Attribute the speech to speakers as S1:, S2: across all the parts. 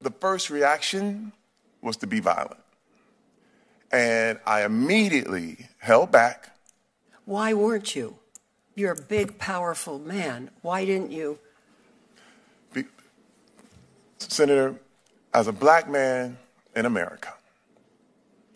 S1: The first reaction was to be violent. And I immediately held back.
S2: Why weren't you? You're a big, powerful man. Why didn't you?
S1: Be- Senator, as a black man in America,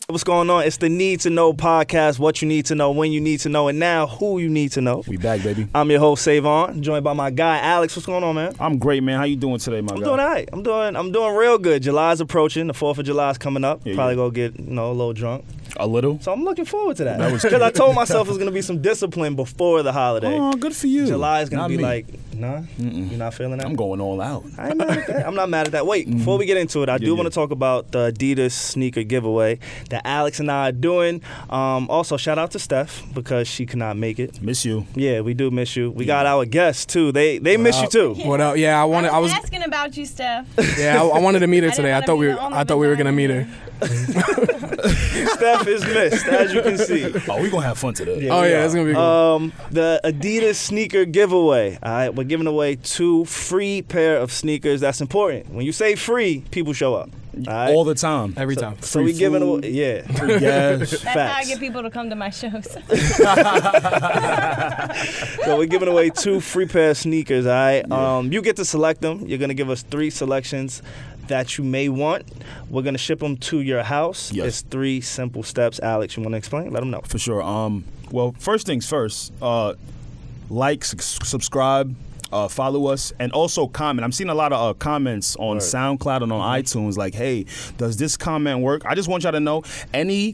S3: What's going on? It's the Need to Know podcast. What you need to know, when you need to know, and now who you need to know.
S4: We back, baby.
S3: I'm your host Savon, joined by my guy Alex. What's going on, man?
S4: I'm great, man. How you doing today, my
S3: I'm
S4: guy?
S3: doing all right. I'm doing I'm doing real good. July's approaching. The 4th of July's coming up.
S4: Yeah,
S3: Probably
S4: yeah.
S3: go get, you know, a little drunk.
S4: A little.
S3: So I'm looking forward to that. Because I told myself it was going to be some discipline before the holiday.
S4: Oh, good for you.
S3: July's going
S4: Not
S3: to be
S4: me.
S3: like, nah, you're not feeling that?
S4: I'm going all out.
S3: I ain't mad at that. I'm not mad at that. Wait, before we get into it, I do
S4: Mm-hmm. Yeah,
S3: want
S4: yeah.
S3: to talk about the Adidas sneaker giveaway that Alex and I are doing. Um, also, shout out to Steph because she could not make it.
S4: Miss you.
S3: Yeah, we do miss you. We got our guests too. They they miss you too.
S5: What up? Yeah, I wanted. I was.
S6: asking about you, Steph.
S5: Yeah, I, I wanted to meet her
S6: didn't
S5: today. I
S6: wanna
S5: thought
S6: be
S5: we.
S6: the
S5: Were,
S6: only
S5: I thought we were gonna
S6: vagina
S5: meet her.
S3: Steph is missed, as you can see.
S4: Oh, we gonna have fun today.
S3: Yeah.
S5: Oh
S3: we
S5: yeah,
S3: are.
S5: it's gonna be. Cool.
S3: Um, the Adidas sneaker giveaway. All right, we're giving away two free pair of sneakers. That's important. When you say free, people show up. All right.
S4: All the time.
S5: Every time.
S3: so we
S4: free
S3: giving
S4: food.
S3: away, yeah.
S4: yes.
S6: That's how I
S3: Facts.
S6: get people to come to my shows.
S3: So we're giving away two free pair of sneakers. All right. Um, you get to select them. You're gonna give us three selections that you may want. We're gonna ship them to your house.
S4: Yes.
S3: It's three simple steps. Alex, you wanna explain? Let them know.
S4: for sure. Um, well, first things first. Uh, like, s- subscribe, uh, follow us, and also comment. I'm seeing a lot of uh, comments on SoundCloud and on
S3: Mm-hmm.
S4: iTunes. Like, hey, does this comment work? I just want y'all to know any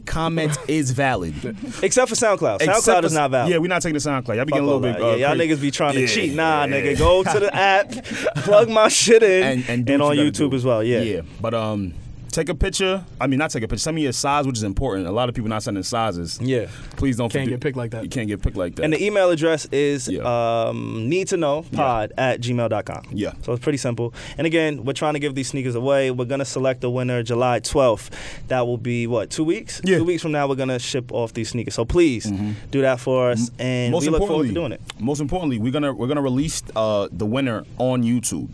S4: comment is valid.
S3: Except for SoundCloud. SoundCloud
S4: Except
S3: is
S4: for-
S3: not valid.
S4: Yeah, we're not taking the SoundCloud. Y'all be
S3: Fuck
S4: getting a little
S3: all
S4: bit.
S3: that.
S4: uh,
S3: yeah, y'all
S4: crazy.
S3: niggas be trying to
S4: Yeah,
S3: cheat. Nah,
S4: yeah.
S3: nigga, go to the app, plug my shit in,
S4: and and, do what
S3: on
S4: you
S3: YouTube
S4: gotta do.
S3: as well. Yeah.
S4: yeah. But um, take a picture. I mean, not take a picture. Send me your size, which is important. A lot of people not sending sizes.
S3: Yeah.
S4: Please don't
S5: Can't
S4: forget-
S5: get picked like that.
S4: You can't get picked like that.
S3: And the email address is
S4: Yeah.
S3: um, need to know pod at gmail.com.
S4: Yeah.
S3: So it's pretty simple. And again, we're trying to give these sneakers away. We're going to select a winner July 12th. That will be, what, two weeks?
S4: Yeah.
S3: Two weeks from now, we're going to ship off these sneakers. So please do that for us. And we look forward to doing it.
S4: Most importantly, we're gonna we're gonna release uh, the winner on YouTube.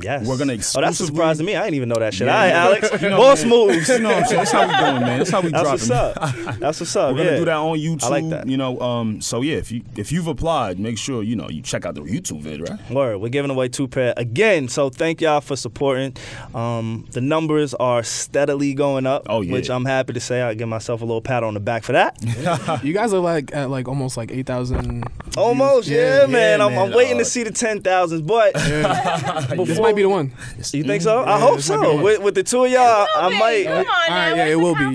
S3: Yes.
S4: We're gonna
S3: Oh, that's a
S4: exclusively-
S3: surprise to me. I didn't even know that shit.
S4: Yeah,
S3: All right,
S4: yeah.
S3: Alex.
S4: You know,
S3: boss
S4: man.
S3: moves.
S4: You know what I'm saying? That's how we doing, man. That's how we
S3: That's
S4: dropping.
S3: what's up. That's what's up.
S4: We're gonna
S3: yeah.
S4: do that on YouTube.
S3: I like that.
S4: You know, um, so yeah, if you if you've applied, make sure you know you check out the YouTube vid, right?
S3: Word, we're giving away two pair again. So thank y'all for supporting. Um, the numbers are steadily going up,
S4: Oh, yeah.
S3: which I'm happy to say. I give myself a little pat on the back for that.
S5: you guys are like at like almost like eight thousand.
S3: Almost, yeah, man. I'm, I'm
S4: man,
S3: waiting
S4: uh,
S3: to see the ten thousands, but
S5: This might be the one.
S3: you think so? I hope
S5: this might be
S3: so.
S5: one.
S3: With, with the two of y'all, I
S6: Oh, Come
S3: might.
S6: on
S5: All
S6: now,
S5: right, yeah,
S6: where's
S5: it
S6: the
S5: will be.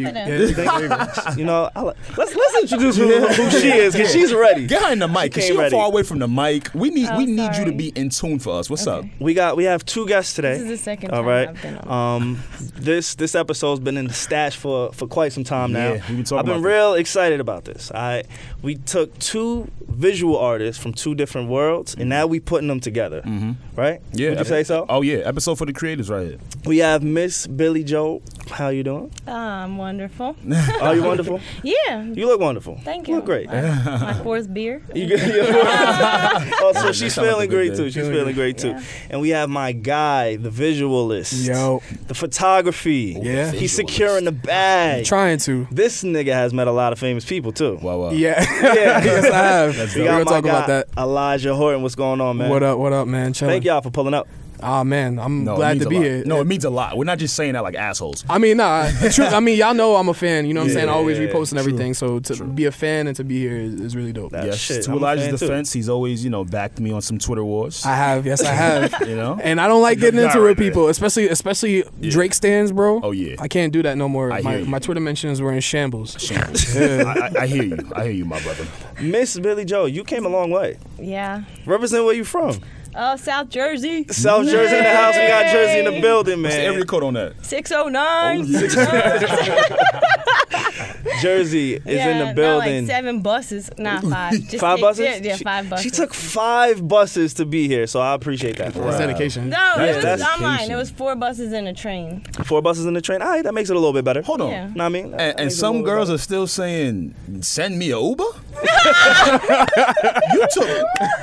S5: You.
S6: confidence?
S5: Yeah.
S3: you know, I, li- let's let's introduce who, who she is because she's ready.
S4: Get her in the mic.
S3: She
S4: She
S3: came
S4: she
S3: ready.
S4: far away from the mic. We need
S6: Oh,
S4: we need you
S6: sorry.
S4: to be in tune for us. What's up?
S3: We got we have two guests today.
S6: This is the second
S3: All
S6: time
S3: right.
S6: I've been
S3: Um, this this episode's been in the stash for for quite some time now.
S4: Yeah, we've been talking
S3: I've been
S4: about this.
S3: real excited about this. I we took two visual artists from two different worlds, and now we putting them together. Right? Would you say so?
S4: Oh Mm-hmm. yeah, episode for the creators right here.
S3: We have Miss Billy Joel. How you doing?
S6: Um, wonderful.
S3: Are you wonderful?
S6: Yeah.
S3: You look wonderful.
S6: Thank
S3: You
S6: you.
S3: look great.
S6: My, my fourth beer.
S3: You good? oh, so
S4: that
S3: she's
S4: sound like
S3: feeling
S4: a good
S3: great
S4: day.
S3: too. She's
S5: Feeling
S3: feeling great too. And we have my guy, the visualist.
S5: Yo.
S3: The photography.
S5: Yeah.
S3: He's securing the bag.
S5: Trying to.
S3: This nigga has met a lot of famous people too.
S4: Wow, wow.
S5: Yeah.
S3: Yeah.
S5: yes, I have.
S3: We
S5: We're
S3: got
S5: gonna
S3: my
S5: talk
S3: guy,
S5: about that.
S3: Elijah Horton, what's going on, man?
S5: What up? What up, man? Chilling.
S3: Thank y'all for pulling up.
S5: Ah, man, I'm
S4: No, it
S5: glad
S4: means
S5: to
S4: a
S5: be
S4: lot.
S5: here.
S4: No, it means a lot. We're not just saying that like assholes.
S3: Ah,
S5: I mean, nah. True. I mean, y'all know I'm a fan. You know what I'm saying? I always
S3: Yeah,
S5: repost and everything. So to be a fan and to be here is, is really dope.
S3: That- Ah,
S4: Yes,
S3: shit,
S4: to
S3: I'm a
S4: Elijah's
S3: fan, too. Ah,
S4: defense, he's always you know backed me on some Twitter wars.
S5: I have. Yes, I have.
S4: you know,
S5: And I don't like getting
S4: Nah,
S5: into it
S4: right,
S5: with people, especially especially Drake stands, bro.
S4: Oh, yeah.
S5: I can't do that no more.
S4: I
S5: my
S4: hear you.
S5: my Twitter mentions were in shambles.
S4: Shambles. I, I- I hear you. I hear you, my brother.
S3: Miss Billy Joel, you came a long way.
S6: Yeah.
S3: Represent where you from.
S6: Oh, South Jersey.
S3: South Jersey in the house. We got Jersey in the building,
S4: What's the
S3: man.
S4: area code on that?
S6: 609.
S3: Jersey is in the building.
S6: Not like seven buses, not five. Just
S3: five
S6: take-
S3: buses?
S6: Yeah, yeah,
S3: She-
S6: five buses.
S3: She took five buses to be here, so I appreciate that.
S5: That's dedication.
S6: No,
S3: That's
S6: it was
S3: dedication.
S6: online. It was four buses and a train.
S3: Four buses in the train. All right, that makes it a little bit better.
S4: Hold on.
S6: Yeah.
S3: Know what I mean? That- that
S4: And, and
S3: makes it a
S4: some
S3: little bit
S4: girls
S3: better.
S4: are still saying, "Send me a Uber." you took,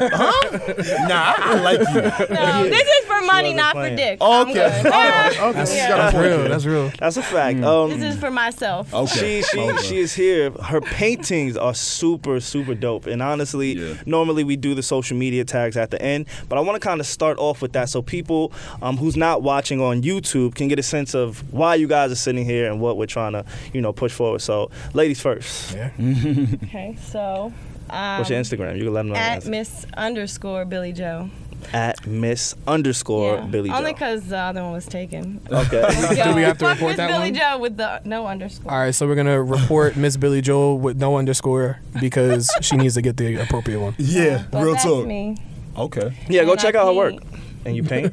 S4: huh? Nah, I like you.
S6: No, this is for money,
S3: wasn't
S6: not
S3: playing.
S6: for dick. I'm
S4: Okay.
S6: good.
S4: Oh, okay.
S5: That's,
S4: You got a
S5: that's
S4: point
S5: real.
S4: there.
S5: That's real.
S3: That's a fact. Um,
S6: This is for myself.
S4: Mm. Okay.
S3: She she she is here. Her paintings are super super dope. And honestly,
S4: Yeah.
S3: normally we do the social media tags at the end, but I want to kind of start off with that so people um, who's not watching on YouTube can get a sense of why you guys are sitting here and what we're trying to you know push forward. So ladies first.
S6: Okay, so. Um,
S3: What's your Instagram? You can let them know. your
S6: At
S3: Insta-
S6: Miss underscore Billy Joe.
S3: at Miss underscore
S6: Yeah.
S3: Billy
S6: Only
S3: Joe.
S6: because the other one was taken.
S3: Okay.
S5: Do we have to
S6: Fuck
S5: report
S6: Miss
S5: that
S6: Billy
S5: one?
S6: Joe with the no underscore.
S5: All right, so we're gonna report Miss Billy Joel with no underscore because she needs to get the appropriate one.
S4: Yeah,
S6: But
S4: real
S6: that's
S4: talk.
S6: me
S4: Okay.
S3: yeah, go
S6: And I
S3: check out her work.
S6: paint.
S3: And you paint.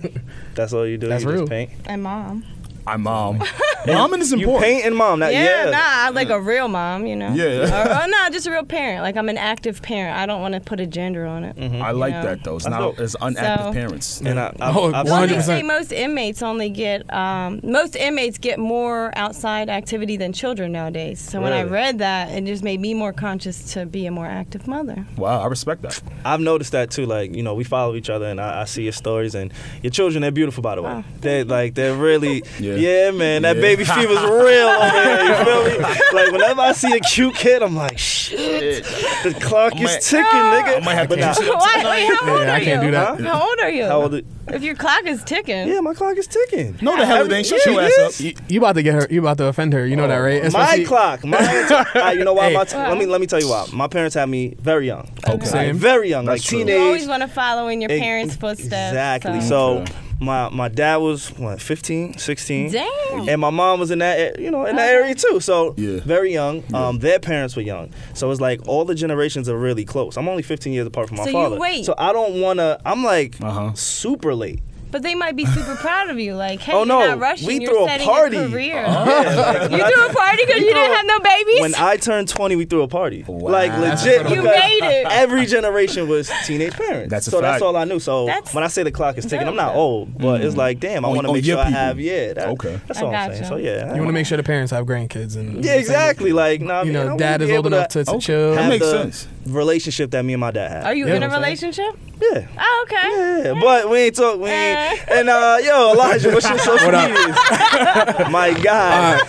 S3: That's all you do.
S5: That's
S3: you just
S5: real.
S3: paint.
S6: and mom.
S4: I'm mom. Mom is
S3: You
S4: important.
S3: paint and mom. That,
S6: Yeah,
S3: Uh, yeah.
S6: nah, I'm like a real mom, you know.
S4: Yeah, yeah.
S6: Or, or nah, just a real parent. Like I'm an active parent. I don't want to put a gender on it.
S3: Mm-hmm.
S4: I like
S6: Yeah.
S4: that though. It's
S3: That's
S4: not
S3: dope.
S4: as unactive
S6: So-
S4: parents.
S3: And I, I,
S5: Oh,
S3: I've
S6: Well,
S3: seen
S6: they
S5: 100%.
S6: say most inmates only get um, most inmates get more outside activity than children nowadays. So when I
S3: Really?
S6: read that, it just made me more conscious to be a more active mother.
S4: Wow, I respect that.
S3: I've noticed that too. Like you know, we follow each other, and I, I see your stories, and your children. They're beautiful, by the way.
S6: Oh.
S3: They're like they're really,
S4: Yeah.
S3: yeah, man. That
S4: Yeah.
S3: baby fever's real over here. You feel me? Like whenever I see a cute kid, I'm like, shit, the clock
S4: might-
S3: is ticking, nigga.
S4: I might have
S3: But
S4: to
S3: nah.
S4: cancel
S6: Why? Wait, how old
S5: Yeah,
S6: are
S5: I can't
S6: you?
S5: do that.
S3: Huh?
S6: How old are you?
S3: How old? Are,
S6: If your clock is ticking.
S3: yeah, my clock is ticking.
S4: No, the hell it
S3: Every-
S4: ain't. Shut
S3: yeah,
S4: your
S3: it
S4: ass up.
S3: is.
S5: You, you about to get her. You about to offend her. You know that, right?
S3: My
S5: Especially-
S3: clock, my. All right, you know why?
S5: Hey.
S3: My t- let me let me tell you why. My parents had me very young,
S4: Okay.
S5: Same.
S3: very young, like
S4: That's true.
S6: You
S3: teenage.
S6: always want to follow in your
S3: Ex-
S6: parents' footsteps.
S3: Exactly. So, my my dad was what 15, 16.
S6: Damn.
S3: And my mom was in that e, you know in that area too. So
S4: Yeah.
S3: very young. Um, their parents were young. So it's like all the generations are really close. I'm only 15 years apart from my
S6: So you
S3: father.
S6: wait.
S3: So I don't wanna. I'm like
S4: Uh-huh.
S3: super late.
S6: But they might be super proud of you. Like, hey,
S3: Oh,
S6: you're
S3: no.
S6: not rushing.
S3: We
S6: you're
S3: threw a
S6: setting
S3: party. Oh,
S6: Your career.
S3: Yeah, like,
S6: You threw a party because
S3: We
S6: you
S3: threw-
S6: didn't have no babies.
S3: when I turned 20, we threw a party.
S4: Wow.
S3: Like
S4: That's
S3: legit.
S6: incredible. You
S3: because
S6: made it.
S3: Every generation was teenage parents.
S4: That's a
S3: so
S4: fact. Mm.
S3: that's all I knew. So
S6: That's
S3: when I say the clock is ticking, I'm not
S6: incredible.
S3: old, but it's like damn, I
S4: On-
S3: want to
S4: on
S3: make
S4: your
S3: sure I
S4: people.
S3: have yeah. That,
S4: Okay.
S3: that's
S6: I
S3: all I'm
S6: gotcha.
S3: saying. So yeah,
S5: You want to make sure the parents have grandkids and
S3: yeah, exactly. Like nah,
S5: You
S3: man, I
S5: know,
S3: wanna
S5: dad
S3: be
S5: is
S3: able
S5: old enough to, to
S4: Oh,
S5: chill.
S4: That
S3: have
S4: makes
S3: the
S4: sense.
S3: Relationship that me and my dad had.
S6: Are you
S5: Yeah,
S6: in a
S5: I'm saying.
S6: relationship?
S3: Yeah.
S6: Oh, okay.
S3: Yeah, but we ain't talk. We ain't.
S6: Eh.
S3: And uh, yo, Elijah, what's your social medias? My God.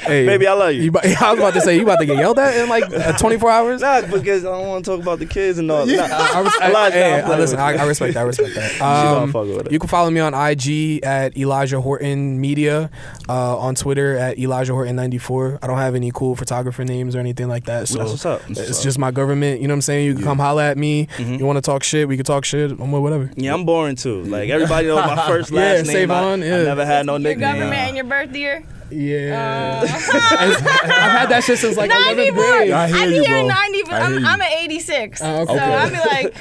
S5: Hey,
S3: Baby, I love you.
S5: bu- I was about to say you about to get yelled at in like uh, 24 hours.
S3: Nah, because I don't want to talk about the kids and all. Yeah. Nah,
S5: I, res- I,
S3: Elijah,
S5: hey,
S3: I'm
S5: I,
S3: playing
S5: listen,
S3: with
S5: I, I respect that. I respect that.
S3: don't
S5: Um,
S3: fuck with it.
S5: you can follow me on IG at Elijah Horton Media, uh, on Twitter at Elijah Horton 94. I don't have any cool photographer names or anything like that. So
S3: That's what's up. Mm-hmm.
S5: It's just my government. You know what I'm saying? You can come holla at me. You want to talk shit? We can talk shit. I'm with whatever.
S3: yeah, I'm boring too. Like everybody knows my first
S5: Yeah,
S3: last name.
S5: Savon,
S3: I,
S5: yeah.
S3: I never had no
S6: Your
S3: nickname.
S6: government and your birth year.
S5: Yeah. I've had that shit since like 11th
S6: 94.
S5: grade.
S4: I
S6: I
S4: hear
S6: be
S4: you,
S6: here
S4: bro.
S6: in 90.
S4: I hear
S6: I'm,
S4: you.
S6: I'm an 86.
S5: Oh, okay.
S6: So
S5: Okay.
S6: I'll be like,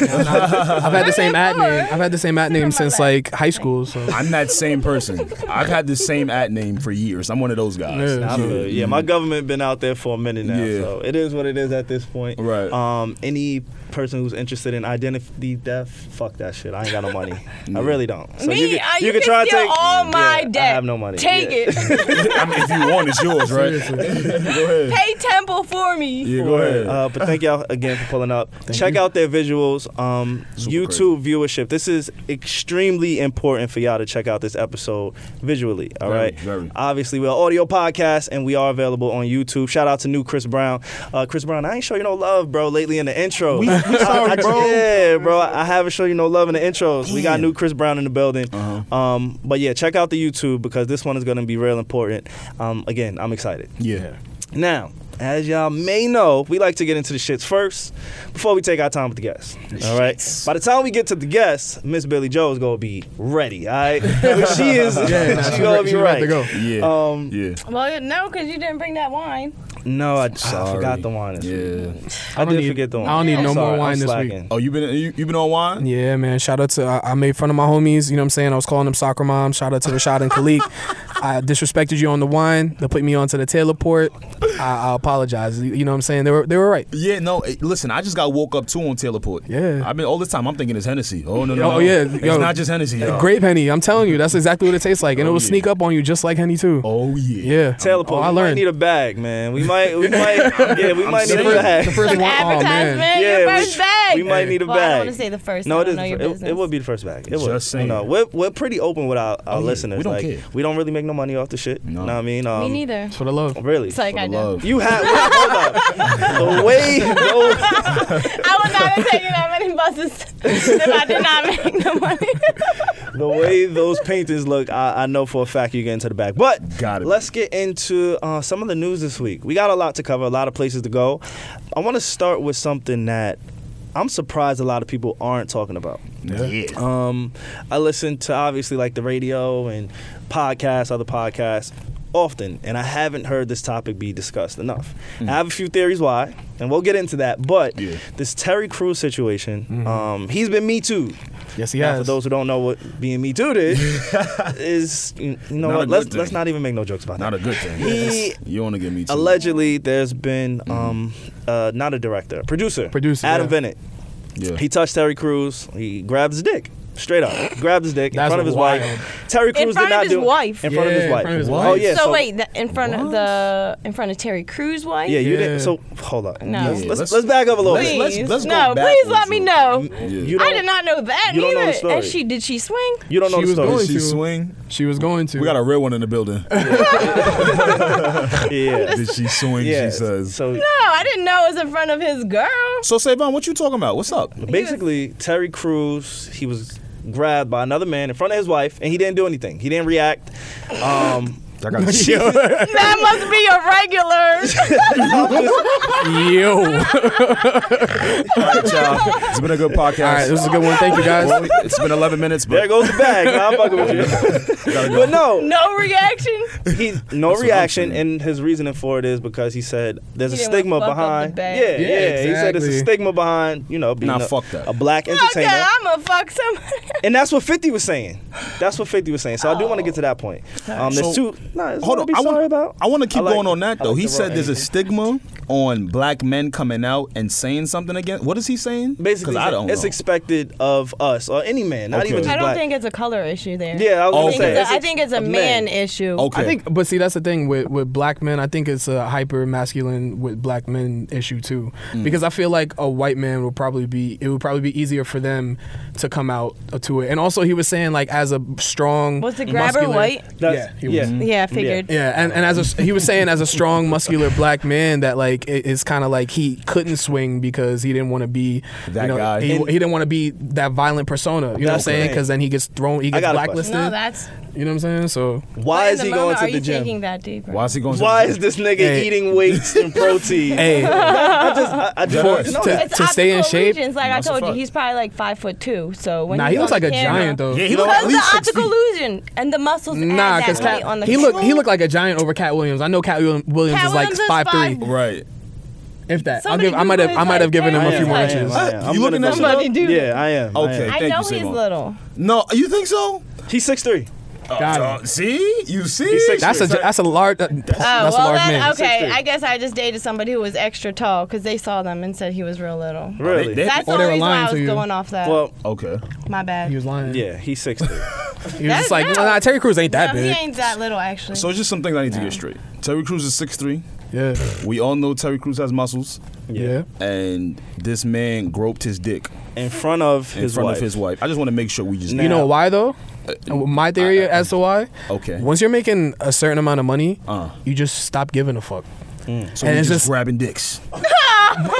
S5: I've had the same ad name. I've had the same ad name
S6: my
S5: since
S6: life.
S5: like high school. So
S4: I'm that same person. I've had the same ad name for years. I'm one of those guys.
S5: Yeah.
S3: I don't know. Yeah, my government been out there for a minute now,
S4: Yeah.
S3: so it is what it is at this point.
S4: Right.
S3: Um, any person who's interested in identity theft, fuck that shit. I ain't got no money. I really don't. So
S6: me,
S3: you can,
S6: uh, you,
S3: you
S6: can,
S3: can try
S6: steal
S3: to take
S6: all my
S3: yeah,
S6: debt.
S3: I have no money.
S6: Take
S3: Yeah.
S6: it.
S4: I mean, if you want, it's yours, right? go ahead.
S6: Pay Temple for me.
S4: Yeah, go ahead.
S3: Uh, but thank y'all again for pulling up. Check out their visuals. Um,
S4: Super
S3: YouTube viewership. This is extremely important for y'all to check out this episode visually. All
S4: Very,
S3: right.
S4: very.
S3: Obviously, we're an audio podcast and we are available on YouTube. Shout out to new Chris Brown. Uh, Chris Brown, I ain't show you no love, bro, lately in the intro. We, sorry, bro. Yeah, bro. I haven't shown you no love in the intros. We got
S4: Damn. Uh-huh.
S3: new Chris Brown in the building. Um, but yeah, check out the YouTube because this one is going to be real important. Um, again, I'm excited.
S4: yeah.
S3: Now, as y'all may know, we like to get into the shits first before we take our time with the guests. All right. By the time we get to the guests, Miss Billy Joe is gonna be ready. All right. But she is.
S5: yeah,
S3: she's
S5: she's
S3: gonna
S5: re-
S3: be
S5: she's
S3: ready.
S5: ready to go.
S4: Yeah.
S3: Um,
S4: yeah.
S6: Well, no, because you didn't bring that wine.
S3: No, I, I
S4: Sorry.
S3: forgot the wine. This week.
S4: Yeah.
S3: I,
S5: don't
S3: did
S5: need-
S3: forget the
S5: I
S3: wine.
S5: don't need
S3: I'm
S5: no more
S3: sorry,
S5: wine
S3: I'm
S5: this week.
S3: slacking.
S4: Oh, you been you, you been on wine?
S5: Yeah, man. Shout out to I, I made fun of my homies. You know what I'm saying? I was calling them soccer moms. Shout out to Rashad and Khalik. I disrespected you on the wine. They put me onto the Taylor port. I, I apologize. You you know what I'm saying? They were they were right.
S4: Yeah, no. eh, Listen, I just got woke up too on Teleport.
S5: Yeah.
S4: I've been all this time. I'm thinking it's Hennessy. Oh no, no,
S5: Oh,
S4: no.
S5: yeah,
S4: it's
S5: yo.
S4: not just Hennessy. y'all.
S5: Grape henny. I'm telling you, that's exactly what it tastes like, and
S3: Oh,
S5: it will
S4: yeah.
S5: sneak up on you just like henny too.
S4: Oh yeah.
S5: Yeah.
S3: Teleport.
S5: Oh, I
S3: we might
S5: learned.
S3: need a bag, man. We might, we might, yeah, we might need a
S4: saying.
S3: bag.
S5: The first
S6: Some
S5: one- oh, man.
S6: advertisement. your
S3: we-
S6: first bag.
S3: We might need a
S6: well,
S3: bag.
S6: I don't want to say the first.
S3: No,
S6: I
S3: it
S6: don't
S3: is.
S6: Know your
S3: the fir- it,
S6: business.
S3: it would be the first bag. It
S4: Just
S3: would.
S4: saying. Oh,
S3: No, we're, we're pretty open with our, our
S4: yeah.
S3: listeners.
S4: We don't
S3: like,
S4: care.
S3: We don't really make no money off the shit. You
S4: No.
S3: know what I mean? Um,
S6: Me neither.
S5: for the love.
S3: Really.
S6: It's like I
S4: the
S6: do.
S4: love.
S3: you have wait, hold up. The way those,
S6: I would not have taken that many buses if I did not make no money.
S3: the way those paintings look, I, I know for a fact you get into the bag. But
S4: Gotta be.
S3: let's get into uh, some of the news this week. We got a lot to cover, a lot of places to go. I want to start with something that I'm surprised a lot of people aren't talking about.
S1: Yeah.
S3: Um, I listen to obviously like the radio and podcasts, other podcasts often, and I haven't heard this topic be discussed enough. I have a few theories why, and we'll get into that. But
S4: Hmm. Yeah. Mm-hmm.
S3: this Terry Crews situation, um, he's been Me Too.
S5: Yes, he
S3: Now,
S5: has.
S3: for those who don't know what being Me Too did, is you know
S4: Not a
S3: what?
S4: good
S3: Let's
S4: thing.
S3: let's not even make no jokes about
S4: Not
S3: that.
S4: a good thing.
S3: He-
S4: you want to get me too.
S3: Allegedly, there's been
S4: Mm-hmm.
S3: um, uh, not a director, producer,
S5: Producer,
S3: Adam
S5: yeah.
S3: Bennett.
S4: Yeah.
S3: He touched Terry Crews. He grabs his dick. Straight up, grabs his dick in
S5: That's
S3: front of his
S5: wild.
S3: wife. Terry Crews
S6: front
S3: did
S6: of
S3: not
S6: his
S3: do
S6: wife.
S3: in front of
S5: Yeah,
S3: his
S5: in
S3: wife.
S5: front of his
S3: Oh
S5: wife.
S3: yeah.
S6: so, wait, th- in front of
S4: What?
S6: the in front of Terry Crews' wife.
S3: Yeah, you
S5: Yeah.
S3: didn't. So hold up.
S6: No. Yeah,
S3: Let's, let's
S4: let's-
S3: let's back up a little
S4: let's-
S6: please,
S3: bit.
S4: let's go
S6: no, please let
S4: backwards
S6: me
S4: a-
S6: know.
S3: You
S6: I
S3: don't-
S6: did not know that
S3: you don't know
S6: neither.
S3: the story.
S6: And she did she swing?
S3: You don't know
S5: She
S3: the
S5: was
S3: story.
S5: going
S4: Did she
S5: to.
S4: swing?
S5: She was going to.
S4: We got a real one in the building.
S3: Yeah.
S4: Did she swing?
S3: yeah.
S4: She says. So,
S3: So
S6: No, I didn't know it was in front of his girl.
S4: Savon, what you talking about? What's up?
S3: basically, Terry Crews, he was grabbed by another man in front of his wife, and he didn't do anything. He didn't react. Um,
S4: I got to
S6: That must be a regular.
S5: yo. All
S4: It's been a good podcast.
S5: right, this is a good one. Thank you guys.
S4: Well, it's been 11 minutes,
S3: there
S4: but
S3: goes the bag. Nah, I'm fucking with you. but no,
S6: no reaction.
S3: he no
S4: That's what I'm
S3: reaction,
S4: saying.
S3: and his reasoning for it is because he said there's
S6: He
S3: a
S6: didn't
S3: stigma
S6: wanna fuck up
S3: behind.
S6: the
S3: yeah,
S6: bag.
S3: yeah.
S5: Yeah,
S3: He said there's a
S5: exactly.
S3: stigma behind you know being
S4: Nah,
S3: a,
S4: fuck that.
S3: a black
S6: Fuck
S3: entertainer,
S6: that, I'ma fuck somebody.
S3: and that's what Fifty was saying. That's what Fifty was saying. So I do want to get to that point. Um, there's
S4: So,
S3: two. Nah, it's nothing
S4: hold on.
S3: to Be
S4: I
S3: sorry
S4: want,
S3: about.
S4: I want to keep
S3: like-
S4: going on that
S3: I
S4: though.
S3: like
S4: he
S3: the
S4: said
S3: raw
S4: there's a
S3: energy.
S4: stigma on black men coming out and saying something again. What is he saying?
S3: Basically,
S4: because I don't
S3: it's
S4: know.
S3: expected of us or any man, not
S4: Okay.
S3: even just
S6: I don't
S3: black.
S6: think it's a color issue there.
S3: yeah, I was
S4: I
S3: gonna
S4: think
S3: say.
S6: It's a, I
S3: a-
S6: think it's a,
S3: a
S6: man, issue.
S4: okay.
S5: I think, but see, that's the thing with with black men. I think it's a hyper masculine with black men issue too,
S3: Mm.
S5: because I feel like a white man would probably be it would probably be easier for them to come out to it. And also, he was saying like as a strong
S6: Was the grabber
S5: muscular-
S6: white?
S3: That's,
S5: yeah, he was.
S3: yeah.
S6: Yeah, I figured.
S5: Yeah, and, and as a, he was saying, as a strong, muscular black man, that like it, it's kind of like he couldn't swing because he didn't want to be
S4: That
S5: you know,
S4: guy.
S5: He, he didn't want to be that violent persona. You know what I'm
S3: That's
S5: saying?
S3: the
S5: Because then he gets thrown, he gets
S3: got a
S5: blacklisted.
S6: No, that's.
S5: you know what I'm saying? So
S3: Why
S6: in
S3: is
S6: the
S3: he
S6: moment,
S3: going
S6: are
S3: to the
S6: you
S3: gym?
S6: Taking that deep.
S4: Why is he going? to-
S3: Why is this nigga
S5: Hey.
S3: eating weights and protein?
S5: hey,
S3: I just, I, I just want to know.
S5: to-
S3: that.
S6: It's
S5: to stay in
S6: optical
S5: shape?
S6: illusions, like
S4: That's a
S6: I told you,
S4: fact.
S6: he's probably like five foot two. So when
S5: nah,
S6: he's
S5: he looks
S6: on
S5: like
S6: the
S5: a
S6: camera-
S5: giant though.
S4: Yeah, he looks
S6: Because
S4: at
S6: the
S4: least six
S6: optical
S4: feet.
S6: illusion and the muscles
S5: Nah,
S6: add
S5: because
S6: that weight on the
S5: he looked he looked like a giant over Cat Williams. I know Cat William- Williams
S6: Cat
S5: is like
S6: Williams is
S5: five three,
S6: five-
S4: Right.
S5: if that. I'll
S6: Somebody
S5: give, I might have
S6: Google
S5: I
S6: his
S5: might have
S6: height.
S5: given him a
S3: I
S5: few
S3: am,
S5: more
S3: I am,
S5: inches.
S3: I am.
S4: You
S3: I'm gonna
S4: looking at
S3: go-
S6: somebody, dude?
S3: Yeah, I am. I
S4: Okay.
S3: am.
S6: I
S4: Thank
S6: know
S4: you,
S6: he's
S4: Sigma.
S6: little.
S4: No, you think so?
S3: He's six three.
S5: Got
S4: Uh,
S5: him.
S4: see, you see,
S3: six
S5: That's a that's a large uh, that's,
S6: Oh,
S5: that's a
S6: well,
S5: large
S6: then,
S5: man.
S6: okay.
S3: 6'3".
S6: I guess I just dated somebody who was extra tall because they saw them and said he was real little.
S3: Really?
S4: they-
S6: That's
S5: Or
S6: the
S5: they
S6: only
S5: were
S6: reason
S5: lying
S6: why I
S5: to
S6: was
S5: you.
S6: going off that.
S3: well,
S4: Okay.
S6: My bad.
S5: He was lying.
S3: yeah, he's six three.
S5: He was just
S6: That's
S5: like,
S6: not-
S5: nah, Terry Crews ain't that
S6: no,
S5: big.
S6: he ain't that little, actually.
S4: So it's just some things I need to get straight. Terry Crews is six three.
S5: Yeah.
S4: We all know Terry Crews has muscles,
S5: Yeah.
S4: and this man groped his dick
S3: In front of
S4: in
S3: his
S4: front
S3: wife.
S4: of his wife. I just want to make sure we just
S3: Now-
S5: You know why though?
S4: Uh,
S5: My theory as to why.
S4: Okay.
S5: Once you're making a certain amount of money,
S4: Uh.
S5: you just stop giving a fuck.
S4: So
S5: and
S4: we
S5: it's
S4: just
S5: just-
S4: grabbing dicks.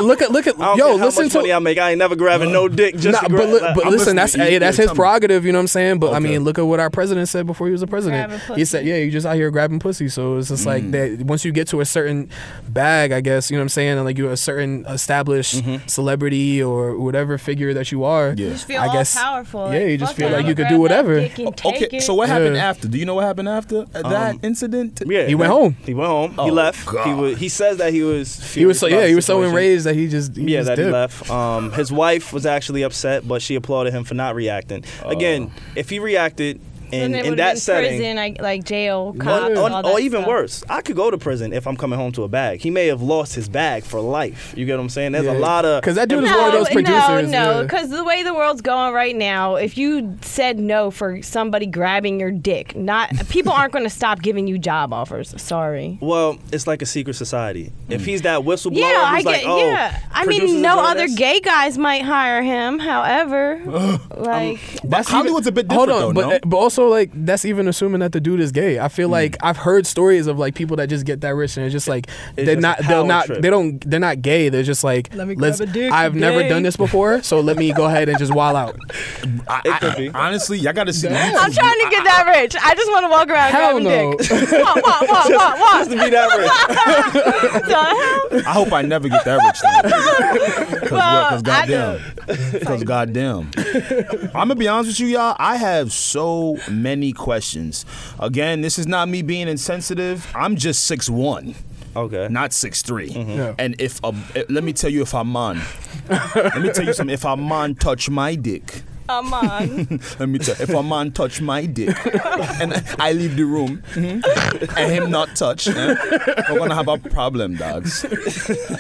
S5: look at look at
S3: I don't
S5: yo.
S3: care how
S5: Listen
S3: much money
S5: to
S3: I make. I ain't never grabbing no dick. Just
S5: nah,
S3: to
S5: but,
S3: grab,
S5: li-
S3: like,
S5: but
S4: I'm
S5: listen,
S4: listening.
S5: that's
S4: Yeah,
S5: hey,
S4: yeah,
S5: that's
S4: tell
S5: his
S4: me.
S5: prerogative. You know what I'm saying? But I
S4: Okay.
S5: mean, look at what our president said before he was a president.
S6: Grabbing pussy.
S5: He said, yeah, you just out here grabbing pussy. So it's just like that. Once you get to a certain bag, I guess you know what I'm saying, and like you're a certain established celebrity or whatever figure that you are.
S4: Yeah.
S6: you just feel
S5: I
S6: all
S5: guess-
S6: powerful.
S5: yeah, you just
S6: fuck
S5: feel
S6: it,
S5: like
S6: I'ma
S5: you could
S6: grab
S5: do
S6: that
S5: whatever.
S6: dick and take
S4: Okay,
S6: it.
S4: so what happened
S5: Yeah.
S4: after? Do you know what happened after uh, that incident?
S3: yeah,
S5: He went home.
S3: He went home. he
S4: Oh,
S3: left. He
S4: God.
S3: was. He says that he was. Furious
S5: He was so
S3: about
S5: yeah,
S3: the
S5: he was so
S3: situation.
S5: enraged that he just he
S3: Yeah,
S5: just
S3: that he
S5: dipped.
S3: left. Um,
S5: Oh.
S3: his wife was actually upset, but she applauded him for not reacting. Again, if he reacted, And
S6: then
S3: in
S6: it would've
S3: that
S6: been
S3: setting,
S6: prison, like, like
S3: or-
S6: jail, cops,
S3: or,
S6: all that
S3: or even
S6: stuff.
S3: worse, I could go to prison if I'm coming home to a bag. He may have lost his bag for life. You get what I'm saying? There's a
S5: Yeah.
S3: lot of
S5: 'Cause that dude is
S6: No,
S5: one of those
S6: no,
S5: producers,
S6: no,
S5: yeah.
S6: because the way the world's going right now, if you said no for somebody grabbing your dick, not people aren't going to stop giving you job offers. Sorry.
S3: Well, it's like a secret society.
S4: Mm.
S3: If he's that whistleblower,
S6: Yeah,
S3: who's
S6: I get.
S3: like, oh,
S6: yeah, I
S3: producers
S6: mean,
S3: are
S6: no
S3: doing
S6: other
S3: this.
S6: gay guys might hire him. However, like,
S4: That's Hollywood's a bit different,
S5: Hold on,
S4: though.
S5: but but also like that's even assuming that the dude is gay. I feel
S2: Mm.
S5: like I've heard stories of like people that just get that rich and it's just like they're
S3: just a
S5: not they're
S3: power
S5: not
S3: trip.
S5: they don't they're not gay. They're just like
S2: Let me
S5: let's-
S2: grab a dick,
S5: I've
S2: you
S5: never
S2: gay."
S5: done this before, so let me go ahead and just wild out.
S3: It could be.
S4: no? Honestly, y'all got to see.
S6: I'm trying to get that rich. I just want to walk around
S5: Hell
S6: grabbing
S5: no.
S6: dick. Wah, wah, wah, wah, wah.
S3: Just to be that rich.
S6: What the hell?
S4: I hope I never get that rich. Because
S6: Well, I
S4: goddamn. Because goddamn. I'm gonna be honest with you, y'all. I have so many questions. Again, this is not me being insensitive. I'm just six one.
S3: Okay.
S4: Not six
S5: Yeah.
S4: And if a, eh, let me tell you, if I'm on, let me tell you something. If a man touch my dick,
S6: Come on.
S4: let me tell. If a man touch my dick, and I leave the room, mm-hmm, and him not touch, eh, we're gonna have a problem, dogs.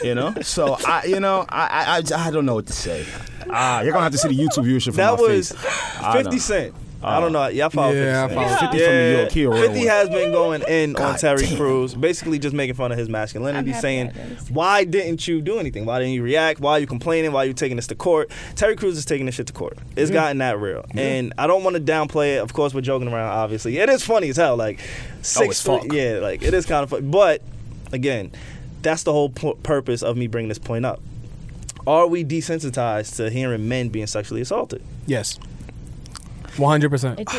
S4: You know. So I, you know, I, I, I, I don't know what to say. Ah, you're gonna have to see the YouTube viewership. From
S3: That
S4: my
S3: was
S4: face. I
S3: Fifty
S4: know.
S3: Cent. I don't know. Y'all follow
S5: Yeah, I
S3: 50 Cent.
S5: follow Yeah.
S4: 50 from New York. He a real
S3: 50
S4: one.
S3: has been going in on
S4: God
S3: Terry
S4: damn.
S3: Crews, basically just making fun of his masculinity,
S6: I'm happy
S3: saying,
S6: I didn't.
S3: why didn't you do anything? Why didn't you react? Why are you complaining? Why are you taking this to court? Terry Crews is taking this shit to court. It's gotten that real. And I don't want to downplay it. Of course, we're joking around, obviously. It is funny as hell. Like, six
S4: Oh, it's
S3: foot.
S4: fuck.
S3: Yeah, like, it is kind of funny. But, again, that's the whole pu- purpose of me bringing this point up. Are we desensitized to hearing men being sexually assaulted?
S5: Yes, one hundred percent.
S6: It's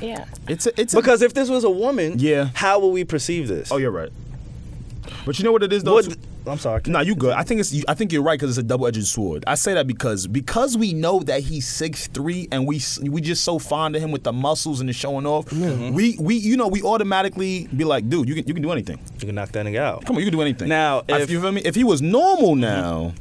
S6: yeah.
S4: It's a, it's a,
S3: Because if this was a woman,
S4: Yeah.
S3: how will we perceive this?
S4: Oh, you're right. But you know what it is though.
S3: Would-
S4: too?
S3: I'm sorry.
S4: No, you good. I think it's. you- I think you're right because it's a double-edged sword. I say that because because we know that he's six three and we s- we just so fond of him with the muscles and the showing off.
S5: Mm-hmm.
S4: We we you know we automatically be like, dude, you can you can do anything.
S3: You can knock that nigga out.
S4: Come on, you can do anything.
S3: Now,
S4: I-
S3: if-
S4: you feel me, if he was normal now,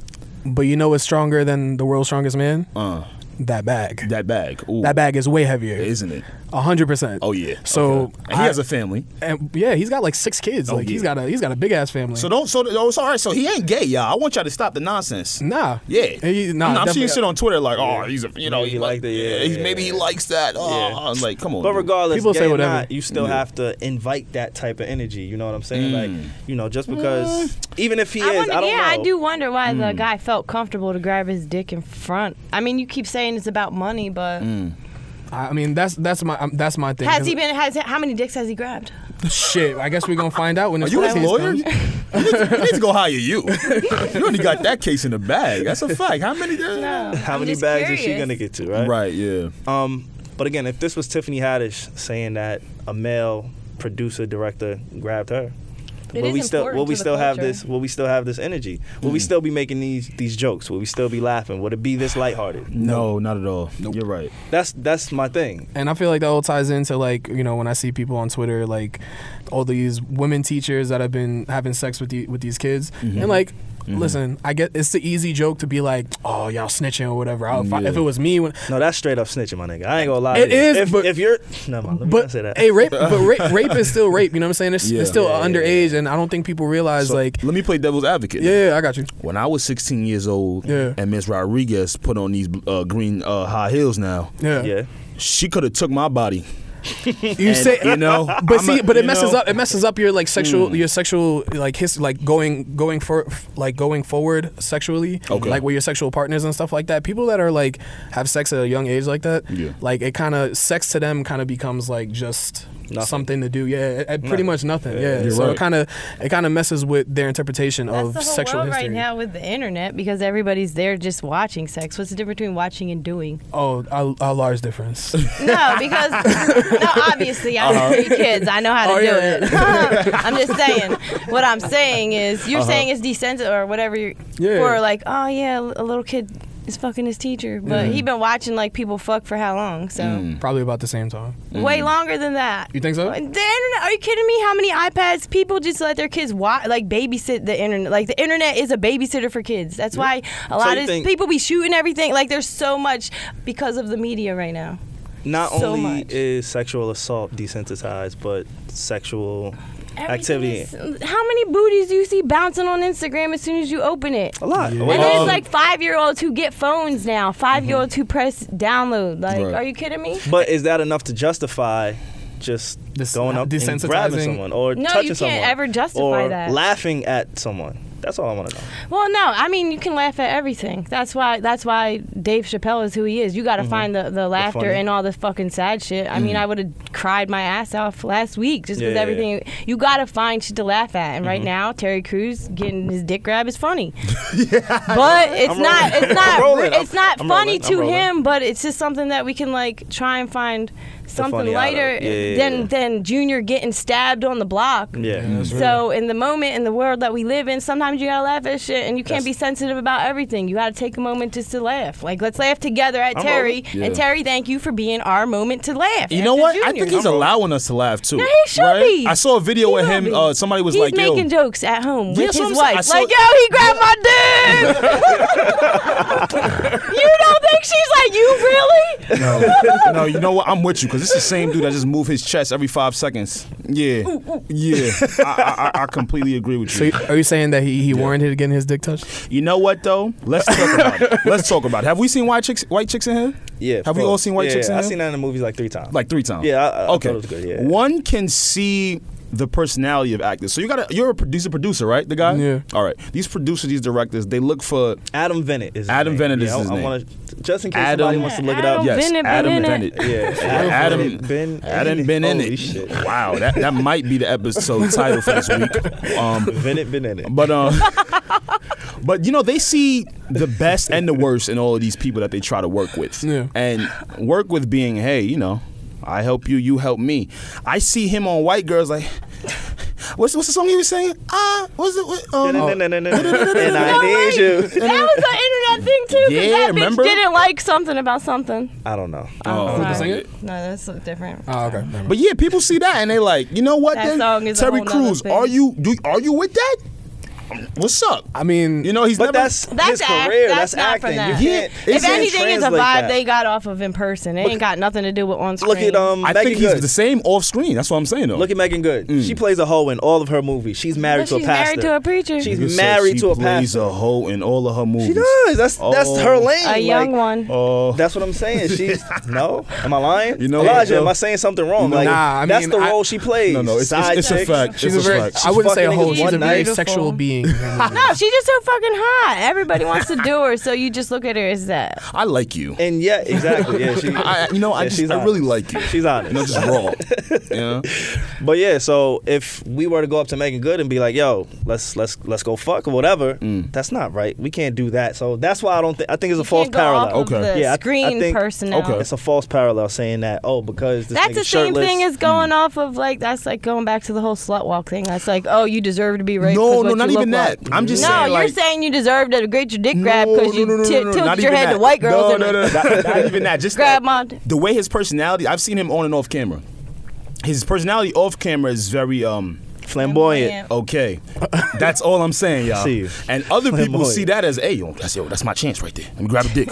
S5: But you know what's stronger than the world's strongest man?
S4: uh,
S5: That bag.
S4: that bag, ooh,
S5: That bag is way heavier.
S4: isn't it?
S5: hundred percent.
S4: Oh yeah.
S5: So
S4: Okay. and he
S5: I-
S4: has a family.
S5: and yeah, he's got like six kids. like he's
S4: yeah.
S5: got a he's got a big ass family.
S4: So don't. So oh, it's all right. So he ain't gay, y'all. I want y'all to stop the nonsense.
S5: nah.
S4: Yeah,
S5: He- nah,
S4: I'm, I'm
S5: definitely-
S4: seeing shit on Twitter like, oh, he's a, you know,
S3: Maybe
S4: he
S3: he
S4: like,
S3: liked it, yeah,
S4: he's,
S3: yeah,
S4: maybe he
S3: yeah.
S4: likes that. Oh,
S3: Yeah.
S4: I'm like, come on.
S3: But
S4: dude.
S3: regardless,
S5: People say
S3: gay or
S5: whatever.
S3: not, you still have to invite that type of energy. You know what I'm saying? Like, you know, just
S5: Mm.
S3: because, even if he
S6: I
S3: is,
S6: wonder,
S3: I don't
S6: yeah,
S3: know. Hmm.
S6: I do wonder why the guy felt comfortable to grab his dick in front. I mean, you keep saying it's about money, but
S3: Hmm.
S5: I I mean, that's that's my um, that's my thing.
S6: has he been? Has how many dicks has he grabbed?
S5: Shit, I guess we're gonna find out when
S4: Are
S5: this
S4: you his
S5: case
S4: lawyer?
S5: comes.
S4: You need, to, you need to go hire you. You already got that case in the bag. That's a fact. How many?
S3: How
S6: I'm
S3: many
S6: just
S3: bags is she
S6: curious.
S3: gonna get to? Right.
S4: Right. Yeah.
S3: Um. But again, if this was Tiffany Haddish saying that a male producer director grabbed her,
S6: It
S3: will
S6: is
S3: we still
S6: important
S3: will we
S6: to the
S3: still have
S6: culture.
S3: this? Will we still have this energy? Will we still be making these these jokes? Will we still be laughing? Would it be this lighthearted?
S4: No, not at all. You're right.
S3: That's that's my thing.
S5: And I feel like that all ties into like you know when I see people on Twitter like all these women teachers that have been having sex with the, with these kids
S4: Mm-hmm.
S5: and like. Listen, I get it's the easy joke to be like, "Oh, y'all snitching or whatever." I, if, I, if it was me, when,
S3: No, that's straight up snitching, my nigga. I ain't gonna lie.
S5: It
S3: to you.
S5: is,
S3: If,
S5: but-
S3: if you're, never mind. Let me
S5: but
S3: not say that.
S5: hey, rape, but rape, rape is still rape. You know what I'm saying? It's,
S4: Yeah.
S5: it's still
S4: Yeah,
S5: underage, and I don't think people realize like,
S4: let me play devil's advocate.
S5: yeah, I got you.
S4: When I was 16 years old,
S5: Yeah.
S4: and Miss Rodriguez put on these uh, green uh, high heels. Now,
S5: Yeah,
S3: yeah.
S4: she could have took my body.
S5: you say
S4: you know,
S5: but
S4: I'm a-
S5: see, but it
S4: you
S5: messes
S4: know. Hmm.
S5: up. It messes up your like sexual, your sexual like his like going going for like going forward sexually,
S4: Okay.
S5: like with your sexual partners and stuff like that. People that are like have sex at a young age like that,
S4: Yeah.
S5: like it kind of sex to them kind of becomes like just
S3: Nothing.
S5: something to do. Yeah, it, it pretty much nothing. Yeah,
S4: You're
S5: so
S4: right.
S5: it kind of it kind of messes with their interpretation
S6: That's
S5: of
S6: the whole
S5: sexual
S6: world
S5: history.
S6: right now with the internet because everybody's there just watching sex. What's the difference between watching and doing?
S5: Oh, a, a large difference.
S6: No, because no, obviously I have three kids. I know how to
S5: Uh-huh. Oh,
S6: do
S5: yeah,
S6: it. I'm just saying. What I'm saying is, you're saying it's desensitive or whatever. You're,
S5: Uh-huh. Yeah.
S6: For like, oh yeah, a little kid is fucking his teacher, but
S5: Mm-hmm.
S6: he been watching like people fuck for how long? So
S5: Probably about the same time.
S6: way longer than that.
S5: You think so?
S6: The internet? Are you kidding me? How many iPads people just let their kids watch, like babysit the internet? Like the internet is a babysitter for kids. That's why a lot
S3: you
S6: of
S3: think-
S6: people be shooting everything. Like there's so much because of the media right now.
S3: not
S6: So
S3: only
S6: much.
S3: is sexual assault desensitized, but sexual activity
S6: Everything is- how many booties do you see bouncing on Instagram as soon as you open it?
S3: a lot.
S6: And there's
S4: Um,
S6: like five year olds who get phones now. Five year olds who press download. Like,
S4: Right.
S6: are you kidding me?
S3: but is that enough to justify just
S5: This-
S3: going up and grabbing
S5: desensitizing-
S3: someone or
S6: No, you
S3: touching
S6: can't
S3: someone
S6: ever justify
S3: or
S6: that.
S3: laughing at someone? That's all I want to know.
S6: Well, no. I mean, you can laugh at everything. That's why. That's why Dave Chappelle is who he is. You got to find the, the laughter
S3: Mm-hmm. funny. Mm.
S6: in all the fucking sad shit. I mean, I would have cried my ass off last week just
S3: Yeah, Mm-hmm.
S6: with
S3: yeah,
S6: everything. You got to find shit to laugh at. And right now, Terry Crews getting his dick grab is funny. but it's
S3: I'm
S6: not.
S3: rolling.
S6: It's
S3: I'm
S6: not.
S3: rolling.
S6: It's not
S3: I'm
S6: funny
S3: rolling. I'm
S6: to
S3: rolling.
S6: him. But it's just something that we can like try and find something
S3: funny out of it.
S6: lighter
S3: Yeah, yeah,
S6: than
S3: yeah.
S6: than Junior getting stabbed on the block.
S3: Yeah.
S6: So in the moment in the world that we live in, sometimes you gotta laugh at shit, and you can't
S3: That's-
S6: be sensitive about everything. You gotta take a moment just to laugh. Like let's laugh together at
S3: I'm
S6: Terry,
S4: rolling.
S6: and
S4: Yeah.
S6: Terry, thank you for being our moment to laugh.
S4: You
S6: at
S4: know
S6: the
S4: what? I
S6: juniors.
S4: think he's allowing us to laugh too. No,
S6: he should
S4: right?
S6: be.
S4: I saw a video
S6: He
S4: with
S6: will
S4: him.
S6: be.
S4: Uh, somebody was
S6: He's
S4: like, "Yo,
S6: making jokes at home
S4: Yeah,
S6: with
S4: so
S6: his
S4: I'm saying- I
S6: wife.
S4: saw-
S6: Like, yo, he grabbed my dick. you don't think she's like you really?
S4: no, no, you know what? I'm with you because it's the same dude that just move his chest every five seconds. Yeah, yeah. I, I, I- I completely agree with
S5: So
S4: you.
S5: you- are you saying that he, he warranted getting his dick touched?
S4: You know what though? Let's talk about it. Let's talk about it. Have we seen white chicks? White chicks in here?
S3: Yeah.
S4: Have we
S3: fuck.
S4: all seen white
S3: yeah,
S4: chicks in
S3: yeah.
S4: here?
S3: I've seen that in the movies like three times.
S4: like three times.
S3: Yeah, I- I- I
S4: okay.
S3: thought it was good, yeah.
S4: One can see the personality of actors. So you got to you're a producer, producer, right? The guy.
S5: Yeah.
S4: All right. These producers, these directors, they look for
S3: Adam Bennett is his
S4: Adam
S3: name.
S4: Bennett is
S3: yeah, I-
S4: his
S3: I
S4: name.
S3: wanna, just in case
S4: Adam-
S3: somebody wants to look it up.
S6: Adam
S4: yes,
S6: Bennett,
S4: Adam
S6: Bennett.
S4: Bennett.
S3: Yeah,
S4: Adam
S3: been
S4: Adam been in
S3: Holy
S4: it.
S3: Shit.
S4: Wow, that, that might be the episode title for this week. Um,
S3: Bennett been in it.
S4: but um, but you know they see the best and the worst in all of these people that they try to work with,
S5: Yeah.
S4: and work with being hey, you know, I help you, you help me. I see him on white girls like. What's, what's the song he was singing? Ah, uh, what's it? What, um,
S3: and I need
S6: No, wait.
S3: you.
S6: That was an internet thing too. 'cause
S4: Yeah,
S6: that bitch
S4: remember?
S6: didn't like something about something.
S3: I don't know.
S4: Oh.
S6: Sorry.
S5: sing it?
S6: No, that's different.
S5: Oh, okay. Never mind.
S4: But yeah, people see that and they like, you know what?
S6: That
S4: then
S6: song is a
S4: Terry
S6: whole nother
S4: Crews,
S6: thing.
S4: are you do are you with that? What's up?
S5: I mean,
S4: You know he's
S3: But
S4: never.
S3: that's,
S6: That's
S3: his
S6: act-
S3: career.
S6: that's
S3: That's,
S6: not from
S3: acting.
S6: that.
S3: You
S4: Yeah,
S3: can't.
S4: it's-
S6: if
S4: can't
S6: anything is a vibe
S3: translate that.
S6: they got off of in person, it ain't got nothing to do with on screen.
S3: Look at um.
S4: I
S3: Megan
S4: think he's
S3: Good.
S4: the Mm. same off screen. That's what I'm saying though.
S3: Look at Megan Good. She plays a hoe in all of her movies. She's married
S6: But
S3: to a
S6: she's
S3: pastor.
S6: married to a preacher.
S3: She's
S4: Nigga said
S3: married
S4: she
S3: to a
S4: plays
S3: pastor.
S4: a hoe in all of her movies.
S3: She does. That's that's her
S4: Oh.
S3: lane.
S6: a young
S3: Like,
S6: one.
S4: Oh,
S3: That's what I'm saying. She's no. Am I lying?
S4: You know what,
S3: Elijah, am
S4: though?
S3: I saying something wrong?
S4: No.
S3: Like
S5: Nah, I
S3: that's
S5: mean,
S3: the
S5: I-
S3: role she plays.
S4: no, no, it's,
S3: Side
S4: it's, it's a
S3: chick.
S4: fact.
S5: she's a
S4: it's a,
S5: very.
S4: fact.
S5: I wouldn't say a
S3: fucking
S5: whole.
S3: niggas
S5: She's a
S3: one
S5: very
S3: night.
S5: sexual being.
S6: no, she's Oh, just so fucking hot. Everybody wants to do her, so you just look at her as that.
S4: I like you.
S3: And yeah, exactly. Yeah, she.
S4: I, I- you know, I
S3: yeah,
S4: just,
S3: she's
S4: I really
S3: honest.
S4: like you.
S3: She's honest.
S4: You know, just raw. yeah.
S3: But yeah, so if we were to go up to Megan Good and be like, "Yo, let's let's let's go fuck or whatever," that's not right. We can't do that. So that's why I don't think I think it's a false
S6: Can't go
S3: parallel.
S6: Off
S4: Okay.
S6: Of the
S3: Yeah, I- I
S6: screen
S3: think-
S6: personnel.
S4: okay.
S3: It's a false parallel saying that. Oh, because this
S6: That's the
S3: nigga's
S6: same
S3: shirtless, Mm.
S6: thing as going off of like that's like going back to the whole slut walk thing. That's like, oh, you deserve to be raped.
S4: No,
S6: 'cause
S4: no,
S6: what
S4: not
S6: you
S4: even
S6: look
S4: that.
S6: like.
S4: I'm just
S6: no,
S4: saying,
S6: you're
S4: like-
S6: saying you deserve to get your dick grabbed because you ti-
S4: not
S6: tilted your
S4: even
S6: head
S4: that.
S6: to white girls
S4: No,
S6: and
S4: no, no, not, not even that. Just that-
S6: grab my.
S4: the way his personality. I've seen him on and off camera. His personality off camera is very um
S3: flamboyant.
S4: okay. That's all I'm saying, y'all.
S3: See you.
S4: And other people
S3: Flamboyant.
S4: see that as, hey, yo, that's yo, that's my chance right there. Let me grab a dick.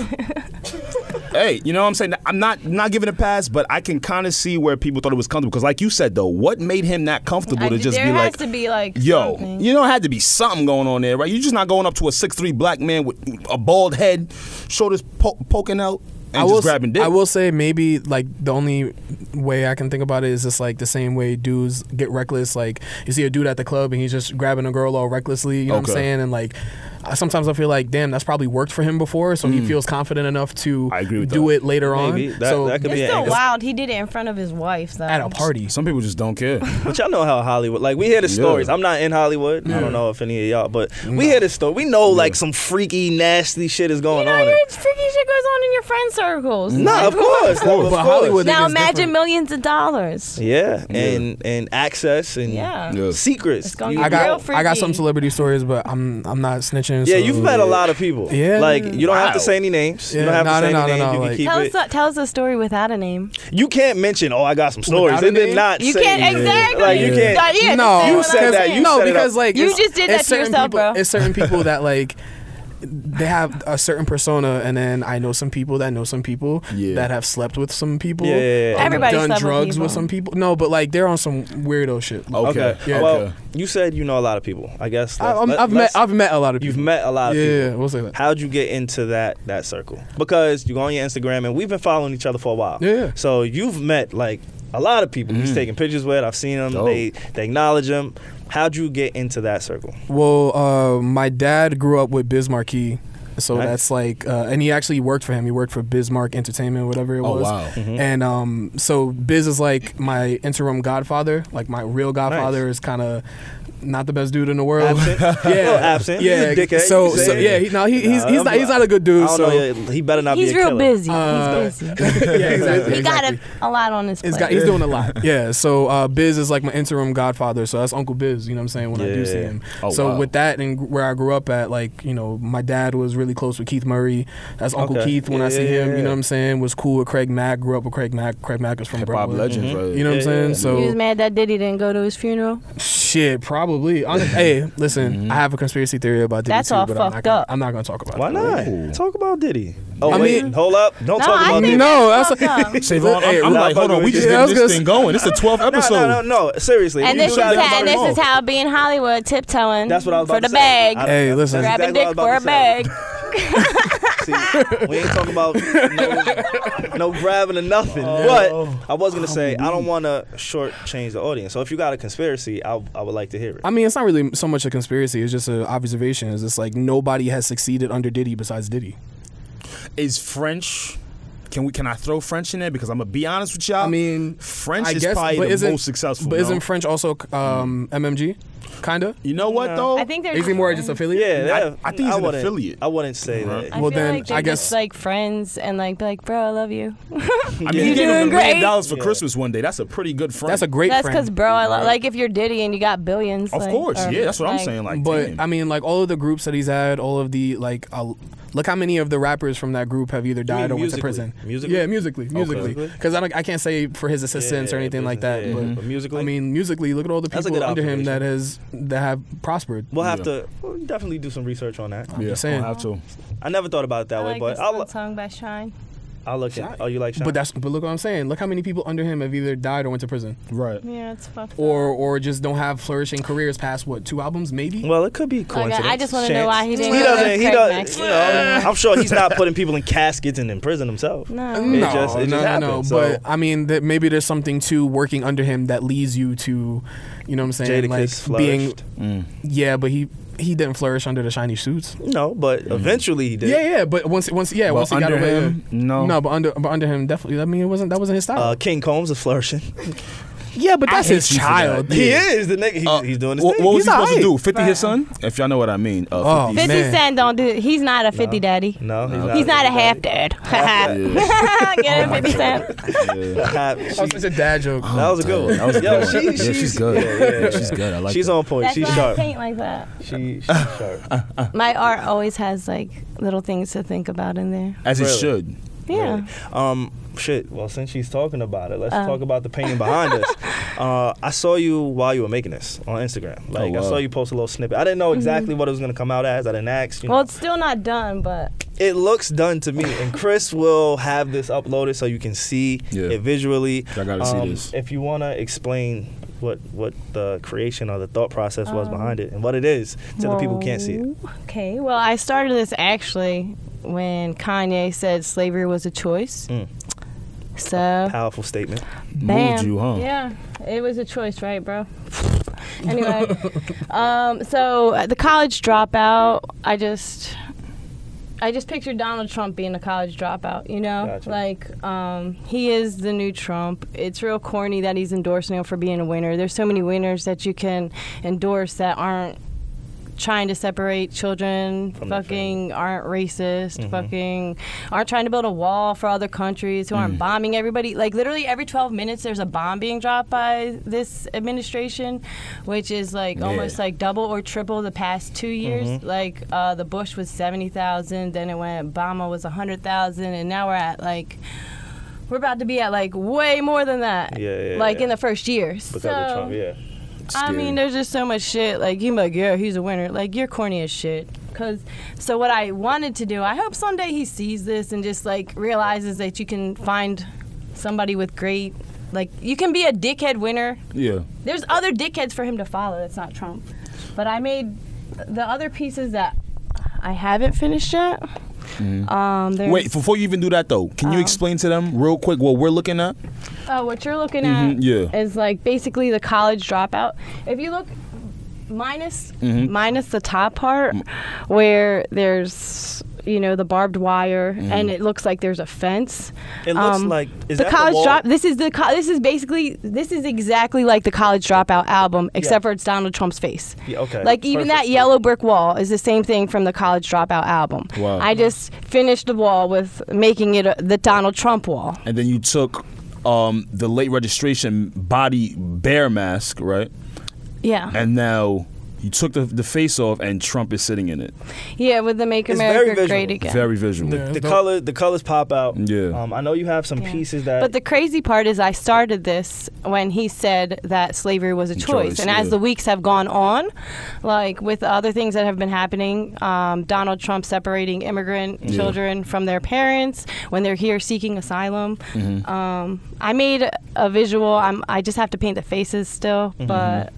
S4: hey, you know what I'm saying? I'm not not giving a pass, but I can kind of see where people thought it was comfortable. Because like you said though, what made him not comfortable
S6: I-
S4: to just
S6: there
S4: be
S6: has
S4: like
S6: to be like
S4: Yo,
S6: something.
S4: you know, it had to be something going on there, right? You're just not going up to a six three black man with a bald head, shoulders po- poking out, and
S5: I
S4: just
S5: will, s-
S4: grabbing dick.
S5: I will say maybe like the only way I can think about it is just like the same way dudes get reckless. Like you see a dude at the club and he's just grabbing a girl all recklessly. You know what
S4: Okay.
S5: I'm saying? And like I- sometimes I feel like damn, that's probably worked for him before, so he feels confident enough to
S4: I agree with
S5: do
S4: that.
S5: it later
S3: Maybe.
S5: on.
S3: That-
S5: so
S3: that could
S6: It's
S3: be an
S6: still
S3: angle.
S6: wild. He did it in front of his wife though.
S5: at a party.
S4: Some people just don't care.
S3: But y'all know how Hollywood, like we hear the
S4: Yeah.
S3: stories. I'm not in Hollywood. I don't know if any of y'all, but we hear the story. We know like some freaky, nasty shit is
S6: You
S3: going
S6: know,
S3: on.
S6: your freaky shit goes on in your friend circles.
S3: Nah, of course, of course.
S5: But Hollywood-
S6: Now
S5: It's
S6: imagine
S5: different.
S6: millions of dollars.
S3: Yeah, and and access and
S6: Yeah.
S4: Yeah.
S3: secrets.
S6: It's gonna
S3: You-
S6: be
S5: I
S6: real
S5: got
S6: freaky.
S5: I got some celebrity stories, but I'm I'm not snitching.
S3: yeah,
S5: so-
S3: you've met a lot of people.
S5: Yeah.
S3: like you don't have to
S4: Wow.
S3: say any names. you
S5: Yeah,
S3: don't have
S5: no,
S3: to say
S5: no,
S3: any
S5: no, no,
S3: names. you
S5: no,
S3: can
S5: like-
S3: keep
S6: Tell
S3: it.
S6: us, a, tell us a story without a name.
S3: you can't mention. Oh, I got some stories.
S5: Without a
S3: It did
S5: name?
S3: not.
S6: You
S3: say-
S6: can't exactly.
S3: Like you can't.
S6: Uh, yeah,
S5: no,
S6: that's
S3: you
S6: what I'm
S3: said that.
S6: saying.
S3: You
S5: no,
S3: set it
S5: because
S3: up.
S5: like
S6: You
S5: it's-
S6: just did
S5: it's
S6: that to
S5: certain
S6: yourself,
S5: people,
S6: bro.
S5: It's certain people that like they have a certain persona, and then I know some people that know some people
S4: Yeah.
S5: that have slept with some people.
S3: Yeah, yeah, yeah.
S5: and
S6: Everybody
S5: done
S6: slept with
S5: drugs
S6: people.
S5: with some people. No, but like they're on some weirdo shit. Like,
S4: Okay.
S3: Okay.
S5: Yeah.
S3: well,
S4: Okay.
S3: you said you know a lot of people. I guess
S5: I,
S3: let's-
S5: I'm,
S3: let-
S5: I've met
S3: let's-
S5: I've met a lot of people.
S3: You've met a lot of
S5: yeah,
S3: people.
S5: yeah, we'll say that.
S3: How'd you get into that that circle? Because you go on your Instagram and we've been following each other for a while.
S5: Yeah. Mm.
S3: So you've met like a lot of people. He's taking pictures with. I've seen them.
S4: Dope.
S3: They they acknowledge him. How'd you get into that circle?
S5: Well, uh, my dad grew up with Biz Markie. So
S3: Nice.
S5: that's like, uh, and he actually worked for him. He worked for Bismarck Entertainment, whatever it
S4: Oh,
S5: was.
S4: wow.
S3: Mm-hmm.
S5: And um, so Biz is like my interim godfather. Like my real godfather is kind of not the best dude in the world.
S3: Absent. A little absent. He's
S5: Yeah.
S3: a dickhead.
S5: So,
S3: You can
S5: so
S3: say
S5: yeah,
S3: it.
S5: he, no, he, he's
S3: Nah,
S5: he's
S3: I'm
S5: not, he's not a good
S3: I
S5: dude.
S3: don't
S5: So
S3: know, he better not be
S6: He's
S3: a
S6: real
S3: killer.
S6: busy.
S5: Uh,
S6: He's busy.
S5: yeah, exactly.
S6: He got a, a lot on his plate.
S5: He's got he's doing a lot. Yeah. So uh, Biz is like my interim godfather. So that's Uncle Biz. You know what I'm saying? When I
S3: Yeah.
S5: do see him.
S4: Oh,
S5: so
S4: wow.
S5: with that and gr- where I grew up at, like you know, my dad was really close with Keith Murray. That's Uncle
S3: Okay.
S5: Keith. When I
S3: Yeah,
S5: see
S3: yeah,
S5: him,
S3: yeah,
S5: you know
S3: yeah.
S5: what I'm saying? Was cool with Craig Mack. Grew up with Craig Mack. Craig Mack is from
S4: Hip hop
S5: Brooklyn.
S4: legend,
S3: Mhm.
S4: bro.
S5: You know what
S3: Yeah, yeah,
S5: I'm saying?
S3: yeah.
S5: So
S6: he was mad that Diddy didn't go to his funeral.
S5: shit, probably. Hon- hey, listen,
S3: Mm-hmm.
S5: I have a conspiracy theory about this.
S6: That's
S5: too,
S6: all
S5: but I'm
S6: fucked
S5: not gonna,
S6: up.
S5: I'm not gonna talk about.
S3: Why
S5: it.
S3: not?
S4: Ooh.
S3: Talk about Diddy. Oh
S5: I
S3: wait,
S5: mean-
S3: hold up! Don't
S6: No,
S3: talk
S6: I
S3: about
S6: think
S3: Diddy.
S5: No, that's
S6: fucked up.
S4: Savon,
S5: Hey,
S4: I'm, I'm like,
S5: we're
S3: not
S4: hold
S3: fucking
S4: on, we
S3: with
S4: just
S5: you. Yeah,
S4: getting
S5: I was
S4: this
S5: gonna
S4: thing going. It's the 12th
S3: No,
S4: episode.
S3: no, no, no. Seriously.
S6: And
S3: You
S6: this is
S3: shot that
S6: how
S3: shot
S6: this
S3: off.
S6: is how being Hollywood tiptoeing
S3: That's what I was
S6: for
S3: about
S6: the
S3: to say.
S6: bag,
S3: I-
S5: Hey,
S3: that's
S5: listen.
S3: exactly
S6: grabbing
S3: what I
S6: dick
S3: was about
S6: for
S3: to
S6: a
S3: say.
S6: bag.
S3: See, we ain't talking about no, no grabbing or nothing. But I was gonna say I don't want to shortchange the audience. So if you got a conspiracy, I, I would like to hear it.
S5: I mean, it's not really so much a conspiracy. It's just an observation. It's just like nobody has succeeded under Diddy besides Diddy.
S4: Is French? Can we? Can I throw French in there? Because I'm gonna be honest with y'all.
S5: I mean,
S4: French
S5: I
S4: is
S5: guess, but
S4: probably the
S5: isn't-
S4: most successful.
S5: But
S4: no?
S5: isn't French also um, MMG? Kinda.
S4: you know what
S3: No.
S4: though?
S6: I think they're.
S5: Is he more just
S6: friends.
S5: affiliate?
S3: yeah,
S4: I-
S3: that-
S4: I think he's an
S3: wouldn't-
S4: affiliate.
S3: I wouldn't say
S4: Uh-huh.
S3: that.
S6: I
S5: Well,
S6: feel
S5: then,
S6: like they're
S5: I
S6: just,
S5: guess-
S6: like friends and like be like, bro, I love you.
S4: I mean, you gave him
S6: You're
S4: a
S6: doing
S4: million
S6: great.
S4: dollars for
S3: Yeah.
S4: Christmas one day. That's a pretty good friend.
S5: That's a great
S6: That's because,
S5: friend.
S6: bro, I lo- like if you're Diddy and you got billions.
S4: Of
S6: like,
S4: course,
S6: or,
S4: yeah. That's what I'm
S6: like,
S4: saying. Like,
S5: but
S4: damn.
S5: I mean, like all of the groups that he's had, all of the like, uh, look how many of the rappers from that group have either died or went to
S3: musically?
S5: prison.
S3: Musically?
S5: Yeah, musically, musically.
S3: Musically?
S5: Because I don't, I can't say for his assistants
S3: Yeah,
S5: or anything like that.
S3: business, yeah,
S5: but,
S3: yeah. But musically?
S5: I mean, musically, look at all the
S3: That's a
S5: people
S3: good
S5: under him
S3: observation.
S5: that has that have prospered.
S3: We'll have
S4: Yeah.
S3: to we'll definitely do some research on that.
S5: I'm
S4: yeah,
S5: just saying.
S4: I have to.
S3: I never thought about it that
S6: I
S3: way,
S6: like
S3: but
S6: this
S3: I'll,
S6: one song by Shine.
S3: I'll look at. Oh, you like? Shine?
S5: But that's but look what I'm saying. Look how many people under him have either died or went to prison,
S4: Right.
S6: Yeah, it's fucked. up.
S5: or or just don't have flourishing careers past what two albums maybe.
S3: Well, it could be
S6: Oh, I
S3: coincidence.
S6: just wanna know
S3: Chance.
S6: why he didn't
S3: He
S6: go
S3: doesn't.
S6: with
S3: He
S6: Craig
S3: does. You
S6: Mack.
S3: know, I'm sure he's not putting people in caskets and in prison himself.
S6: no.
S3: It
S5: No,
S3: just- it just
S5: no, no, no.
S3: happened,
S5: But
S3: so-
S5: I mean, that maybe there's something to working under him that leads you to, you know, what I'm saying,
S3: Jadakiss
S5: like being,
S3: flourished.
S5: yeah. But he he didn't flourish under the shiny suits.
S3: No, but eventually he did.
S5: Mm. Yeah, yeah. But once once yeah,
S4: Well,
S5: once he got
S4: under
S5: over
S4: him,
S5: yeah.
S4: no.
S5: no. But under but under him, definitely. I mean, it wasn't that wasn't his style.
S3: Uh, King Combs is flourishing.
S5: yeah, but
S4: I
S5: that's
S4: hate
S5: his
S4: you for
S5: child.
S4: that.
S3: He
S4: Yeah.
S3: is the nigga. He's,
S4: Uh,
S3: he's doing his
S4: what,
S3: thing.
S4: what was
S3: he's
S4: he supposed to
S3: alright.
S4: do? Fifty his son? If y'all know what I mean. Uh,
S5: Oh,
S4: 50 's-
S6: 50
S5: man.
S6: Cent don't do. He's not a 50 daddy.
S3: No, he's not.
S6: He's not a half dad. Get him 50 Cent.
S3: half.
S5: That was
S3: She,
S5: such a dad joke.
S3: that was a good one.
S4: Oh, That was a
S3: Yo,
S4: good one.
S3: she-
S4: Yeah,
S3: she's-
S4: she's good.
S3: yeah, yeah,
S4: Yeah,
S3: yeah.
S4: she's good. I like
S3: she's
S4: that.
S3: on point.
S6: That's
S3: She's
S6: why
S3: sharp.
S6: I paint like that.
S3: She, she's sharp.
S6: My art always has like little things to think about in there.
S4: As it
S3: Really?
S4: should.
S6: Yeah.
S3: Um, shit. Well, since she's talking about it,
S6: Uh.
S3: let's talk about the painting behind us. Uh, I saw you while you were making this on Instagram. Like,
S4: Oh, wow.
S3: I saw you post a little snippet. I didn't know exactly what it was gonna come out as. I didn't ask. You
S6: Mm-hmm. Well,
S3: know.
S6: it's still not done, but
S3: it looks done to me. And Chris will have this uploaded so you can see
S4: Yeah.
S3: it visually. Um,
S4: Y'all gotta see this.
S3: If you wanna explain what what the creation or the thought process was behind it and what it is to the people who can't see it.
S6: Okay, Um. well, I started this actually when Kanye said slavery was a choice.
S3: Mm.
S6: So,
S3: Powerful statement.
S6: bam.
S4: Moved you, huh?
S6: Yeah, it was a choice, right, bro? anyway, um, so uh, the college dropout, I just. I just pictured Donald Trump being a college dropout, you know?
S3: Gotcha.
S6: Like, um, he is the new Trump. It's real corny that he's endorsing him for being a winner. There's so many winners that you can endorse that aren't trying to separate children,
S3: their
S6: fucking aren't racist,
S3: Mm-hmm.
S6: fucking aren't trying to build a wall for other countries, who
S3: Mm.
S6: aren't bombing everybody. Like literally every 12 minutes, there's a bomb being dropped by this administration, which is like almost like double or triple the past two years.
S3: Mm-hmm.
S6: Like uh, the Bush was 70,000, then it went Obama was 100,000, and now we're at like. We're about to be at like way more than that.
S3: Yeah, yeah,
S6: like
S3: yeah.
S6: in the first year.
S3: Because
S6: so,
S3: of Trump, yeah.
S6: I
S4: Scary.
S6: mean, there's just so much shit. Like you, like yeah, he's a winner. Like you're corny as shit. Cause so what I wanted to do, I hope someday he sees this and just like realizes that you can find somebody with great, like you can be a dickhead winner.
S4: Yeah.
S6: There's other dickheads for him to follow. That's not Trump. But I made the other pieces that I haven't finished yet. Um, there's-
S4: Wait, before you even do that though,
S6: Uh-huh.
S4: can you explain to them real quick what we're looking at?
S6: Uh, what you're looking
S4: Mhm,
S6: at
S4: yeah.
S6: is like basically the college dropout. If you look minus
S4: Mm-hmm.
S6: minus the top part
S4: Mm.
S6: where there's you know the barbed wire
S4: Mm-hmm.
S6: and it looks like there's a fence. um,
S3: It looks like- is
S6: the
S3: that the
S6: college
S3: wall?
S6: drop. This is the co- this is basically this is exactly like the college dropout album except for it's Donald Trump's face.
S3: Yeah, okay.
S6: Like even
S3: Perfect.
S6: that yellow brick wall is the same thing from the college dropout album.
S4: Wow.
S6: I just finished the wall with making it a, the Donald Trump wall.
S4: And then you took um, the late registration body bear mask, right?
S6: Yeah.
S4: And now you took the, the face off, and Trump is sitting in it.
S6: Yeah, with the Make
S3: It's very
S6: America Great
S3: visual.
S6: Again.
S4: Very visual.
S5: Yeah.
S3: The
S5: Don't-
S3: color, the colors pop out.
S4: Yeah.
S3: Um, I know you have some
S6: Yeah.
S3: pieces that.
S6: But the crazy part is, I started this when he said that slavery was a choice.
S4: Choice,
S6: and
S4: yeah.
S6: as the weeks have gone on, like with other things that have been happening, um, Donald Trump separating immigrant children from their parents when they're here seeking asylum.
S3: Mm-hmm.
S6: Um, I made a visual. I'm, I just have to paint the faces still,
S3: Mm-hmm.
S6: but.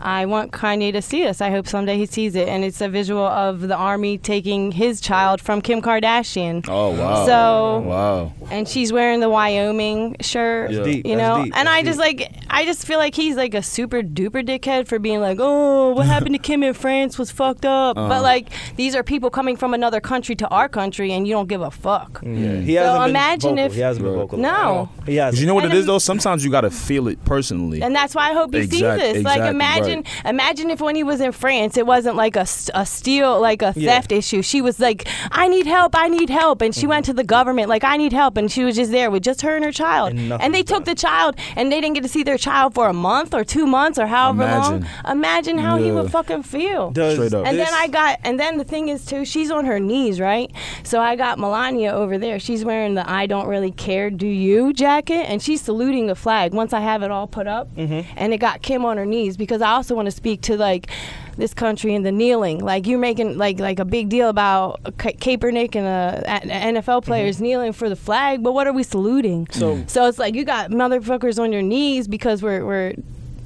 S6: I want Kanye to see this. I hope someday he sees it. And it's a visual of the army taking his child from Kim Kardashian.
S4: Oh wow!
S6: So-
S4: wow,
S6: and she's wearing the Wyoming shirt.
S4: That's
S3: deep,
S6: You
S3: that's
S6: know,
S3: deep,
S6: and
S3: that's
S6: I just like I just feel like he's like a super duper dickhead for being like, oh, what happened to Kim in France was fucked up.
S3: Uh-huh.
S6: But like these are people coming from another country to our country, and you don't give a fuck.
S3: yeah, he hasn't been
S6: imagine
S3: vocal.
S6: if-
S3: he hasn't been vocal.
S6: No.
S3: He hasn't.
S4: you know what it
S6: And
S4: is
S6: I'm-
S4: though. Sometimes you gotta feel it personally.
S6: And that's why I hope he
S4: Exact-
S6: sees this.
S4: exactly,
S6: like, imagine, imagine if when he was in France, it wasn't like a, s- a steal, like a
S3: Yeah.
S6: theft issue. She was like, "I need help, I need help," and she went to the government, like, "I need help," and she was just there with just her and her child.
S3: And
S6: And,
S3: nothing
S6: they
S3: was
S6: took the child, and they didn't get to see their child for a month or two months or however
S4: Imagine.
S6: long. Imagine how he
S4: Yeah.
S6: would fucking feel.
S3: Does
S4: Straight up.
S6: And
S3: this-
S6: then I got, and then the thing is too, she's on her knees, right? So I got Melania over there. She's wearing the "I don't really care, do you?" jacket, and she's saluting the flag. Once I have it all put up, and it got Kim on her knees because I also want to speak to like this country and the kneeling. Like you're making like like a big deal about Ka- Kaepernick and uh, a- NFL players kneeling for the flag, but what are we saluting? So, so it's like you got motherfuckers on your knees because we're we're,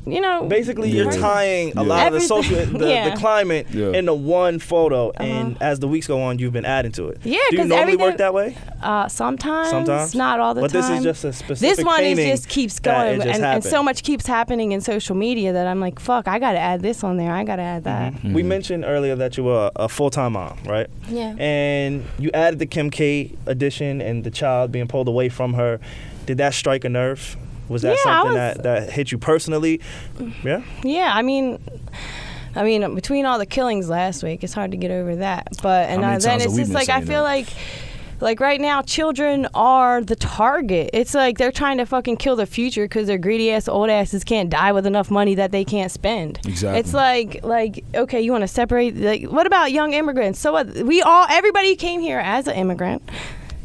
S6: you know,
S3: Basically, you're
S4: Yeah.
S3: tying a
S4: Yeah.
S3: lot of the
S6: Everything.
S3: social, the,
S6: Yeah. Uh-huh.
S3: the climate
S4: Yeah.
S3: into one photo, and as the weeks go on, you've been adding to it.
S6: Yeah,
S3: do you
S6: 'cause
S3: normally work
S6: everything-
S3: that way?
S6: Uh, sometimes,
S3: Sometimes?
S6: not all the
S3: But
S6: time.
S3: this is just a specific
S6: This one is
S3: painting
S6: just keeps
S3: that it
S6: going,
S3: just
S6: and, and so
S3: happened.
S6: much keeps happening in social media that I'm like, fuck, I gotta add this on there. I gotta add that.
S4: Mm-hmm.
S3: We mentioned earlier that you were a full time mom, right?
S6: Yeah.
S3: Mm-hmm. And you added the Kim K addition and the child being pulled away from her. Did that strike a nerve? Was that
S6: Yeah, I
S3: something
S6: was-
S3: that, that hit you personally? Yeah.
S6: Yeah, I mean. I mean, between all the killings last week, it's hard to get over that. But and
S4: How many
S6: uh, then
S4: times have
S6: it's
S4: we
S6: just
S4: been
S6: like I
S4: saying that?
S6: feel like, like right now, children are the target. It's like they're trying to fucking kill the future because their greedy ass old asses can't die with enough money that they can't spend.
S4: Exactly.
S6: It's like like okay, you want to separate? Like, what about young immigrants? So what? We all everybody came here as an immigrant.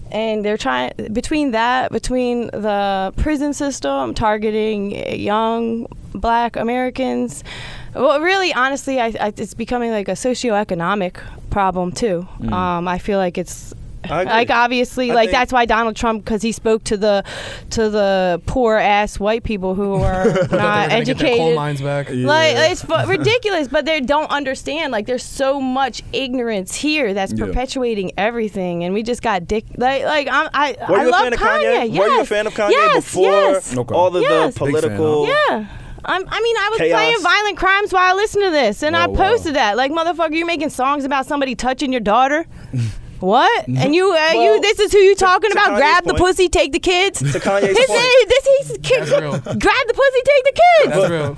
S6: And they're trying between that, between the prison system targeting young black Americans. Well, really, honestly, I, I, it's becoming like a socioeconomic problem too. Um, I feel like it's
S3: I agree.
S6: like obviously
S3: I
S6: like
S3: think-
S6: that's why Donald Trump because he spoke to the to the poor ass white people who are
S5: They're
S6: not
S5: gonna Get their coal
S6: educated.
S5: mines back.
S6: Like it's fu- ridiculous, but they don't understand. Like there's so much ignorance here that's
S4: Yeah.
S6: perpetuating everything, and we just got dick. Like like I'm, I
S3: Were
S6: I
S3: you a
S6: love
S3: fan of
S6: Kanye.
S3: Kanye?
S6: Yes.
S3: Were you a fan of Kanye
S6: yes,
S3: before
S6: Yes.
S4: Okay.
S3: all of
S6: Yes.
S3: the
S6: Big
S4: fan,
S3: political?
S6: Yeah. I'm, I mean, I was
S3: Chaos. Oh,
S6: playing violent crimes while I listened to this, and I
S4: Whoa, wow.
S6: posted that. Like, motherfucker, you making songs about somebody touching your daughter? What? And you, uh,
S3: Well,
S6: you, this is who you talking
S3: to
S6: about?
S3: Kanye's
S6: Grab
S3: point-
S6: the pussy, take the kids.
S3: To Kanye's
S6: His-
S3: point.
S6: this he's kids.
S5: That's real.
S6: Grab the pussy, take the kids.
S5: That's real.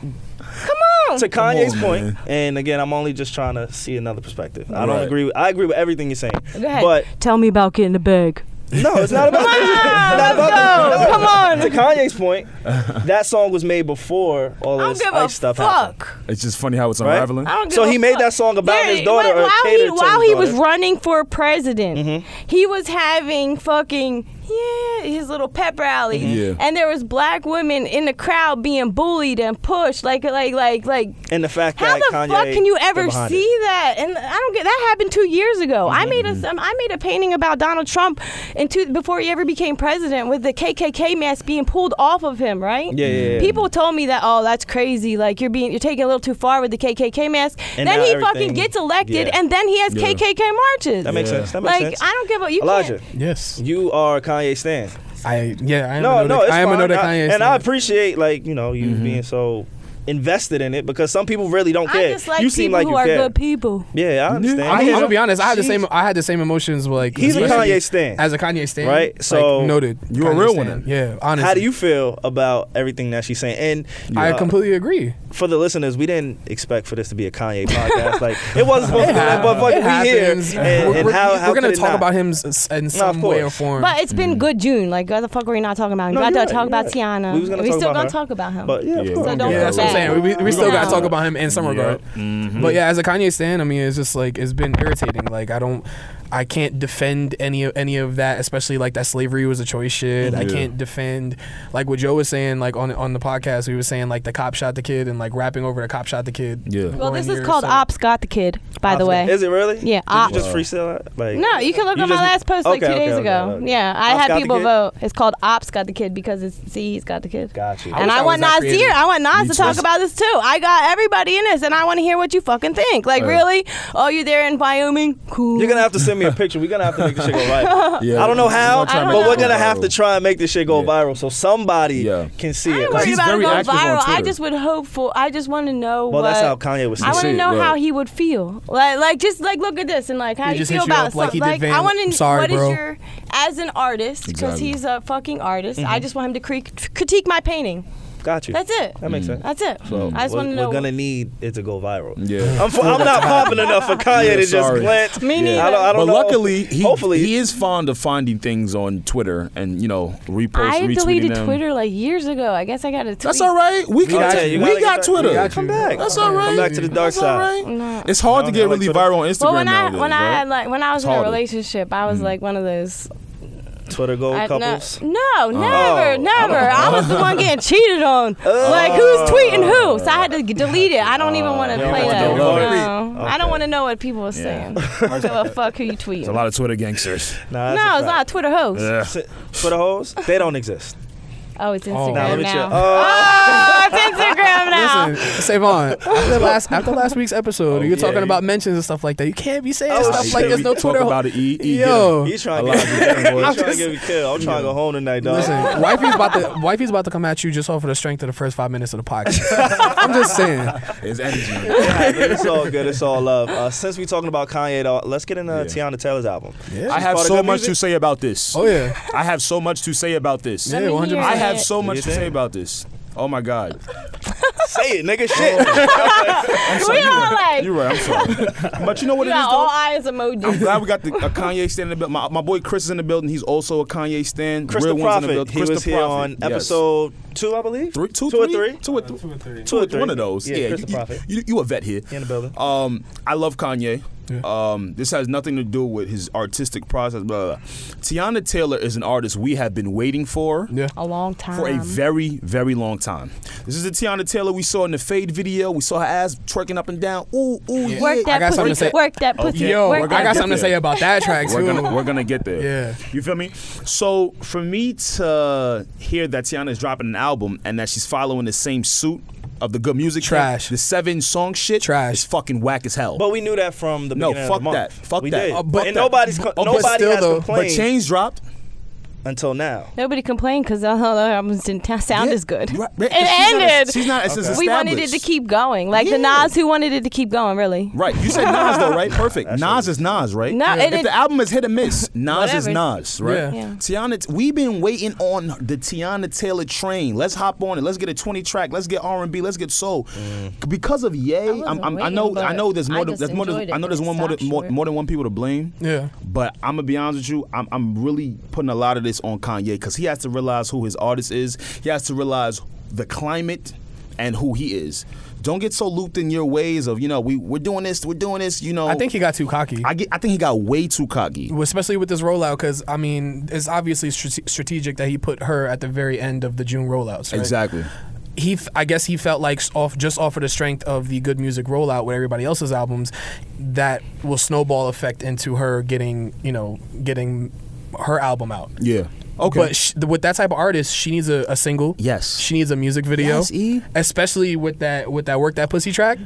S6: Come on.
S3: to Kanye's
S4: on,
S3: point,
S4: man.
S3: and again, I'm only just trying to see another perspective. I don't
S4: Right.
S3: agree. With, I agree with everything you're saying,
S6: Go ahead.
S3: but
S6: Tell me about getting a bag.
S3: no, it's not about.
S6: Let's go. Come on.
S3: to Kanye's point, that song was made before all
S6: I
S3: this
S6: don't give a
S3: ice stuff happened.
S6: fuck.
S4: it's just funny how it's
S3: Right?
S4: unraveling.
S6: I don't give
S3: So
S6: a
S3: he made
S6: fuck.
S3: that song about his daughter or
S6: while
S3: catered
S6: he,
S3: to
S6: while
S3: his Mm-hmm.
S6: he was
S3: daughter.
S6: running for president, he was having fucking yeah, his little pep rally.
S4: Yeah.
S3: Mm-hmm.
S6: And there was black women in the crowd being bullied and pushed, like, like, like, like.
S3: And the fact
S6: How
S3: that
S6: the
S3: Kanye
S6: fuck can you ever
S3: stood behind
S6: see
S3: it.
S6: that? And I don't get that happened two years ago. I
S3: Mm-hmm,
S6: made a I made a painting about Donald Trump, and two, before he ever became president, with the KKK mask being pulled off of him. Right?
S3: Yeah, yeah, yeah.
S6: People told me that. Oh, that's crazy. Like you're being you're taking it a little too far with the KKK mask.
S3: And
S6: then
S3: now
S6: he
S3: everything-
S6: fucking gets elected,
S3: yeah.
S6: and then he has
S4: Yeah.
S6: KKK marches.
S3: That makes
S4: Yeah.
S3: sense. That makes
S6: like
S3: sense.
S6: I don't give a you
S3: Elijah,
S6: can't.
S5: Yes.
S3: you are a Kanye stan.
S5: I yeah. I am
S3: No,
S5: another,
S3: no, it's
S5: I am
S3: fine.
S5: another
S3: I-
S5: Kanye. Mm-hmm.
S3: and
S5: stan.
S3: I appreciate like you know you being so invested in it because some people really don't care.
S6: I just like
S3: you
S6: people
S3: seem like
S6: who
S3: you
S6: are
S3: care.
S6: good people.
S3: Yeah, I understand.
S5: I'm, I'm
S3: Yeah.
S5: gonna be honest. I had the same. I had the same emotions. Like
S3: He's a
S5: especially
S3: Kanye stan.
S5: As a Kanye stan,
S3: Right?
S5: Like,
S3: So-
S5: noted.
S4: You a
S5: Kanye
S4: real
S5: stan.
S4: one.
S5: Yeah. Honestly,
S3: How do you feel about everything that she's saying? And
S5: I
S3: uh,
S5: completely agree.
S3: for the listeners, we didn't expect for this to be a Kanye podcast. Like it wasn't supposed to be that, but
S5: It
S3: fuck, we here.
S5: happens.
S3: And,
S5: we're,
S3: and
S5: we're-
S3: how, how
S5: we're gonna
S3: could it
S5: talk
S3: not?
S5: about him s- s- in some
S3: course.
S5: way or form.
S6: But it's been good June. Like, why the fuck are we not talking about him?
S3: No,
S6: we
S3: you're
S6: got
S3: right,
S6: to talk about
S3: you're right.
S6: Tiana.
S3: We was gonna
S6: we
S3: talk
S6: still
S3: about
S6: gonna
S3: her.
S6: talk about him.
S3: But yeah, of
S4: Yeah.
S3: course.
S4: So
S6: don't
S5: yeah, that's what I'm
S6: back.
S5: saying. We, we, we still
S6: Yeah.
S5: gotta talk about him in some regard.
S4: Mm-hmm.
S5: But yeah, as a Kanye stan, I mean, it's just like it's been irritating. Like I don't, I can't defend any of any of that, especially like that slavery was a choice shit. I
S4: Yeah.
S5: can't defend like what Joe was saying, like on on the podcast, we were saying like the cop shot the kid and like rapping over the cop shot the kid.
S4: Yeah.
S6: well,
S5: one
S6: this is
S5: year,
S6: called
S5: so-
S6: Ops Got the Kid, by the way.
S3: Is it really?
S6: Yeah,
S3: Did
S6: ops.
S3: you just freestyle it? Like
S6: No, you can look
S3: You
S6: at my
S3: just-
S6: last post like
S3: okay,
S6: two days
S3: okay,
S6: ago.
S3: okay, okay.
S6: Yeah,
S3: Ops
S6: I
S3: got
S6: had
S3: the
S6: people
S3: kid?
S6: vote. It's called Ops Got the Kid because it's see, he's got the kid.
S3: Got you.
S6: And
S5: wish
S6: I,
S5: I
S6: want
S5: was that
S6: Nas here.
S5: creative.
S6: I want Nas
S4: Me
S6: to talk
S4: too.
S6: about this too. I got everybody in this, and I want to hear what you fucking think. Like, really? Oh, you there in Wyoming? Cool.
S3: You're gonna have to send me a picture. We're gonna have to make this shit go viral.
S4: Yeah.
S3: I don't know how,
S4: We're gonna try
S6: and
S3: but
S6: make
S3: we're
S6: it go
S3: gonna have
S4: viral.
S3: to try and make this shit go
S4: Yeah.
S3: viral so somebody
S4: Yeah.
S3: can see it.
S6: I'm not
S4: Like,
S6: worried
S4: he's
S6: about it
S4: very
S6: going
S4: active on
S6: viral. I
S4: Twitter.
S6: just would hope for. I just want to know.
S3: well,
S6: what,
S3: that's how Kanye was.
S6: I want
S4: see
S6: to
S4: it,
S6: know
S4: right.
S6: how he would feel. Like, like just like look at this and like how
S5: He
S6: you
S5: just
S6: feel
S5: hit you
S6: about
S5: up like he
S6: some-
S5: did Van-
S6: I want to.
S5: Sorry, bro.
S6: your as an artist? Because
S4: Exactly.
S6: he's a fucking artist. I just want him to cre- critique my painting.
S3: Got you.
S6: That's it.
S3: That makes sense.
S6: That's it.
S3: So
S6: I just
S3: we're,
S6: want
S3: we're
S6: to know.
S3: gonna need it to go viral.
S4: Yeah.
S3: I'm, f am not popping enough for Kanye
S4: Yeah,
S3: to just
S4: sorry.
S3: glance.
S6: Me
S3: Yeah.
S6: neither.
S3: I don't, I don't
S4: But
S3: know.
S4: luckily, he,
S3: hopefully,
S4: he is fond of finding things on Twitter and you know repost,
S6: I
S4: retweeting
S6: deleted
S4: them.
S6: Twitter like years ago. I guess I got to.
S4: That's all right. We
S3: You
S4: got
S3: gotta- you
S4: we
S3: gotta
S4: got
S3: get back-
S4: Twitter.
S3: you gotta Come back.
S4: That's all right.
S3: Come back to the dark
S4: That's all
S3: side.
S4: right. It's hard to
S3: No,
S4: get
S3: no, like
S4: really
S3: Twitter.
S4: viral on Instagram
S6: Well, when I
S4: nowadays,
S6: when I
S4: right?
S6: had like when I was
S4: It's
S6: in a
S4: harder.
S6: relationship, I was like one of those
S3: Twitter gold
S6: I- no-
S3: couples.
S6: No, never, never. I was the one getting cheated on. like who's tweeting who? So I had to g- delete it. I don't even want to
S3: don't
S6: play
S3: want
S6: that.
S3: to
S6: No,
S3: know.
S6: I don't want to know what people are saying. Give a fuck who you tweet.
S4: a lot of Twitter gangsters.
S3: Nah, that's
S6: No, it's
S3: a fact.
S6: not Twitter hosts.
S4: Yeah.
S3: Twitter hoes, they don't exist.
S6: Oh, it's
S3: Nah, let
S6: Instagram
S3: me
S6: now.
S3: chill.
S6: Oh,
S3: Oh.
S6: it's Instagram now.
S5: Listen, Savon, after last after last week's
S4: Oh,
S5: episode, you were talking about mentions and stuff like that. You can't be saying
S3: Oh,
S5: stuff
S3: shit.
S5: like there's
S4: We
S5: no
S4: talk
S5: Twitter.
S4: about it. E, e,
S5: Yo.
S3: He's trying to
S4: Elijah
S3: get me
S4: Wood.
S3: killed. He's trying to get me killed. I'm trying to go home tonight, dog.
S5: Listen, wifey's about to wifey's about to come at you just off of the strength of the first five minutes of the podcast. I'm just saying.
S4: get it. It's energy.
S3: It happened. it's all good. It's all love. Uh, since we talking about Kanye, though, let's get into
S4: Yeah.
S3: Tiana Taylor's album.
S5: Yeah.
S4: I have
S3: part of
S4: so
S3: good
S4: much
S3: music?
S4: to say about this.
S5: Oh yeah.
S4: I have so much to say about this.
S5: Yeah,
S6: Let me
S5: 100%.
S6: hear
S4: I have
S6: it.
S4: so much
S3: You
S4: to
S3: think?
S4: say about this. Oh my God.
S3: Say it,
S4: Oh,
S3: nigga. Shit.
S4: I'm sorry.
S6: We all like
S4: You're right. I'm sorry. But you know what
S6: you
S4: it is
S6: got
S4: though.
S6: all eyes
S4: I'm
S6: emojis.
S4: glad we got the, a Kanye stand in the building. My, my boy Chris is in the building. He's also a Kanye stand.
S3: Chris the
S4: Real ones in
S3: Prophet.
S4: the building.
S3: He
S4: Chris
S3: was
S4: the
S3: here
S4: Prophet.
S3: on
S4: yes.
S3: episode two, I believe.
S4: Three, two,
S3: two or three.
S4: Two or, th-
S3: Two or three.
S4: One of those. Yeah,
S3: Chris
S4: you,
S3: the Prophet.
S4: You, you, you a vet here.
S3: He in the building.
S4: Um, I love Kanye. Um, this has nothing to do with his artistic process. Blah, blah, blah. Tiana Taylor is an artist we have been waiting for
S5: Yeah.
S6: A long time.
S4: for a very, very long time. This is the Tiana Taylor we saw in the Fade video. We saw her ass twerking up and down. Ooh, ooh, yeah.
S6: Work
S5: I
S6: that
S5: got something
S6: pussy.
S5: to say.
S6: Work that
S4: Oh,
S6: pussy.
S4: yeah.
S5: Yo, I
S6: Work that
S5: got something to
S4: there.
S5: say about that track
S4: We're
S5: too.
S4: gonna we're gonna get there.
S5: Yeah.
S4: You feel me? So for me to hear that Tiana is dropping an album and that she's following the same suit of the good music thing,
S5: Trash.
S4: the seven song shit
S5: Trash.
S4: is fucking whack as hell.
S3: But we knew that from the
S4: No,
S3: beginning
S4: fuck
S3: of the
S4: that.
S3: month.
S4: Fuck
S3: we
S4: that.
S3: Did.
S4: Uh,
S5: but-
S3: and nobody's co-
S5: but
S3: nobody
S5: still,
S3: has
S5: though, but
S4: but
S3: complained
S4: Chains dropped.
S3: until now.
S6: Nobody complained because the other albums didn't ta- sound
S4: Yeah,
S6: as good.
S4: right, right,
S6: It
S4: 'cause she's not-
S6: ended.
S4: she's not- it's as
S6: We wanted it to
S4: established.
S6: keep going. Like the
S4: Yeah.
S6: Nas who wanted it to keep going, really.
S4: Right, you said Nas though, right? Perfect. Nas is Nas, right?
S6: No,
S4: if
S6: and it-
S4: the album is hit or miss, Nas is
S6: Whatever.
S4: Nas, right?
S5: Yeah.
S6: Yeah.
S4: Tiana, we've been waiting on the Tiana Taylor train. Let's hop on it. Let's get a twenty track. Let's get R and B. Let's get soul. Because of Yay,
S6: wasn't
S4: I'm, I'm, I
S6: waiting,
S4: know,
S6: but
S4: I know. There's
S6: I
S4: more. than
S6: just
S4: there's more. than-
S6: enjoyed it
S4: I know
S6: when
S4: there's
S6: it
S4: one more, than-
S6: stopped
S4: more.
S6: short.
S4: More than one people to blame.
S5: Yeah.
S4: But I'm gonna be honest with you. I'm, I'm really putting a lot of this on Kanye because he has to realize who his artist is. He has to realize the climate and who he is. Don't get so looped in your ways of you know we we're doing this, we're doing this. You know,
S5: I think he got too cocky.
S4: I get, I think he got way too cocky.
S5: especially with this rollout because i mean it's obviously strate- strategic that he put her at the very end of the june rollouts right?
S4: Exactly.
S5: he f- i guess he felt like s- off just off of the strength of the good music rollout with everybody else's albums that will snowball effect into her getting you know getting her album out
S4: Yeah. Okay.
S5: But sh- with that type of artist, she needs a, a single.
S4: Yes.
S5: She needs a music video.
S4: Yes, E.
S5: Especially with that with that work that pussy track.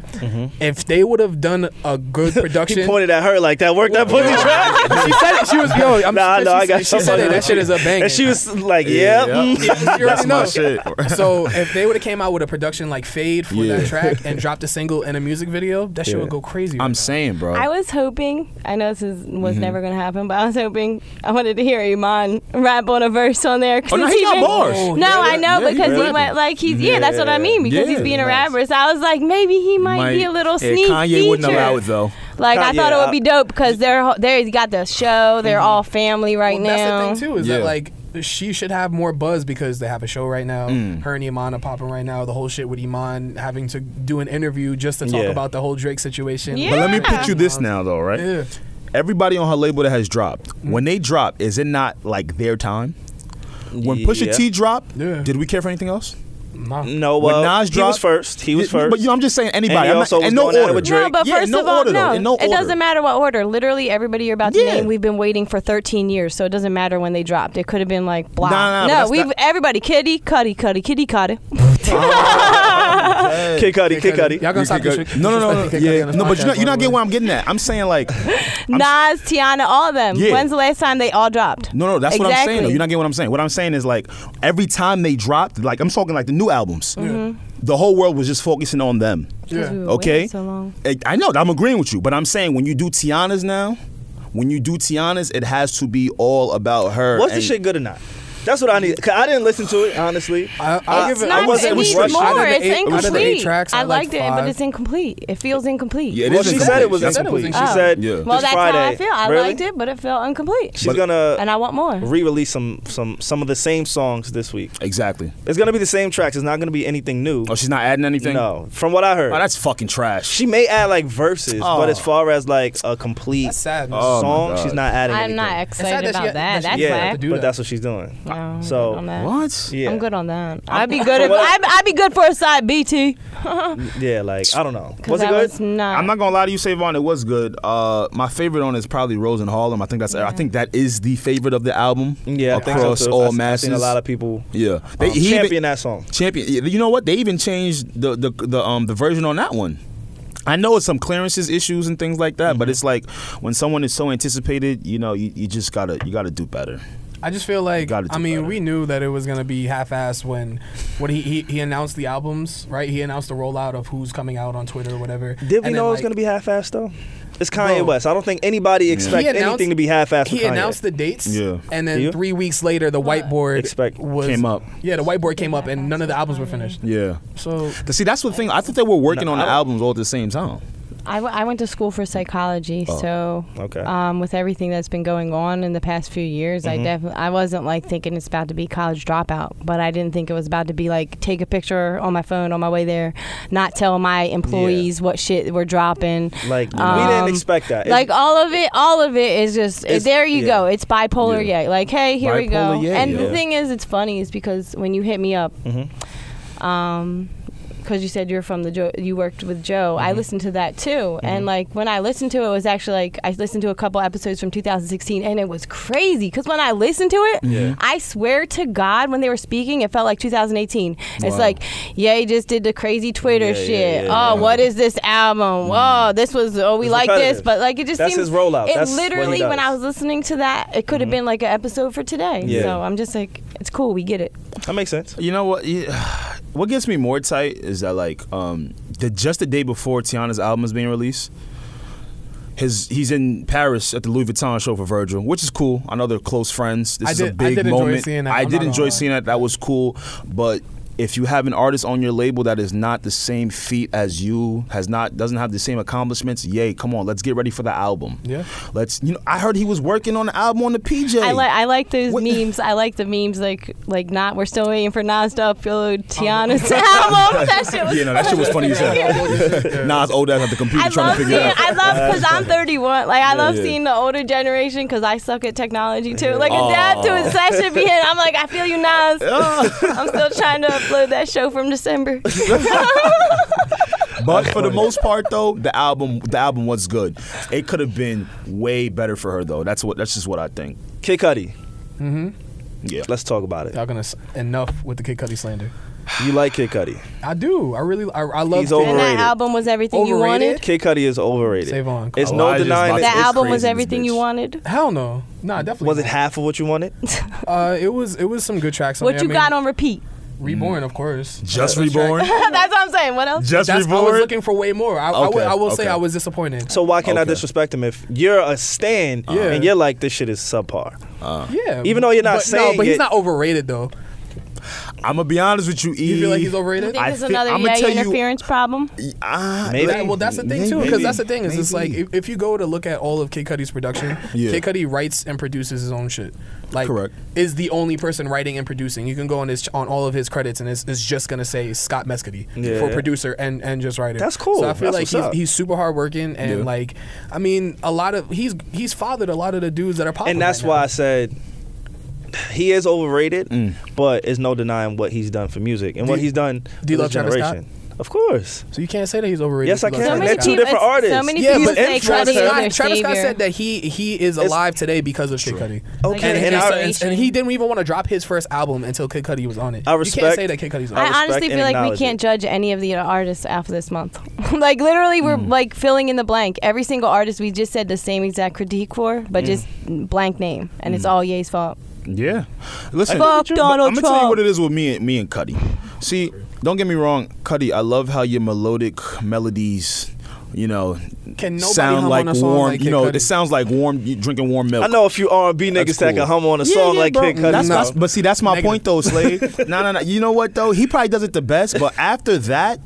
S5: If they would have done a good production,
S3: He pointed at her like that. Work that pussy track.
S5: she said it. She was
S4: Oh,
S5: yo. I'm
S3: Nah,
S5: she,
S3: no, I got
S5: she said
S3: somebody
S5: it. That shit is a bang.
S3: And she was like, "Yeah, mm,
S5: You already know.
S4: shit.
S5: so if they would have came out with a production like Fade for
S4: Yeah.
S5: that track and dropped a single and a music video, that shit would go crazy. right
S4: I'm
S5: now.
S4: saying, bro.
S6: I was hoping. I know this is,
S4: Mm-hmm.
S6: was never going to happen, but I was hoping I wanted to hear Iman rap on a verse on there.
S4: Oh, no,
S6: since
S4: he got
S6: been-
S4: bars.
S6: No,
S4: Oh,
S6: I
S4: Yeah,
S6: know
S4: he
S6: because he
S4: rapping.
S6: went like he's yeah, That's what I mean because
S4: Yeah,
S6: he's being a
S4: nice.
S6: rapper. So I was like, maybe he might, be a little sneaky.
S4: Kanye wouldn't allow it though.
S6: Like I
S3: Kanye,
S6: thought it
S3: I-
S6: would be dope because they're they has got the show. They're
S4: Mm-hmm.
S6: all family right
S5: Well,
S6: now.
S5: That's the thing too is
S4: Yeah.
S5: that like she should have more buzz because they have a show right now.
S4: Mm.
S5: Her and Iman are popping right now. The whole shit with Iman having to do an interview just to talk
S3: Yeah.
S5: about the whole Drake situation.
S6: Yeah.
S4: But let me pitch you this now though, right?
S5: Yeah.
S4: Everybody on her label that has dropped, when they drop, is it not like their time? When Pusha
S3: Yeah.
S4: T dropped,
S5: Yeah.
S4: did we care for anything else?
S3: no."
S4: When
S3: Well,
S4: Nas
S3: he was
S4: dropped-
S3: first. He was
S4: Yeah,
S3: first.
S4: But you know, I'm just saying anybody.
S3: he
S4: I'm
S3: also
S4: not,
S3: was
S4: and no
S3: going at it
S4: order.
S3: with Drake.
S6: No, but
S4: yeah,
S6: first
S4: no
S6: of all,
S4: order,
S6: no,
S4: though. In no
S6: it
S4: order.
S6: doesn't matter what order. Literally, everybody you're about to
S4: Yeah.
S6: name, we've been waiting for 13 years, so it doesn't matter when they dropped. It could have been like blah.
S4: Nah, nah, but
S6: no,
S4: that's
S6: we've
S4: not-
S6: everybody kitty cutty cutty kitty cutty.
S3: Kid Cudi, Kid Cudi.
S5: Y'all gonna stop
S4: no,
S5: disres-
S4: no, no, no,
S5: disrespecting Kid Cudi
S4: yeah,
S5: on this
S4: no. But you're not,
S5: podcast,
S4: you're not
S5: by the
S4: getting
S5: way.
S4: where I'm getting at. I'm saying like,
S6: Nas, Tiana, all of them.
S4: Yeah.
S6: When's the last time they all dropped?
S4: no, no. That's what I'm saying. Though.
S6: Exactly.
S4: You're not getting what I'm saying. What I'm saying is like every time they dropped, like I'm talking like the new albums,
S6: Mm-hmm.
S4: the whole world was just focusing on them.
S6: We
S5: Yeah.
S6: were
S4: Okay.
S6: waiting So long.
S4: I- I know. I'm agreeing with you, but I'm saying when you do Tiana's now, when you do Tiana's, it has to be all about her.
S3: Was the
S4: and-
S3: shit good or not? That's what I need. Cause I didn't listen to it honestly.
S5: I- I'll give it-
S6: It's
S5: I
S6: not.
S5: wasn't-
S6: it
S5: it was
S6: needs
S5: rushed. Out
S6: more.
S5: of the
S6: It's
S5: eight- out of the eight
S6: incomplete.
S5: tracks, I
S6: I
S5: liked
S6: liked it, but
S5: five.
S6: it's incomplete. It feels incomplete.
S4: Yeah, it
S3: well,
S4: is
S3: she
S4: incomplete.
S3: said it was
S4: That's-
S3: incomplete.
S5: incomplete.
S3: She said
S4: Yeah.
S6: Oh.
S3: this
S6: Well, that's
S3: Friday.
S6: how I feel. I
S3: Really?
S6: liked it, but it felt incomplete.
S3: She's gonna
S6: and I want more.
S3: re-release some some some of the same songs this week.
S4: Exactly.
S3: It's gonna be the same tracks. It's not gonna be anything new.
S4: Oh, she's not adding anything.
S3: no, from what I heard,
S4: Oh, that's fucking trash.
S3: she may add like verses, but
S4: Oh.
S3: as far as like a complete
S5: That's sad. man.
S4: Oh, my
S3: song,
S4: God.
S3: she's not adding.
S6: I'm
S3: anything.
S6: not excited
S5: It's sad that she-
S6: about that.
S5: that
S6: That's
S5: she-
S3: Yeah,
S5: to
S6: whack.
S5: do
S3: but
S5: that.
S3: that's what she's doing.
S6: No, I'm good
S3: So-
S6: on that.
S4: what?
S3: Yeah,
S6: I'm good on that. I'd be good.
S3: for
S6: If,
S3: what I-
S6: I'd, I'd be good for a side BT.
S3: Yeah, like I don't know.
S6: 'Cause
S3: Was it
S6: I
S3: good?
S6: was not.
S4: I'm not gonna lie to you, Savon. It was good. Uh, my favorite on is probably Rose in Harlem. I think that's. I think that is the favorite of the album.
S3: yeah, I think so,
S4: across
S3: too.
S4: all
S3: I've
S4: masses.
S3: seen a lot of people
S4: yeah,
S3: um,
S4: he
S3: champion
S4: even-
S3: that song.
S4: champion. yeah, You know what? They even changed the the the um the version on that one. I know it's some clearances issues and things like that,
S3: Mm-hmm.
S4: but it's like when someone is so anticipated, you know, you, you just gotta you gotta do better.
S5: I just feel like
S4: gotta do
S5: I mean
S4: better.
S5: we knew that it was gonna be half-assed when when he, he he announced the albums right. He announced the rollout of who's coming out on Twitter or whatever.
S3: Did we
S5: And
S3: know
S5: then,
S3: it was
S5: like,
S3: gonna be half-assed though? It's Kanye
S5: Bro.
S3: West. I don't think anybody expects
S5: announced-
S3: anything to be half-assed.
S5: He
S3: with Kanye.
S5: announced the dates,
S4: Yeah.
S5: and
S3: Do you?
S5: then three weeks later, the whiteboard
S3: Expect-
S5: was
S4: Came up.
S5: Yeah, the whiteboard came up, and none of the albums were finished.
S4: Yeah.
S5: So
S4: Cause see, that's the thing. I thought they were working
S3: No,
S4: on
S3: I
S4: the
S3: don't-
S4: albums all at the same time.
S6: I, w- I went to school for psychology, so
S3: Oh, okay.
S6: um, with everything that's been going on in the past few years, I
S3: Mm-hmm.
S6: definitely I wasn't like thinking it's about to be college dropout, but I didn't think it was about to be like take a picture on my phone on my way there, not tell my employees what shit we're dropping.
S3: Like we
S6: Um,
S3: didn't expect that. It-
S6: like all of it, all of it is just
S3: It's-
S6: there. You
S3: yeah.
S6: go. It's bipolar
S4: Yeah.
S6: yay. Like hey, here we go.
S4: Bipolar yay,
S6: and
S4: yeah.
S6: the thing is, it's funny is because when you hit me up,
S3: Mm-hmm.
S6: um, because you said you're from the Joe, you worked with Joe.
S3: Mm-hmm.
S6: I listened to that too, and like when I listened to it, it was actually like I listened to a couple episodes from 2016, and it was crazy. Because when I listened to it, I swear to God, when they were speaking, it felt like 2018. It's
S4: Wow.
S6: like, yeah, you just did the crazy Twitter
S3: Yeah, yeah,
S6: shit.
S3: yeah,
S6: oh,
S3: yeah.
S6: what is this album? Oh, this was oh we
S3: It's
S6: like this,
S3: repetitive.
S6: but like it just
S3: That's
S6: seems
S3: his rollout.
S6: It
S3: That's what he
S6: literally when
S3: does. Mm-hmm.
S6: I was listening to that, it could have been like an episode for today.
S3: Yeah.
S6: So I'm just like, it's cool. We get it.
S3: that makes sense.
S4: You know what? Yeah. What gets me more tight is that like um, the just the day before Tiana's album is being released, his he's in Paris at the Louis Vuitton show for Virgil, which is cool. I know they're close friends. This
S5: I
S4: is a
S5: did- I
S4: big
S5: did enjoy
S4: moment.
S5: seeing that.
S4: I
S5: I'm
S4: did
S5: not gonna
S4: enjoy
S5: lie.
S4: seeing that. That was cool, but. if you have an artist on your label that is not the same feat as you, has not doesn't have the same accomplishments, yay, come on, let's get ready for the album.
S5: Yeah.
S4: Let's you know I heard he was working on the album on the PJ.
S6: I like I like those
S4: What-
S6: memes. I like the memes like like not we're still waiting for Nas to upload Tiana's album. That shit
S4: Oh,
S6: was
S4: Yeah, no, that shit was funny as hell. Nas old ass at the computer
S6: I
S4: trying
S6: love
S4: to
S6: seeing.
S4: figure it out.
S6: I love because I'm 31. Like I love
S4: yeah.
S6: seeing the older generation because I suck at technology too. Like adapt to it. So that should be it. I'm like I feel you, Nas. I'm still trying to upload that show from December.
S4: But for the most part, though, the album the album was good. It could have been way better for her, though. That's what that's just what I think.
S3: Kid Cudi.
S5: Mm-hmm.
S4: Yeah.
S3: Let's talk about it.
S5: Y'all gonna s- enough with the Kid Cudi slander. Ah.
S3: You like Kid Cudi?
S5: I do. I really. I, I love.
S3: He's
S5: Kid-
S6: And
S3: over-
S6: that
S3: Overrated.
S6: album was everything you
S5: Overrated?
S6: wanted.
S3: Kid Cudi is overrated.
S5: Save on.
S3: It's no
S4: Elijah's
S3: denying
S4: about
S3: it.
S6: That
S4: It's
S6: album was
S4: crazy, this
S6: everything you
S4: bitch.
S6: wanted.
S5: Hell no. Nah, definitely.
S3: Was it
S5: not.
S3: half of what you wanted?
S5: Uh, it was. It was some good tracks. On
S6: What
S5: there.
S6: you
S5: I mean,
S6: got on repeat?
S5: Reborn, of course.
S4: Just
S5: That- that track-
S4: reborn.
S6: That's what I'm saying. What else?
S4: Just
S5: That's, I
S4: reborn.
S5: was looking for way more. I, I,
S4: Okay,
S5: will, I will say
S4: okay.
S5: I was disappointed.
S3: So why can't I
S4: Okay.
S3: disrespect him if you're a stan
S5: Yeah.
S3: and you're like this shit is subpar?
S5: yeah,
S3: Even though you're not
S5: but,
S3: saying
S5: no, but
S3: it-
S5: he's not overrated though.
S4: I'm gonna be honest with you. E.
S5: You feel like he's
S6: You
S5: overrated?
S6: think
S4: I
S6: there's
S4: thi-
S6: another
S4: I'ma
S6: yay
S4: tell you-
S6: interference problem?
S4: Ah,
S3: Maybe.
S5: That- well, that's the thing too, because
S4: Maybe.
S5: that's the thing is it's like
S4: Maybe.
S5: if, if you go to look at all of Kid Cudi's production,
S4: Yeah.
S5: Kid Cudi writes and produces his own shit. Like,
S4: Correct.
S5: is the only person writing and producing. You can go on his on all of his credits, and it's, it's just gonna say Scott Mescudi
S3: Yeah.
S5: for producer and and just writer.
S3: That's cool.
S5: So I feel
S3: That's what's
S5: like
S3: up.
S5: he's, he's super hardworking and
S4: Yeah.
S5: like, I mean, a lot of he's he's fathered a lot of the dudes that are popular.
S3: and that's
S5: right now.
S3: why I said he is overrated, but it's no denying what he's done for music and
S5: Do
S3: what
S5: you-
S3: he's done for
S5: you
S3: this
S5: love Travis Scott?
S3: generation. Of course.
S5: So you can't say that he's overrated.
S3: Yes, I
S5: Like,
S3: can.
S5: that's
S3: So
S5: not
S3: many
S5: hip-hop.
S3: two people- different
S6: it's- So
S3: artists.
S6: many
S5: Yeah,
S6: people
S5: but
S6: say
S5: Travis
S6: Cudi is their
S5: Scott, Travis Scott
S6: savior.
S5: said that he he is alive today because of Kid Cudi.
S3: Okay,
S5: and,
S6: Like,
S3: and,
S5: and,
S3: I,
S6: it's-
S5: so- and- and he didn't even want to drop his first album until Kid Cudi was on it.
S3: I
S5: You
S3: respect-
S5: can't say that Kid Cudi's on
S3: I
S5: it.
S6: I honestly
S3: respect and
S6: feel like we
S3: acknowledge
S6: can't
S3: it.
S6: judge any of the artists after this month. like literally, we're like filling in the blank. Every single artist we just said the same exact critique for, but just blank name, and it's all Ye's fault.
S4: Yeah. Listen,
S6: Fuck Donald
S4: I'm gonna tell you
S6: Trump.
S4: what it is with me and me and Cuddy. See, don't get me wrong, Cuddy. I love how your melodic melodies, you know,
S5: Can nobody
S4: sound
S5: hum
S4: like
S5: on a song
S4: warm.
S5: like
S4: you
S5: Kid
S4: know,
S5: Cudi?
S4: it sounds like warm. You drinking warm milk.
S3: I know a few R&B niggas
S4: That's
S3: that can
S4: cool.
S3: hum on a
S4: Yeah,
S3: song
S4: yeah,
S3: like
S4: bro.
S3: Kid Cudi.
S4: That's,
S5: No.
S4: that's- but see, that's my
S5: Negative.
S4: point though, Slade. no, no, no. You know what though? He probably does it the best, but after that,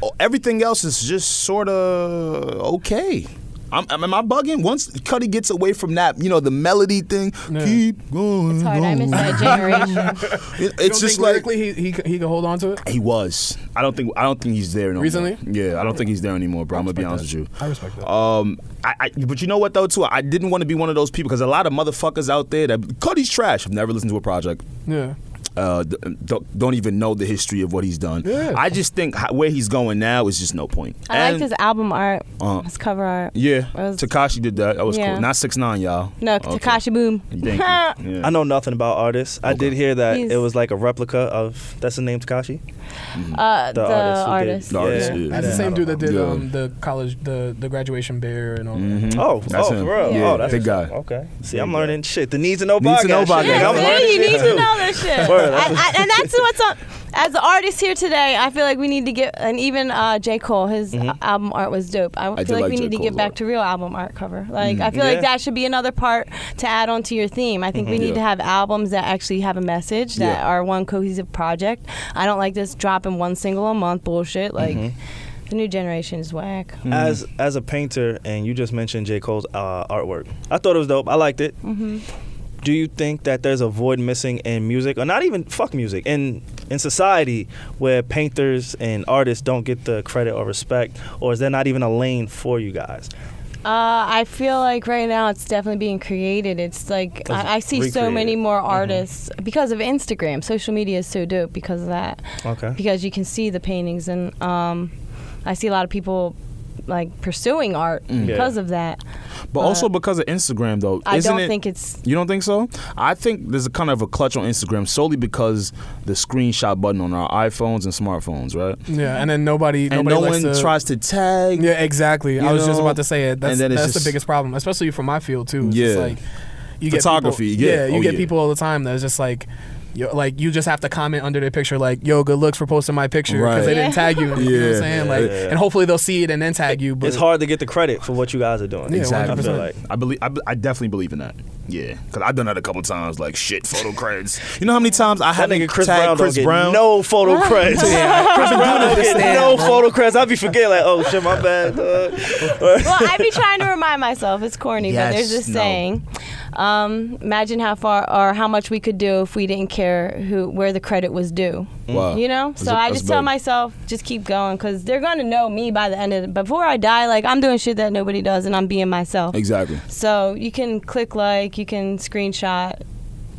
S4: oh, everything else is just sort of okay. I'm, am I bugging? Once Cuddy gets away from that, you know, the melody thing, keep going.
S6: It's hard. I
S4: going.
S6: miss that generation.
S4: It-
S5: You
S4: it's
S5: don't
S4: just
S5: think
S4: like
S5: lyrically he, he c- he can hold on to it.
S4: he was. I don't think. I don't think he's there no more.
S5: Recently?
S4: Yeah, I don't think he's there anymore, bro. I'm gonna be honest with you.
S5: I respect that.
S4: Um, I, I but you know what though too, I didn't want to be one of those people because a lot of motherfuckers out there that Cudi's trash. I've never listened to a project.
S5: yeah.
S4: Uh, d- don't, don't even know the history of what he's done.
S5: Yeah.
S4: I just think how, where he's going now is just no point.
S6: I liked
S4: And-
S6: his album art,
S4: Uh,
S6: his cover art.
S4: Yeah,
S6: was-
S4: Takashi did that. That was
S6: Yeah.
S4: cool. Not six nine, y'all.
S6: No,
S4: Okay.
S6: Takashi Boom.
S4: Thank you. Yeah.
S3: I know nothing about artists. I did hear that
S6: He's-
S3: it was like a replica of that's the name Takashi.
S6: Uh,
S3: artist
S6: the,
S3: who did-
S6: artist.
S4: The artist,
S3: Yeah.
S4: yeah.
S5: That's the
S4: I
S5: same
S4: don't
S5: dude that
S4: know.
S5: did
S4: Yeah. Mm-hmm.
S5: um, the college the the graduation bear and all.
S3: Oh,
S4: That's
S3: oh,
S4: him.
S3: for real.
S4: Yeah,
S3: oh, that's
S4: that guy.
S3: Okay. See,
S4: That
S3: I'm
S4: guy.
S3: learning shit. The needs to know
S4: Needs to
S3: podcast.
S4: know
S3: shit.
S4: podcast.
S3: I'm
S6: Yeah,
S4: I'm
S3: learning
S6: see, you
S3: shit,
S6: need
S3: too.
S6: to know this shit.
S3: Word, that's
S6: And- and- and that's what's up. As the artists here today, I feel like we need to get, and even uh, J. Cole, his album art was dope. I,
S4: did
S6: feel like,
S4: like
S6: we
S4: J.
S6: need to get
S4: Cole's
S6: back
S4: art.
S6: to real album art cover. Like, I feel like
S3: Yeah.
S6: that should be another part to add on to your theme. I think we need
S4: Yeah.
S6: to have albums that actually have a message, that
S4: Yeah.
S6: are one cohesive project. I don't like this dropping one single a month bullshit. Like, the new generation is whack.
S3: As as a painter, and you just mentioned J Cole's uh, artwork, I thought it was dope. I liked it. Do you think that there's a void missing in music, or not even fuck music, in in society where painters and artists don't get the credit or respect, or is there not even a lane for you guys?
S6: Uh, I feel like right now it's definitely being created. It's like I, I see so
S3: recreated.
S6: many more artists because of Instagram. Social media is so dope because of that.
S3: Okay.
S6: Because you can see the paintings, and um, I see a lot of people like pursuing art because
S3: Yeah.
S6: of that.
S4: But also because of Instagram, though,
S6: Uh, I
S4: isn't
S6: don't
S4: it?
S6: think it's
S4: you don't think so? I think there's a kind of a clutch on Instagram solely because the screenshot button on our iPhones and smartphones, right?
S5: Yeah, and then nobody
S4: And
S5: nobody
S4: no one
S5: likes to,
S4: tries to tag.
S5: Yeah, exactly.
S4: You
S5: I was just
S4: know?
S5: about to say it. That's,
S4: And then it's
S5: that's
S4: just-
S5: the biggest problem, especially from my field too. It's just
S4: Yeah.
S5: like you get
S4: Photography,
S5: people-
S4: yeah.
S5: you
S4: Oh,
S5: get
S4: yeah.
S5: people all the time that's just like. Yo, like you just have to comment under their picture, like "Yo, good looks for posting my picture" because
S4: Right.
S5: they didn't tag you. You know what
S4: Yeah.
S5: I'm saying? Like, and hopefully they'll see it and then tag you. But
S3: It's hard to get the credit for what you guys are doing.
S5: Yeah,
S3: I
S4: Exactly.
S3: feel
S5: 100%.
S3: like.
S4: I believe. I, be- I definitely believe in that. Yeah, because I've done that a couple times. Like shit, photo creds. You know how many times I
S3: That
S4: had
S3: nigga Chris
S4: tag
S3: Brown
S4: Chris
S3: don't get
S4: Brown?
S3: no photo credits. Chris Brown don't get
S5: understand,
S3: no
S5: man.
S3: photo credits. I be forgetting like, oh shit, my bad. dog.
S6: well, I be trying to remind myself it's corny, but
S4: Yes,
S6: there's this
S4: no.
S6: saying. Um, imagine how far or how much we could do if we didn't care who where the credit was due.
S4: Wow.
S6: You know,
S4: That's
S6: so
S4: a-
S6: I
S4: that's
S6: just tell
S4: big.
S6: myself just keep going because they're gonna know me by the end of the, before I die. Like I'm doing shit that nobody does, and I'm being myself.
S4: Exactly.
S6: So you can click like, you can screenshot.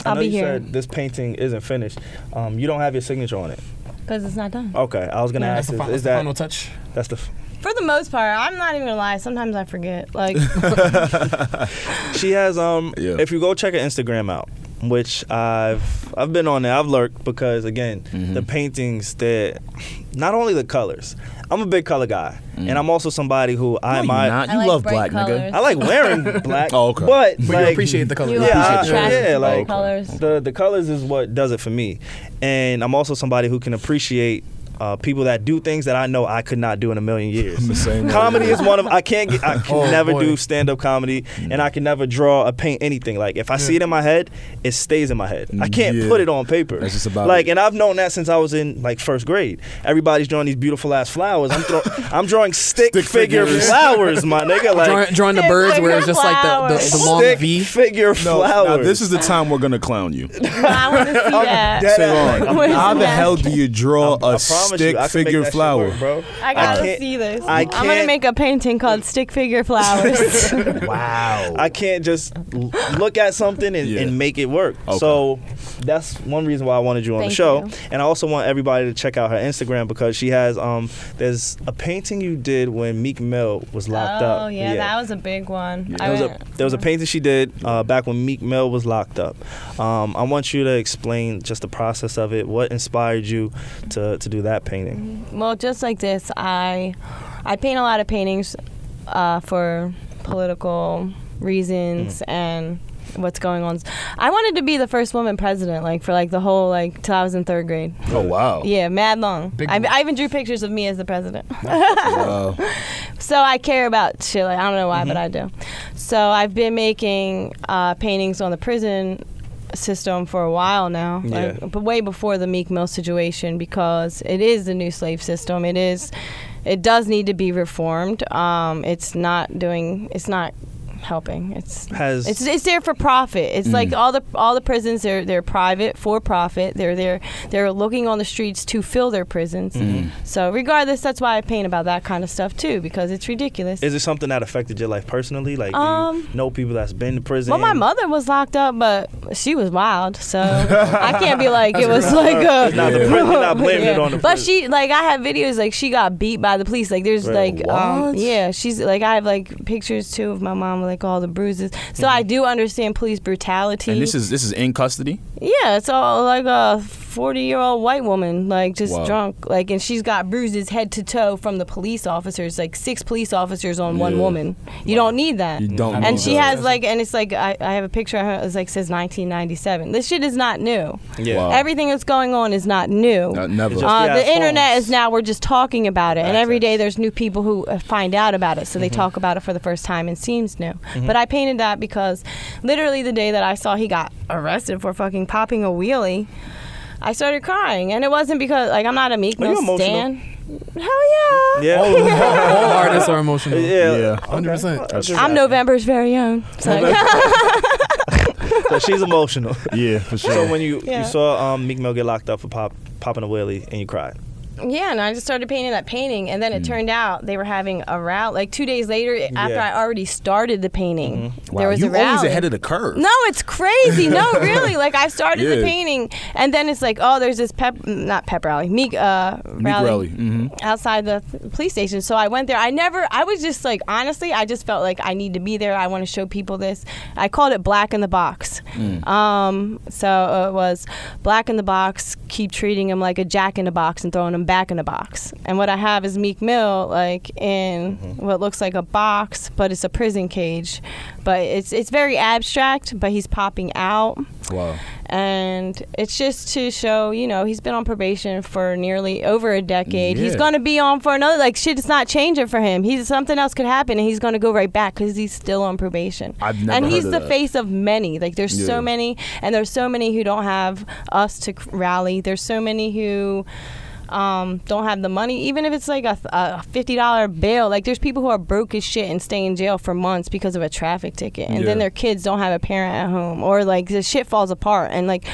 S3: I
S6: I'll
S3: know
S6: be
S3: you
S6: here
S3: said this painting isn't finished. Um, you don't have your signature on it.
S6: because it's not done.
S3: Okay, I was gonna
S5: Yeah,
S3: ask,
S5: that's the
S3: is,
S5: final,
S3: is
S5: the
S3: that
S5: final touch.
S3: that's the? f-
S6: For the most part, I'm not even gonna lie. Sometimes I forget. Like
S3: She has um.
S4: Yeah.
S3: If you go check her Instagram out, which I've I've been on there. I've lurked because again,
S4: Mm-hmm.
S3: the paintings that not only the colors. I'm a big color guy, and I'm also somebody who I
S4: Mm. No, you
S3: admire.
S4: not.
S6: I
S4: You
S6: like
S4: love
S6: bright
S4: black,
S6: colors.
S4: nigga.
S3: I like wearing black.
S4: Oh, okay.
S3: But,
S5: But
S3: like,
S5: you appreciate the color.
S6: you
S5: You
S6: are
S3: yeah,
S5: appreciate
S6: trash
S5: the color.
S3: yeah, like
S6: colors.
S3: the the colors is what does it for me, and I'm also somebody who can appreciate. Uh, people that do things that I know I could not do in a million years.
S4: I'm the same way,
S3: comedy
S4: yeah.
S3: is one of I can't get, I can
S5: Oh,
S3: never
S5: boy.
S3: do stand up comedy, and I can never draw or paint anything. Like if I see it in my head, it stays in my head. I can't
S4: Yeah.
S3: put it on paper.
S4: That's just about
S3: like,
S4: it.
S3: and I've known that since I was in like first grade. Everybody's drawing these beautiful ass flowers. I'm throw, I'm drawing stick,
S4: Stick
S3: figure
S4: figures.
S3: flowers, my nigga. Like
S5: Drawing, drawing the birds where it's just like the, the, the long
S3: stick
S5: V.
S3: figure
S4: No,
S3: flowers.
S4: now this is the time we're gonna clown you.
S6: I want to see that.
S3: dead
S4: Say on.
S6: What is
S4: How the
S6: that?
S4: hell do you draw a
S3: I promise you,
S4: stick
S3: I can make
S4: figure
S3: that shit
S4: flower?
S3: work, bro.
S6: I gotta
S3: can't-
S6: see this.
S3: I
S6: I'm gonna
S3: can't-
S6: make a painting called Stick Figure Flowers.
S4: Wow.
S3: I can't just l- look at something and,
S4: Yeah.
S3: and make it work.
S4: Okay.
S3: So that's one reason why I wanted you on
S6: Thank
S3: the show.
S6: you.
S3: And I also want everybody to check out her Instagram because she has um there's a painting you did when Meek Mill was locked up.
S6: oh yeah, that was a big one. I
S3: There was, a,
S6: went-
S3: there was a painting she did uh, back when Meek Mill was locked up. Um, I want you to explain just the process of it. What inspired you to, to do that painting?
S6: well, just like this, I I paint a lot of paintings uh, for political reasons
S3: Mm-hmm.
S6: and what's going on. I wanted to be the first woman president, like for like the whole like till I was in third grade.
S4: Oh wow.
S6: Yeah, mad long.
S5: Big
S6: I,
S5: one.
S6: I even drew pictures of me as the president.
S4: Wow.
S6: So I care about shit. Like, I don't know why, but I do. So I've been making uh, paintings on the prison system for a while now, like,
S3: Yeah.
S6: but way before the Meek Mill situation because it is the new slave system. It is. It does need to be reformed. Um, it's not doing. It's not helping. It's
S3: Has
S6: it's, it's there for profit. It's like all the all the prisons they're they're private for profit. They're there they're looking on the streets to fill their prisons.
S3: Mm-hmm.
S6: So regardless, that's why I paint about that kind of stuff too because it's ridiculous.
S3: is it something that affected your life personally? Like, do
S6: Um,
S3: you know people that's been to prison?
S6: well, my mother was locked up, but she was wild, so I can't be like it was like a.
S3: It's not the prison. You're not blaming it on the
S6: But
S3: prison.
S6: she like I have videos like she got beat by the police. Like there's
S3: Right.
S6: like um yeah, she's like I have like pictures too of my mom with like all the bruises. So
S3: Mm-hmm.
S6: I do understand police brutality.
S4: And this is this is in custody.
S6: Yeah, it's all like a 40 year old white woman, like just
S4: Wow.
S6: drunk. Like, and she's got bruises head to toe from the police officers, like six police officers on one
S4: Yeah.
S6: woman. You don't need that.
S4: You don't.
S6: and
S4: need
S6: she
S4: that.
S6: has like, and it's like I, I have a picture. of her. It's like says 1997. This shit is not new.
S3: yeah.
S4: Wow.
S6: Everything that's going on is not new.
S4: Uh, never.
S3: It's just-
S6: Uh,
S3: Yeah,
S6: the
S3: phones.
S6: internet is now we're just talking about it, and every
S3: Access.
S6: day there's new people who uh, find out about it, so they talk about it for the first time and seems new. But I painted that because literally the day that I saw he got arrested for fucking popping a wheelie, I started crying, and it wasn't because like I'm not a meek
S3: Are you
S6: Mill
S3: emotional?
S6: stan. Hell yeah.
S3: Oh, Yeah.
S5: All, all artists are emotional.
S3: yeah.
S4: Yeah.
S5: 100%.
S4: That's
S6: I'm November's very own. So,
S3: So she's emotional.
S4: Yeah, for sure.
S3: so when you
S6: Yeah.
S3: you saw um, Meek Mill get locked up for pop popping a wheelie and you cried.
S6: Yeah, and I just started painting that painting, and then it turned out they were having a route. Like two days later, after
S3: Yeah.
S6: I already started the painting, there
S4: Mm-hmm. Wow,
S6: was
S4: you
S6: a rally.
S4: always ahead of the curve.
S6: No, it's crazy. No, really. Like I started the
S4: Yeah.
S6: painting, and then it's like, oh, there's this pep, not pep rally, Meek, uh, rally,
S4: rally, mhm.
S6: outside the th- police station. So I went there. I never. I was just like, honestly, I just felt like I need to be there. I want to show people this. I called it Black in the Box. Um, so it was Black in the Box. Keep treating him like a jack in the box and throwing him back in the box. And what I have is Meek Mill, like in what looks like a box, but it's a prison cage. But it's it's very abstract. But he's popping out
S4: Wow.
S6: and it's just to show you know he's been on probation for nearly over a decade he's
S4: Yeah.
S6: gonna be on for another like shit it's not changing for him he's something else could happen and he's gonna go right back because he's still on probation
S4: I've never
S6: and
S4: heard
S6: he's
S4: of
S6: the
S4: that.
S6: face of many like there's
S4: Yeah.
S6: so many and there's so many who don't have us to c- rally there's so many who um, don't have the money, even if it's like a, th- a fifty dollar bill. Like there's people who are broke as shit and stay in jail for months because of a traffic ticket, and then
S4: Yeah.
S6: their kids don't have a parent at home, or like the shit falls apart, and like.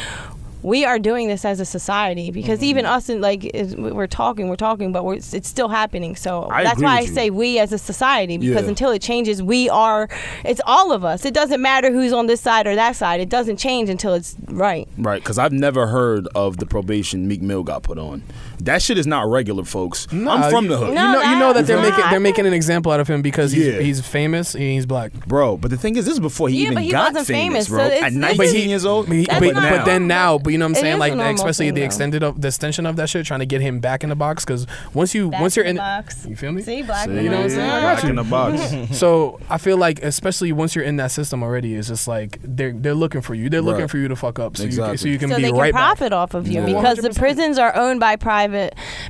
S6: We are doing this as a society because
S4: Mm-hmm.
S6: even us and like is, we're talking, we're talking, but we're, it's it's still happening. So
S4: I
S6: that's
S4: agree
S6: why I
S4: with you.
S6: say we as a society because
S4: Yeah.
S6: until it changes, we are. It's all of us. It doesn't matter who's on this side or that side. It doesn't change until it's right.
S4: Right, because I've never heard of the probation Meek Mill got put on. That shit is not regular, folks. I'm
S3: Uh,
S4: from the hood,
S5: You
S6: No,
S5: know, you know that they're
S6: that's
S5: making
S6: not-
S5: they're making an example out of him because he's,
S4: Yeah.
S5: he's famous. and He's black.
S4: bro. But the thing is, this is before he
S6: Yeah,
S4: even
S6: but he
S4: got
S6: wasn't
S4: famous,
S6: famous,
S4: bro.
S6: so it's-
S4: At
S6: it's-
S4: 19
S6: But he-
S4: years old,
S5: But, he-
S6: That's
S5: but,
S6: not
S5: but
S6: normal.
S5: then now, but you know what I'm
S6: It
S5: saying?
S6: is
S5: Like
S6: a
S5: the
S6: normal
S5: especially
S6: thing,
S5: the
S6: though.
S5: extended of the extension of that shit, trying to get him back in the box. Because once you once you're in, you feel me?
S6: See, black
S4: you know what I'm saying?
S5: I got
S4: Back in the box.
S5: So I feel like, especially once you're in that system already, it's just like they're they're looking for you. They're looking
S4: Right.
S5: for you to fuck up, so
S4: Exactly.
S5: you so you can
S6: so
S5: be
S6: they
S5: right
S6: can
S5: back.
S6: profit off of you
S4: Yeah.
S6: because the
S5: 100%.
S6: prisons are owned by private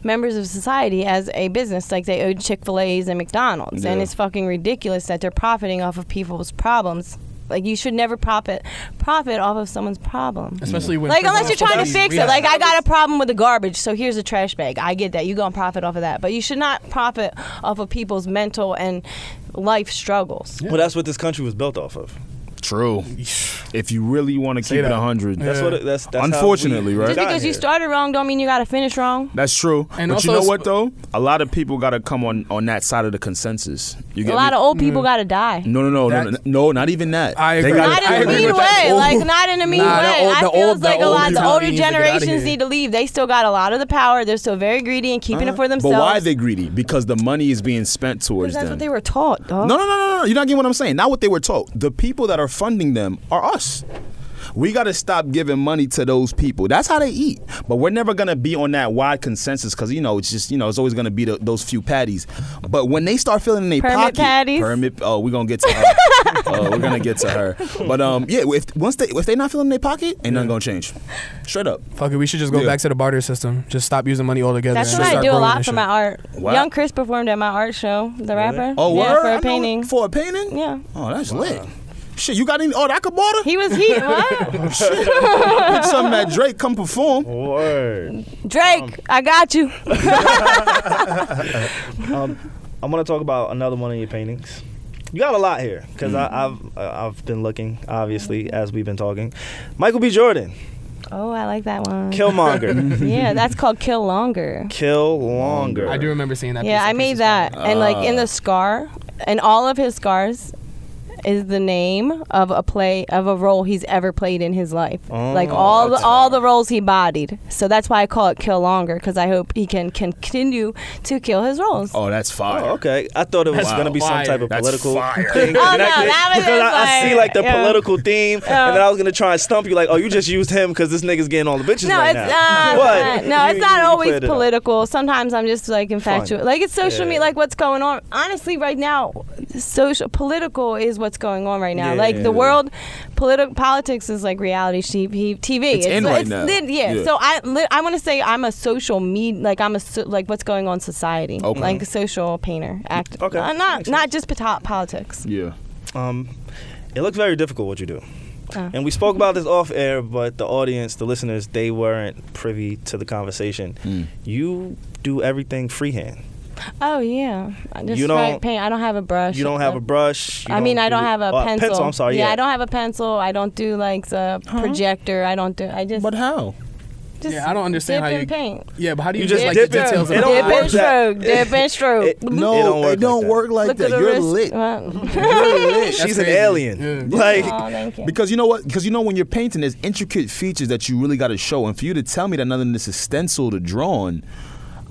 S6: members of society as a business like they own chick-fil-a's and mcdonald's and
S4: Yeah.
S6: it's fucking ridiculous that they're profiting off of people's problems like you should never profit profit off of someone's problem
S5: Especially when
S6: like
S5: prisons-
S6: unless you're trying to
S5: we-
S6: fix
S5: we
S6: it
S5: have-
S6: like i got a problem with the garbage so here's a trash bag i get that you gonna profit off of that but you should not profit off of people's mental and life struggles
S3: Well, that's what this country was built off of.
S4: True. If you really want to keep it
S5: that.
S4: 100,
S3: That's what. It, that's, that's
S4: Unfortunately,
S3: how we,
S4: right?
S6: just
S3: got
S6: because you
S3: here.
S6: started wrong don't mean you gotta finish wrong
S4: That's true.
S5: And
S4: but you
S5: also
S4: know what
S5: sp-
S4: though? A lot of people got to come on on that side of the consensus. You get
S6: a
S4: me?
S6: lot
S4: Mm.
S6: of old people gotta die
S4: no, no, no, no, no,
S5: That's-
S4: no, not even that.
S5: I agree.
S4: gotta-
S5: I
S6: not in a
S5: agree
S6: mean
S5: with
S6: way.
S5: that. Old-
S6: like not in a mean
S5: Nah, the
S6: way.
S5: old- the
S6: I feel
S5: old-
S6: it's like
S5: the
S6: a
S5: old
S6: lot. The
S5: mentality
S6: older
S5: needs to get outta here.
S6: generations need to leave. They still got a lot of the power. They're still very greedy and
S5: Uh,
S6: keeping it for
S4: But
S6: themselves.
S4: why are they greedy? Because the money is being spent towards
S6: Because that's
S4: them.
S6: what they were taught, dog.
S4: No, no, no, no, no. You're not getting what I'm saying. Not what they were told. The people that are funding them are us. We got to stop giving money to those people. That's how they eat. But we're never going to be on that wide consensus because, you know, it's just, you know, it's always going to be the, those few patties. But when they start feeling in their
S6: Permit
S4: pocket.
S6: patties?
S4: Permit Oh, we're going to get to her. oh, we're going to get to her. But, um, yeah, if, once they, if they not feeling in their pocket, ain't nothing going to change. Straight up.
S5: Fuck it, we should just go
S4: Yeah.
S5: back to the barter system. Just stop using money altogether.
S6: That's
S5: and
S6: what
S5: just
S6: I
S5: start
S6: do a
S5: growing
S6: lot
S5: and
S6: for
S5: shit.
S6: my art.
S4: Wow.
S6: Young Chris performed at my art show, the rapper.
S4: Oh,
S6: yeah,
S4: word?
S6: for
S4: I
S6: a
S4: know-
S6: painting.
S4: For a painting?
S6: Yeah.
S4: Oh, that's lit. Shit, you got any? Oh, that could bother?
S6: He was he what?
S4: Shit. Get something that Drake come perform.
S3: Word.
S6: Drake, I got you.
S3: I want to talk about another one of your paintings. You got a lot here because
S4: Mm.
S3: I've uh, I've been looking obviously as we've been talking. Michael B. Jordan,
S6: Oh, I like that one.
S3: Killmonger,
S6: Yeah, that's called Kill Longer.
S3: Kill Longer.
S5: I do remember seeing that.
S6: Yeah,
S5: piece-
S6: I
S5: piece
S6: made
S5: of- Ah.
S6: that. And like in the scar, and all of his scars is the name of a play of a role he's ever played in his life. like
S5: Oh,
S6: all the all the roles he bodied. So that's why I call it kill longer because I hope he can continue to kill his roles.
S4: Oh, that's fire.
S3: Oh, okay. I thought it was
S4: Wow.
S3: gonna be some
S5: Fire.
S3: type of
S4: That's
S3: political
S4: fire.
S3: thing.
S6: Oh, no,
S3: connected,
S6: that was
S3: because I, I
S6: fire.
S3: see like the
S6: Yeah.
S3: political theme, and then I was gonna try and stump you like, oh, you just used him because this nigga's getting all the bitches
S6: No,
S3: right
S6: it's
S3: now.
S6: not.
S3: But
S6: no,
S3: you-
S6: it's
S3: you-
S6: not
S3: you
S6: always
S3: cleared it up.
S6: political. Sometimes I'm just like infatuated. Like it's social
S3: Yeah.
S6: media. Like what's going on? Honestly, right now, social political is what's going on right now.
S3: Yeah.
S6: Like the world, politi- politics is like reality TV. TV.
S4: It's in right now.
S6: lit- yeah.
S4: Yeah.
S6: So I li- I want to say I'm a social media. Like I'm a so, like what's going on in society.
S4: Okay.
S6: Like a social painter. Act.
S3: Okay.
S6: Uh,
S3: Makes
S6: not
S3: sense.
S6: not just pota- politics.
S4: Yeah.
S3: Um, it looks very difficult what you do.
S6: Oh.
S3: And we spoke about this off air, but the audience, the listeners, they weren't privy to the conversation. You do everything freehand.
S6: Oh yeah. I just
S3: You
S6: write
S3: don't-
S6: paint. I don't have a brush.
S3: You don't have
S6: Uh,
S3: a brush. you
S6: I mean, I don't
S3: do-
S6: have a
S3: oh,
S6: pencil.
S3: I'm sorry.
S6: Yeah,
S3: Yeah,
S6: I don't have a pencil. I don't do like the projector. I don't do. I just
S4: But how?
S6: just
S5: Yeah, I don't understand
S6: dip
S5: how
S6: and
S5: you-
S6: paint.
S5: Yeah, but how do you,
S3: You
S5: get
S3: just
S5: like
S3: dip
S5: the
S3: it.
S5: details?
S3: It
S5: of
S3: don't
S5: the
S6: Dip
S3: work
S5: art?
S6: and
S3: that-
S6: stroke. Dip and stroke.
S3: It-
S4: No,
S3: It don't work
S4: it
S3: like
S4: don't
S3: that.
S4: work like
S6: Look
S4: that.
S6: at the
S4: You're
S6: wrist. Oh,
S4: lit.
S6: Well,
S4: You're lit.
S3: She's an
S5: crazy.
S3: alien.
S5: Yeah.
S3: Like,
S6: aw, thank you.
S4: Because you know what? Because you know when you're painting, there's intricate features that you really got to show, and for you to tell me that none of this is stenciled or drawn,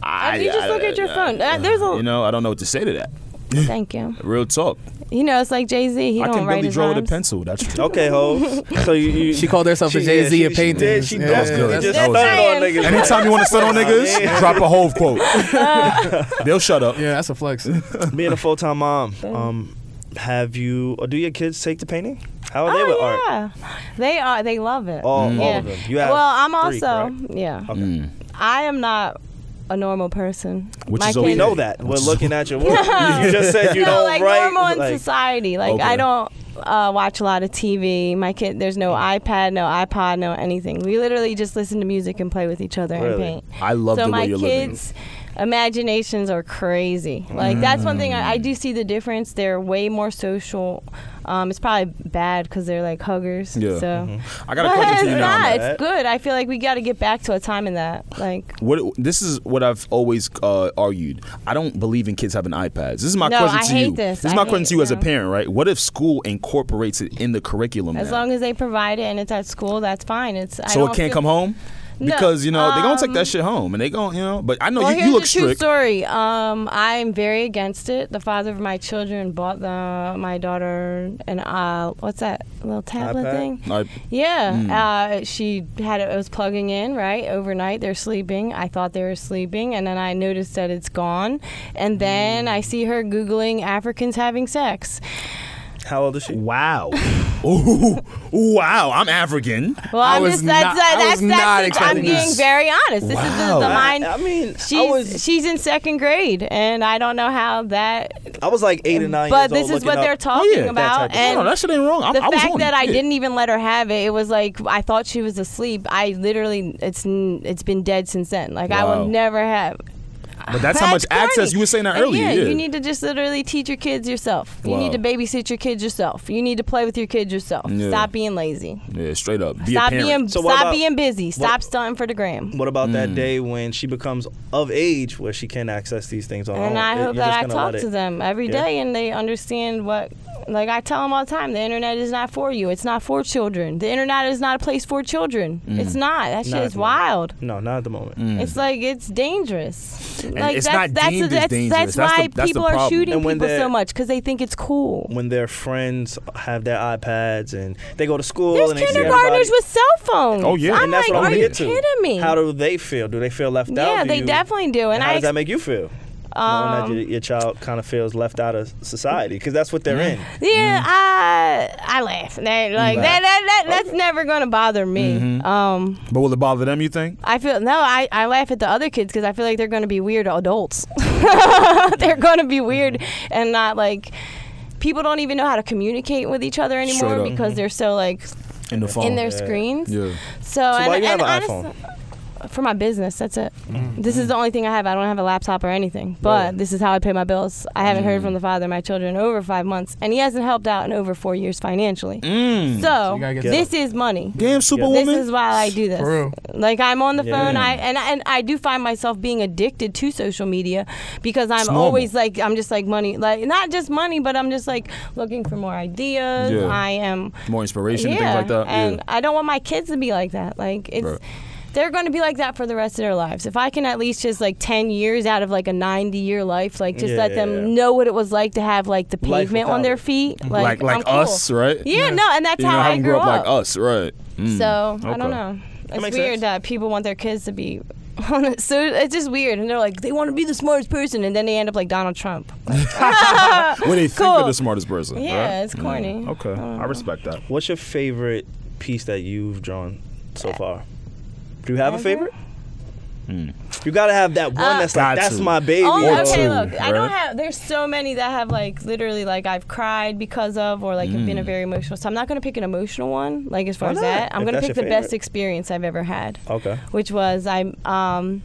S4: I
S6: If you just
S4: I-
S6: look at your phone, uh, there's a.
S4: you know, I don't know what to say to that.
S6: Thank you.
S4: Real talk.
S6: You know, it's like Jay Z. He
S4: I
S6: don't
S4: can
S6: write
S4: barely
S6: his
S4: draw with a
S6: rhymes.
S4: pencil. That's true.
S3: okay, ho. So you, you
S5: She called herself a
S3: she-
S5: Jay Z
S3: yeah,
S5: of
S3: she-
S5: painting.
S3: She did. She definitely
S4: good.
S3: just
S4: That was
S3: started on
S6: good.
S3: niggas.
S4: Anytime you want to stun on niggas, drop a whole quote. They'll shut up.
S5: Yeah, that's a flex.
S6: Mm.
S3: Being a full time mom, um, have you or do your kids take to painting? How are they with art?
S6: Oh, yeah. They are. They love it.
S3: All- all of
S6: yeah.
S3: them. You have
S6: well, I'm
S3: three,
S6: also.
S3: correct?
S6: yeah. I am not a normal person.
S4: Which
S6: My
S4: is
S6: kids-
S4: okay.
S3: We know that. We're
S4: Which is-
S3: looking at your work. You just said you
S6: no,
S3: don't
S6: like
S3: write.
S6: normal in
S3: like,
S6: society. Like I
S4: Okay.
S6: don't uh, watch a lot of TV. My kid, there's no iPad, no iPod, no anything. We literally just listen to music and play with each other
S3: Really?
S6: and paint.
S4: I love
S6: so
S4: the way
S6: my
S4: you're living.
S6: kids. Imaginations are crazy. Like that's one thing I, I do see the difference. They're way more social. Um, it's probably bad because they're like huggers.
S4: Yeah.
S6: So
S4: I got a question
S6: it's
S4: for you now.
S6: not.
S3: Matt.
S6: It's good. I feel like we got to get back to a time in that. Like
S4: What this is what I've always uh, argued. I don't believe in kids having iPads. This is my
S6: No,
S4: question
S6: I
S4: to
S6: hate
S4: you.
S6: this.
S4: is
S6: I
S4: my
S6: hate
S4: question to you
S6: it,
S4: as a
S6: no.
S4: parent, right? What if school incorporates it in the curriculum?
S6: as
S4: now?
S6: long as they provide it and it's at school, that's fine. It's I
S4: so
S6: don't
S4: it can't
S6: feel-
S4: come home
S6: No,
S4: because you know they're gonna take
S6: um,
S4: that shit home and they going you know. But I know
S6: Well,
S4: you,
S6: here's
S4: you look
S6: a true
S4: strict.
S6: story. Um, I'm very against it. The father of my children bought the my daughter an uh, what's that little tablet
S3: iPad?
S6: thing?
S4: I-
S6: Yeah,
S5: Hmm.
S6: uh, she had it, it was plugging in right overnight. They're sleeping. I thought they were sleeping, and then I noticed that it's gone.
S5: Hmm.
S6: And then I see her googling Africans having sex.
S3: How old is she?
S4: Wow. Ooh, wow. I'm African.
S6: Well,
S5: I
S6: I'm
S5: was
S6: just
S5: not-
S6: that's
S5: I
S6: that's,
S5: was not
S6: that's-
S5: expecting
S6: I'm being
S5: this.
S6: very honest. This is the,
S4: Wow.
S6: the mind.
S3: I mean,
S6: she's
S3: I was
S6: she's in second grade, and I don't know how that
S3: I was like eight or nine.
S6: Mm.
S3: years
S6: but this
S3: old
S6: is what
S3: looking
S6: they're
S3: up-
S6: talking
S4: Oh, yeah, that
S6: about
S3: type of-
S6: and
S4: no, no, that shit ain't wrong. I,
S6: the
S4: I was
S6: fact
S4: on
S6: that
S4: it.
S6: i
S4: Yeah.
S6: didn't even let her have it it was like i thought she was asleep i literally it's n- it's been dead since then like i
S4: Wow.
S6: will never have
S4: But that's how much
S6: corny.
S4: access you were saying that
S6: And
S4: earlier.
S6: Yeah, you need to just literally teach your kids yourself. You
S4: Wow.
S6: need to babysit your kids yourself. You need to play with your kids yourself.
S4: Yeah.
S6: Stop being lazy.
S4: yeah, straight up. Be
S6: stop
S4: a parent.
S6: being
S3: So what
S6: stop
S3: about-
S6: being busy. Stop stunting for the gram.
S3: What about
S4: Mm.
S3: that day when she becomes of age where she can access these things on her
S6: And
S3: own?
S6: I
S3: Oh, You're
S6: hope
S3: just
S6: that I
S3: gonna
S6: talk
S3: let
S6: to
S3: it-
S6: them every day
S3: Yeah.
S6: and they understand what. Like I tell them all the time, the internet is not for you. It's not for children. The internet is not a place for children. It's not. That shit
S3: Mm. Not
S6: is
S3: at Mm. the moment.
S6: wild.
S3: No, not at the moment.
S4: Mm.
S6: It's like it's dangerous. like
S4: it's
S6: that's
S4: not
S6: that's
S4: deemed as
S6: that's,
S4: dangerous.
S6: that's
S4: That's the-
S6: why
S4: that's the
S6: people are
S4: problem.
S6: shooting
S3: And when
S6: people
S3: they're-
S6: so much because they think it's cool.
S3: When their friends have their iPads and they go to school
S6: There's
S3: and they see
S6: kindergartners
S3: everybody-
S6: with cell phones.
S4: Oh, yeah.
S6: I'm
S3: and that's
S6: like,
S3: what I'm
S6: are
S3: gonna
S6: you
S3: get to.
S6: kidding me?
S3: How do they feel? Do they feel left out?
S6: yeah,
S3: Do
S6: they
S3: you-
S6: definitely do. And
S3: how
S6: I
S3: does that make you feel? knowing that
S6: Um,
S3: your, your child kind of feels left out of society because that's what they're in.
S6: Yeah, I I laugh. That, like that, that, that that's
S3: Uh,
S6: never gonna bother me.
S3: Mm-hmm.
S6: Um,
S4: but will it bother them? You think?
S6: I feel no, I, I laugh at the other kids because I feel like they're gonna be weird adults. they're gonna be weird and not like people don't even know how to communicate with each other anymore
S4: up.
S6: because they're so like
S4: In the phone.
S6: in their screens.
S4: yeah.
S3: So
S6: So, and,
S3: why you have
S6: and
S3: an
S6: honest- For my business, that's it. This is the only thing I have. I don't have a laptop or anything, but
S3: Really?
S6: this is how I pay my bills. I haven't heard from the father of my children in over five months, and he hasn't helped out in over four years financially. So,
S5: gotta get
S6: this is money.
S4: Damn, Superwoman.
S6: This is why I do this.
S5: For real.
S6: Like I'm on the
S3: Yeah.
S6: phone, I and and I do find myself being addicted to social media because I'm
S4: normal.
S6: always like I'm just like money, like not just money, but I'm just like looking for more ideas.
S4: Yeah.
S6: I am
S4: More inspiration and
S6: yeah,
S4: things like that.
S6: And
S4: yeah.
S6: I don't want my kids to be like that. Like it's
S4: Right.
S6: they're going to be like that for the rest of their lives. If I can at least just like 10 years out of like a 90 year life, like just
S3: Yeah,
S6: let
S3: yeah,
S6: them
S3: yeah.
S6: know what it was like to have like the
S3: Life
S6: pavement on
S3: without
S6: their
S3: it.
S6: feet.
S4: Like
S6: Like
S4: like
S6: I'm cool.
S4: us, right?
S6: Yeah, no, and that's
S4: You know,
S6: how I
S4: haven't
S6: grew
S4: grew
S6: up. Uh,
S4: like us, right? Mm.
S6: So I
S4: Okay.
S6: don't know. It's
S3: makes
S6: weird
S3: sense.
S6: that people want their kids to be. on it. So it's just weird, and they're like, they want to be the smartest person, and then they end up like Donald Trump.
S4: When they think they're
S6: Cool.
S4: the smartest person.
S6: Yeah,
S4: right? Mm.
S6: it's corny. Mm.
S4: Okay, I respect that.
S3: What's your favorite piece that you've drawn
S6: Eh.
S3: so far? Do you have a favorite? You gotta have that one that's like
S4: Hmm. Got
S3: that's
S4: to.
S3: my baby.
S6: Uh, Oh,
S3: or-
S6: okay,
S4: two,
S6: look, I don't
S4: right?
S6: have. There's so many that have like literally like I've cried because of, or like have
S4: Mm.
S6: been a very emotional. So I'm not gonna pick an emotional one. Like as far
S3: Why
S6: as
S3: not?
S6: that, I'm
S3: If
S6: gonna
S3: that's
S6: pick the
S3: your
S6: best
S3: favorite.
S6: experience I've ever had.
S3: Okay.
S6: Which was I, um,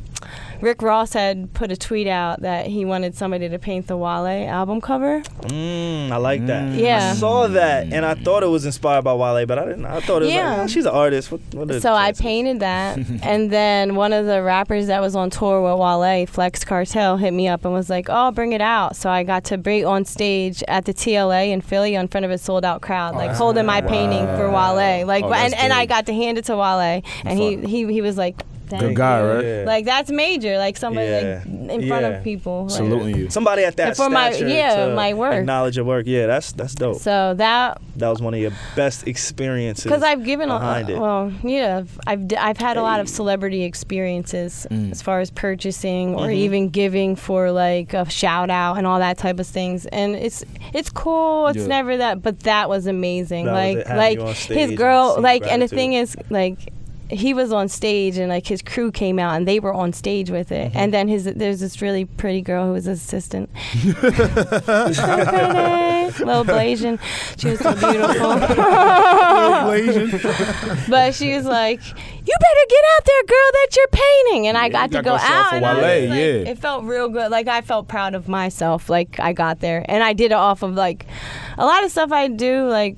S6: Rick Ross had put a tweet out that he wanted somebody to paint the Wale album cover.
S3: Mm, I like that.
S6: Yeah.
S3: I saw that and I thought it was inspired by Wale, but I didn't. I thought it was
S6: Yeah.
S3: like, "Ah, she's an artist. What, what are the
S6: So I
S3: chances?"
S6: painted that, and then one of the rappers that was on tour with Wale, Flex Cartel, hit me up and was like, "Oh, bring it out!" So I got to be on stage at the TLA in Philly in front of a sold out crowd, like holding my painting for Wale, like,
S4: Oh,
S6: and,
S4: that's
S6: and I
S4: dope.
S6: got to hand it to Wale, and he, he he was like, Thank
S4: Good guy,
S6: you.
S4: right?
S3: Yeah.
S6: Like that's major. Like somebody
S3: Yeah.
S6: like in front
S3: Yeah.
S6: of people. Like,
S4: Saluting you.
S3: Somebody at that
S6: And for my-
S3: stature
S6: yeah,
S3: to
S6: my work.
S3: acknowledge your work. Yeah, that's that's dope.
S6: So that
S3: that was one of your best experiences.
S6: because I've given a uh,
S3: behind it.
S6: well, yeah, I've- I've d- I've had a lot of celebrity experiences
S3: Mm.
S6: as far as purchasing
S3: Mm-hmm.
S6: or even giving for like a shout out and all that type of things, and it's it's cool. It's
S4: Yeah.
S6: never that, but that was amazing.
S3: That was it,
S6: like
S3: having
S6: like
S3: you on stage
S6: his
S3: and
S6: girl,
S3: seeing
S6: like and the
S3: gratitude.
S6: thing is like. He was on stage and like his crew came out and they were on stage with it.
S3: Mm-hmm.
S6: And then his there's this really pretty girl who was his assistant. She's so pretty, little Blasian. She was so beautiful. but she was like, "You better get out there, girl, that you're painting." And I got
S4: you gotta
S6: to go
S4: go show off
S6: out.
S4: for
S6: and I was
S4: Wale,
S6: like-
S4: yeah.
S6: It felt real good. Like I felt proud of myself. Like I got there, and I did it off of like a lot of stuff I do. Like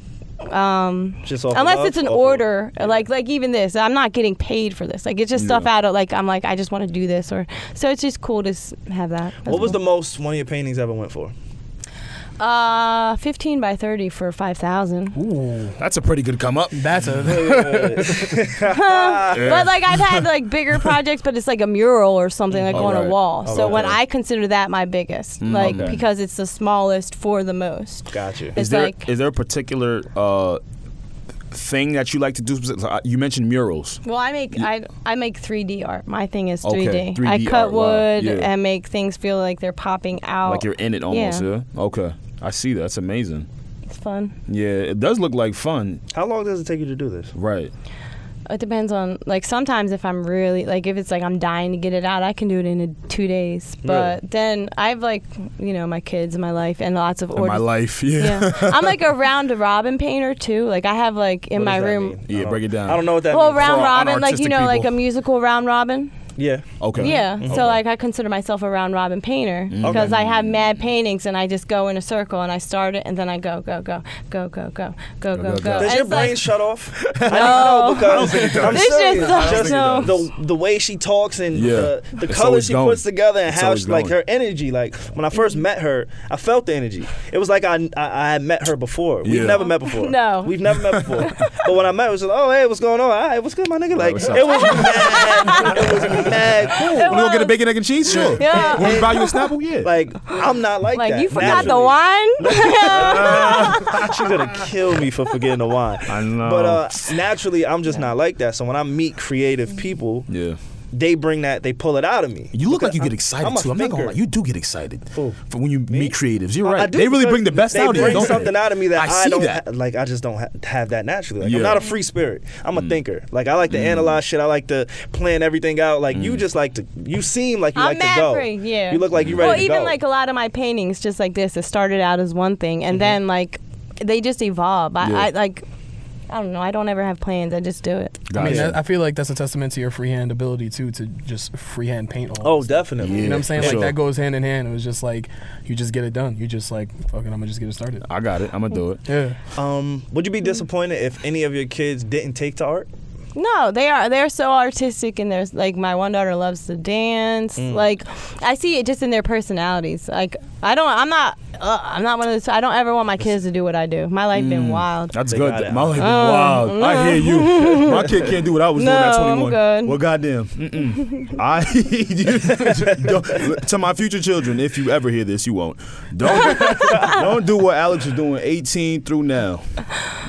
S6: um,
S3: Just off of
S6: unless
S3: love,
S6: it's an
S3: off of-
S6: order, like like even this, I'm not getting paid for this. Like it's just stuff
S4: Yeah.
S6: out of like I'm like I just want to do this, or so it's just cool to s- have that.
S3: what was the most one of your paintings ever went for?
S6: the uh 15 by 30 for 5,000?
S4: That's a pretty good come up.
S5: That's a
S6: But like I've had like bigger projects, but it's like a mural or something like
S4: Oh,
S6: on
S4: right.
S6: a wall.
S4: Oh,
S6: so when
S4: okay. Mm,
S6: I consider that my biggest, like
S4: okay.
S6: because it's the smallest for the most.
S3: Gotcha.
S6: It's
S4: Is there is
S6: like
S4: there a particular uh, thing that you like to do? specific- so, uh, You mentioned murals.
S6: well, I make I I make 3D art. My thing is 3D.
S4: Okay,
S6: I
S4: 3D
S6: cut
S4: art, wow,
S6: wood
S4: yeah.
S6: and make things feel like they're popping out.
S4: Like you're in it almost, yeah. Okay. I see that. That's amazing.
S6: It's fun.
S4: Yeah, it does look like fun.
S3: How long does it take you to do this?
S4: Right.
S6: It depends on like sometimes if I'm really like if it's like I'm dying to get it out, I can do it in a, two days. But then I've like you know my kids, my life, and lots of
S4: In my
S6: orders.
S4: life, yeah.
S6: yeah. I'm like a round robin painter too. Like I have like in
S3: What
S6: my
S3: does that
S6: room.
S3: mean?
S4: Yeah,
S3: I don't-
S4: break it down.
S3: I don't know what that
S6: Well,
S3: means.
S6: round
S4: For
S6: robin, like you
S4: unartistic
S6: know, like a
S4: people.
S6: musical round robin.
S3: yeah.
S4: Okay.
S6: Yeah.
S4: Okay.
S6: So like I consider myself a round robin painter
S3: Mm.
S6: because I have mad paintings and I just go in a circle and I start it and then I go go go go go go go
S4: go, go.
S6: go go. And
S3: Does your
S6: it's
S3: brain
S6: like,
S3: shut off? I don't know because I'm
S6: This shit
S3: serious.
S6: sucks.
S3: Just
S6: No.
S3: the the way she talks and
S4: Yeah.
S3: the, the
S4: It's
S3: colors
S4: always
S3: she
S4: going.
S3: puts together and
S4: It's
S3: how
S4: always
S3: she, like
S4: going.
S3: her energy. Like when I first met her, I felt the energy. It was like I I, I had met her before. We've
S4: Yeah.
S3: never met before.
S6: No.
S3: we've never met before. but when I met, it was like, oh hey, what's going on? All right, what's good, my nigga? Like
S4: what's up?
S3: it was mad. it was mad cool.
S6: it
S4: We gonna get a
S6: was-
S4: bacon, egg, and cheese? Sure.
S6: Yeah.
S4: When we buy you a Snapple? Yeah.
S3: Like I'm not like,
S6: like
S3: that.
S6: you forgot
S3: naturally.
S6: the wine.
S3: She's gonna kill me for forgetting the wine.
S4: I know.
S3: But uh, naturally, I'm just not like that. So when I meet creative people,
S4: yeah.
S3: they bring that, they pull it out of me.
S4: You look like you get excited
S3: I'm a
S4: too. I'm not gonna
S3: thinker.
S4: lie. You do get excited
S3: Who?
S4: for when you meet creatives. You're right.
S3: I do
S4: they really
S3: because
S4: bring the best
S3: they
S4: out of you.
S3: bring
S4: don't they?
S3: something out of me that I,
S4: see
S3: don't
S4: that.
S3: ha- like. I just don't ha- have that naturally. Like, I'm
S4: Yeah. Mm.
S3: not a free spirit. I'm a thinker. Like I like to analyze shit. I like to plan everything out. Like
S4: Mm.
S3: you just like to. You seem like you
S6: I'm
S3: like
S6: mad
S3: to go.
S6: free, yeah.
S3: You look like you're ready
S6: Well,
S3: to
S6: even
S3: go.
S6: like a lot of my paintings, just like this, it started out as one thing,
S3: Mm-hmm.
S6: and then like they just evolve. I,
S4: Yeah.
S6: I like, I don't know. I don't ever have plans. I just do it.
S5: I mean,
S4: Gotcha.
S5: that, I feel like that's a testament to your freehand ability too, to just freehand paint all.
S3: oh, definitely.
S5: You know what I'm
S4: Yeah,
S5: saying?
S4: for
S5: Like
S4: sure.
S5: that goes hand in hand. It was just like you just get it done. You just like fucking. I'm gonna just get it started.
S4: I got it. I'm gonna do it.
S5: Yeah.
S3: Um, would you be disappointed if any of your kids didn't take to art?
S6: No, they are. They're so artistic, and there's like my one daughter loves to dance.
S3: Mm.
S6: Like, I see it just in their personalities. Like, I don't. I'm not. Uh, I'm not one of those. I don't ever want my kids to do what I do. My life
S3: Mm.
S6: been wild.
S4: That's
S3: They
S4: good.
S3: got it. Um, mm-hmm.
S4: My life is wild. I hear you. My kid can't do what I was doing at
S6: No, I'm
S4: 21.
S6: good.
S4: Well, goddamn. Mm-mm. I you, don't, to my future children, if you ever hear this, you won't. Don't don't do what Alex is doing 18 through now.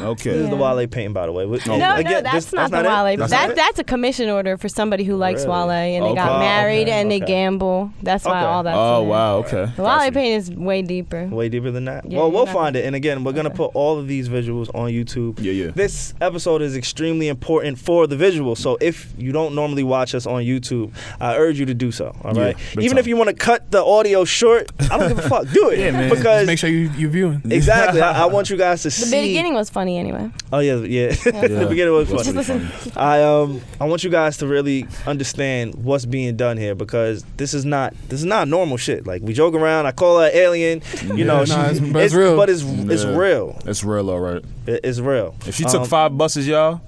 S4: Okay.
S3: This is the Wale painting, by the way. What-
S6: No,
S3: again,
S6: no, that's
S3: this-
S6: not the
S3: it?
S6: Wale.
S4: That's
S6: That's
S4: not
S6: that,
S4: it?
S6: that's a commission order for somebody who likes
S3: Really?
S6: Wale and they
S4: Okay.
S6: got married
S3: Okay,
S6: and they
S3: okay.
S6: gamble. That's why
S3: Okay.
S6: all that's.
S4: Oh
S6: in there.
S4: wow. Okay.
S6: The Wale painting is way deeper.
S3: Way deeper than that.
S6: Yeah,
S3: well,
S6: you're
S3: we'll
S6: not-
S3: find it. And again, we're gonna put all of these visuals on YouTube.
S4: Yeah, yeah.
S3: This episode is extremely important for the visual. So if you don't normally watch us on YouTube, I urge you to do so. All
S4: Yeah,
S3: right.
S4: big
S3: Even
S4: time.
S3: if you want to cut the audio short, I don't give a fuck. Do it.
S4: Yeah, man.
S3: Because
S5: Just make sure you you viewing.
S3: exactly, I, I want you guys to
S6: The
S3: see.
S6: beginning was funny anyway.
S3: Oh yeah, yeah.
S4: Yeah.
S3: the beginning was
S4: That's
S3: funny.
S4: pretty funny.
S3: I um I want you guys to really understand what's being done here because this is not this is not normal shit. Like we joke around, I call her an alien, you know.
S5: Yeah,
S3: she-
S5: nah, it's- but it's real.
S3: But it's it's
S4: Yeah.
S3: real.
S4: It's real, all right.
S3: It- it's real.
S4: If she took
S3: Um,
S4: five buses, y'all,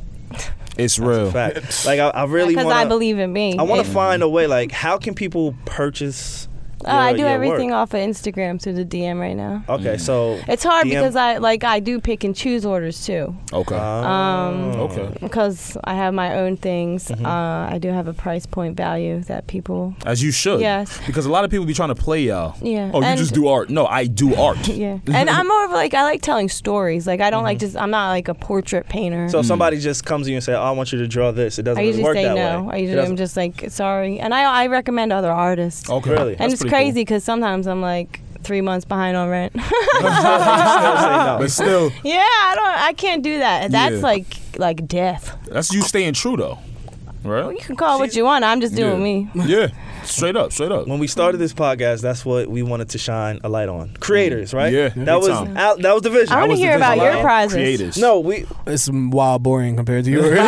S4: it's real.
S3: fact, like I, I really
S6: Because
S3: want.
S6: I believe in me.
S3: I want
S6: It-
S3: to find a way. Like, how can people purchase
S6: Uh, I
S3: your-
S6: do
S3: your
S6: everything
S3: work.
S6: off of Instagram through the DM right now.
S4: Mm.
S3: Okay, so
S6: It's hard
S3: DM
S6: because I like I do pick and choose orders too.
S4: Okay.
S3: Oh.
S6: Um,
S4: okay.
S6: because I have my own things.
S3: Mm-hmm.
S6: Uh, I do have a price point value that people.
S4: As you should.
S6: Yes.
S4: Because a lot of people be trying to play y'all.
S6: Yeah.
S4: Oh, you
S6: And-
S4: just do art. No, I do art.
S6: Yeah, and I'm more of like I like telling stories. Like I don't like just I'm not like a portrait painter.
S3: Mm-hmm. So if somebody just comes to you and say, oh, "I want you to draw this," it doesn't
S6: I
S3: really
S6: usually
S3: work
S6: say
S3: that
S6: no.
S3: way.
S6: I
S3: It
S6: usually
S3: doesn't- Oh,
S6: I'm just like sorry, and I I recommend other artists.
S4: Okay.
S3: Really?
S6: and
S4: That's
S6: it's
S4: pretty cool.
S6: crazy because sometimes I'm like three months behind on rent.
S3: still say no.
S4: But still,
S6: yeah, I don't. I can't do that. That's
S4: Yeah.
S6: like like death.
S4: that's you staying true though,
S6: You
S4: right?
S6: can call it what you want. I'm just doing me.
S4: yeah. Yeah. Straight up. Straight up.
S3: when we started this podcast, that's what we wanted to shine a light on.
S5: Mm-hmm.
S3: Creators, right?
S4: Yeah, big
S3: That was
S4: time.
S3: out, that was the vision.
S6: I
S3: That
S6: wanna
S3: was the
S6: hear
S3: vision.
S6: about your
S3: Light on
S6: prizes.
S4: Creators.
S3: No, we
S5: It's wild boring compared to yours.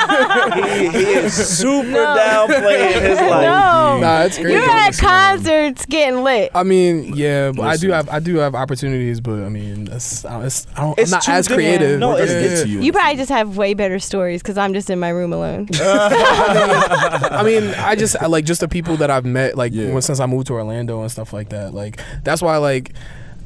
S3: he, he is super downplaying his life.
S6: No,
S5: Nah, it's crazy.
S6: you're at concerts getting lit.
S5: I mean, yeah, but I do
S4: Listen.
S5: have I do have opportunities, but I mean, it's, I don't- it's, I don't,
S3: It's
S5: I'm not
S3: too
S5: as
S3: different.
S5: creative.
S3: No,
S4: We're
S3: it's-
S4: gonna
S3: it's-
S4: get to you.
S6: You probably just have way better stories because I'm just in my room alone.
S5: I mean, I just I, like just the people that I've met, like
S4: Yeah.
S5: when, since I moved to Orlando and stuff like that. Like that's why, like,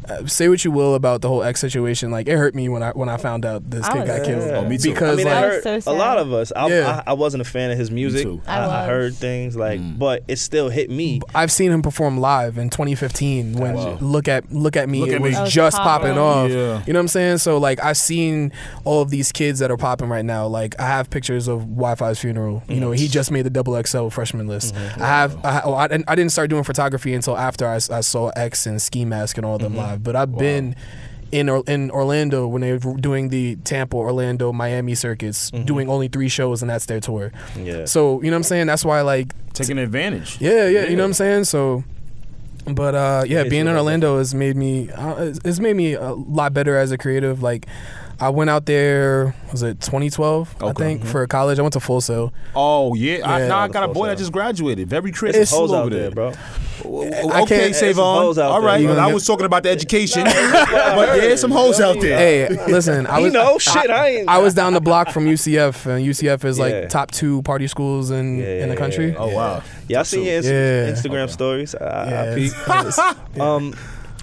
S5: uh, say what you will about the whole ex situation. Like, it hurt me when I when I found out this
S6: I
S5: kid
S6: was-
S5: got killed.
S3: Yeah. Oh,
S4: me too.
S5: Because
S3: I mean,
S5: like,
S3: it
S6: I'm
S3: hurt
S6: so
S3: a
S6: sad.
S3: lot of us. I,
S5: Yeah. Mm.
S3: I, I wasn't a fan of his music.
S4: too.
S6: I was.
S3: heard things like, but it still hit me.
S5: I've seen him perform live in 2015 when
S4: Wow.
S5: look at look at me
S4: Look
S5: it
S4: at Me.
S5: was
S4: That
S6: was
S5: just
S6: popping.
S5: popping off.
S4: Yeah.
S5: You know what I'm saying? So like I've seen all of these kids that are popping right now. Like I have pictures of Wi-Fi's funeral. You know he just made the double XL freshman list.
S4: Mm-hmm.
S5: I have I, oh, I, didn't- I didn't start doing photography until after I, s- I saw X and Ski Mask and all of them
S4: Mm-hmm.
S5: live. But I've been. In, or, in Orlando, when they were doing the Tampa, Orlando, Miami circuits,
S4: Mm-hmm.
S5: doing only three shows, and that's their tour.
S3: Yeah.
S5: So, you know what I'm saying? That's why, like,
S4: Taking advantage.
S5: yeah, yeah, you know what I'm saying. So, but uh, yeah,
S3: It is
S5: being
S3: what
S5: in
S3: it
S5: Orlando has made me uh, it's- it's made me a lot better as a creative. Like, I went out there was it 2012 I
S4: Okay.
S3: Mm-hmm.
S5: think for college. I went to Full Sail.
S4: Oh yeah. I,
S5: Yeah.
S4: now I got a boy that just graduated. Very creative.
S5: It's
S3: Hoes
S4: over
S3: out there, bro.
S5: I
S4: okay,
S5: can't-
S4: Savon.
S3: some hoes out
S4: All
S3: there.
S4: right.
S5: You gonna
S4: I
S5: get-
S4: was talking about the education, but yeah, some hoes out there.
S5: Hey, listen, I
S3: You
S5: was
S3: know, shit, I ain't-
S5: I was down the block from UCF, and UCF is like
S3: Yeah.
S5: top two party schools in
S3: Yeah,
S5: in the country.
S3: yeah,
S4: Oh wow.
S3: Yeah, I see your Inst-
S5: Yeah.
S3: Instagram stories. I,
S5: Yeah,
S3: I
S5: it's-
S3: peep.
S5: it's-
S3: Um,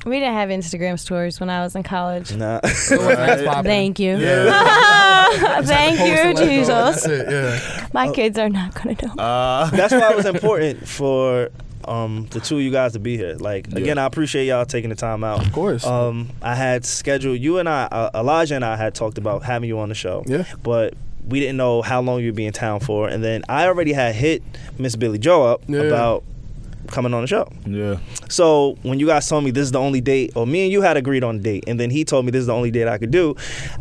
S6: We didn't have Instagram stories when I was in college.
S3: nah.
S5: it wasn't as popular.
S6: Thank you.
S4: Yeah.
S6: Thank
S5: Post
S6: you,
S5: and let it go.
S6: Jesus.
S5: That's it, yeah.
S6: My kids are not gonna know.
S4: Uh,
S3: That's why it was important for um, the two of you guys to be here. Like again, I appreciate y'all taking the time out. Of
S5: course.
S3: Um, I had scheduled you and I, uh, Elijah and I had talked about having you on the show.
S5: Yeah.
S3: But we didn't know how long you'd be in town for, and then I already had hit Miss Billy Joe up
S5: Yeah.
S3: about coming on the show.
S4: yeah.
S3: So when you guys told me this is the only date, or me and you had agreed on a date, and then he told me this is the only date I could do,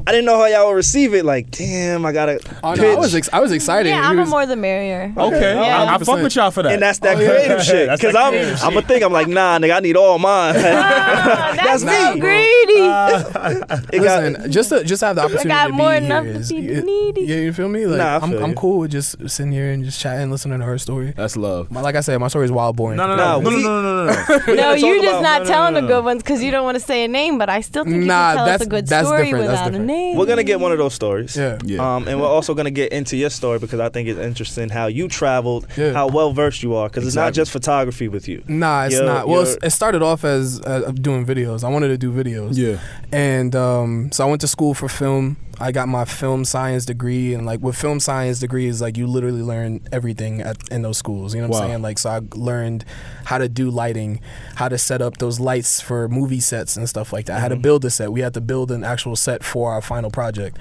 S3: I didn't know how y'all would receive it. Like, damn, I gotta
S5: Oh, no,
S3: pitch.
S5: I was ex- I was excited.
S6: yeah,
S5: He
S6: I'm a
S5: was-
S6: more the merrier.
S4: Uh, Okay.
S6: Yeah.
S4: I, I fuck with y'all for that. Oh,
S3: and that's that creative shit.
S4: That's
S3: Because
S4: that
S3: I'm,
S4: creative
S3: I'm gonna think I'm like, nah, nigga, I need all mine.
S6: Ah, that's,
S3: That's
S6: so
S3: me.
S6: greedy.
S3: It got-
S5: Listen, just to just to have the opportunity
S6: got
S5: to
S6: more
S5: be
S6: than enough
S5: here
S6: to
S5: is-
S6: be
S5: it-
S6: needy.
S5: Yeah, you feel me? Like
S3: Nah, I
S5: I'm,
S3: feel
S5: I'm
S3: you.
S5: cool with just sitting here and just chatting, listening to her story.
S4: That's love.
S5: My, like I said, my story is wild boring.
S4: No, no,
S3: Nah,
S4: no, no, no,
S3: we-
S4: no, no, no, no.
S6: no,
S3: gotta talk
S6: you're just
S3: about-
S6: not
S3: no, no,
S6: telling
S4: no,
S6: the
S4: no.
S6: good ones because you don't want to say a name. But I still
S5: Nah,
S6: think you can tell us
S5: that's-
S6: a good
S5: that's
S6: story
S5: different, that's
S6: without a
S5: different.
S6: name.
S3: We're gonna get one of those stories.
S5: Yeah.
S4: Yeah.
S3: Um, and we're also gonna get into your story because I think it's interesting how you traveled,
S5: Yeah.
S3: how well versed you are, because it's not
S4: Exactly.
S3: just photography with you.
S5: Nah, it's
S3: You're-
S5: not. Well, it's,
S3: you're-
S5: it started off as uh, doing videos. I wanted to do videos.
S4: Yeah.
S5: And um, so I went to school for film. I got my film science degree, and like with film science degrees, like you literally learn everything at, in those schools. You know what
S4: Wow.
S5: I'm saying? Like, so I learned how to do lighting, how to set up those lights for movie sets and stuff like that.
S4: Mm-hmm.
S5: How to build a set. We had to build an actual set for our final project.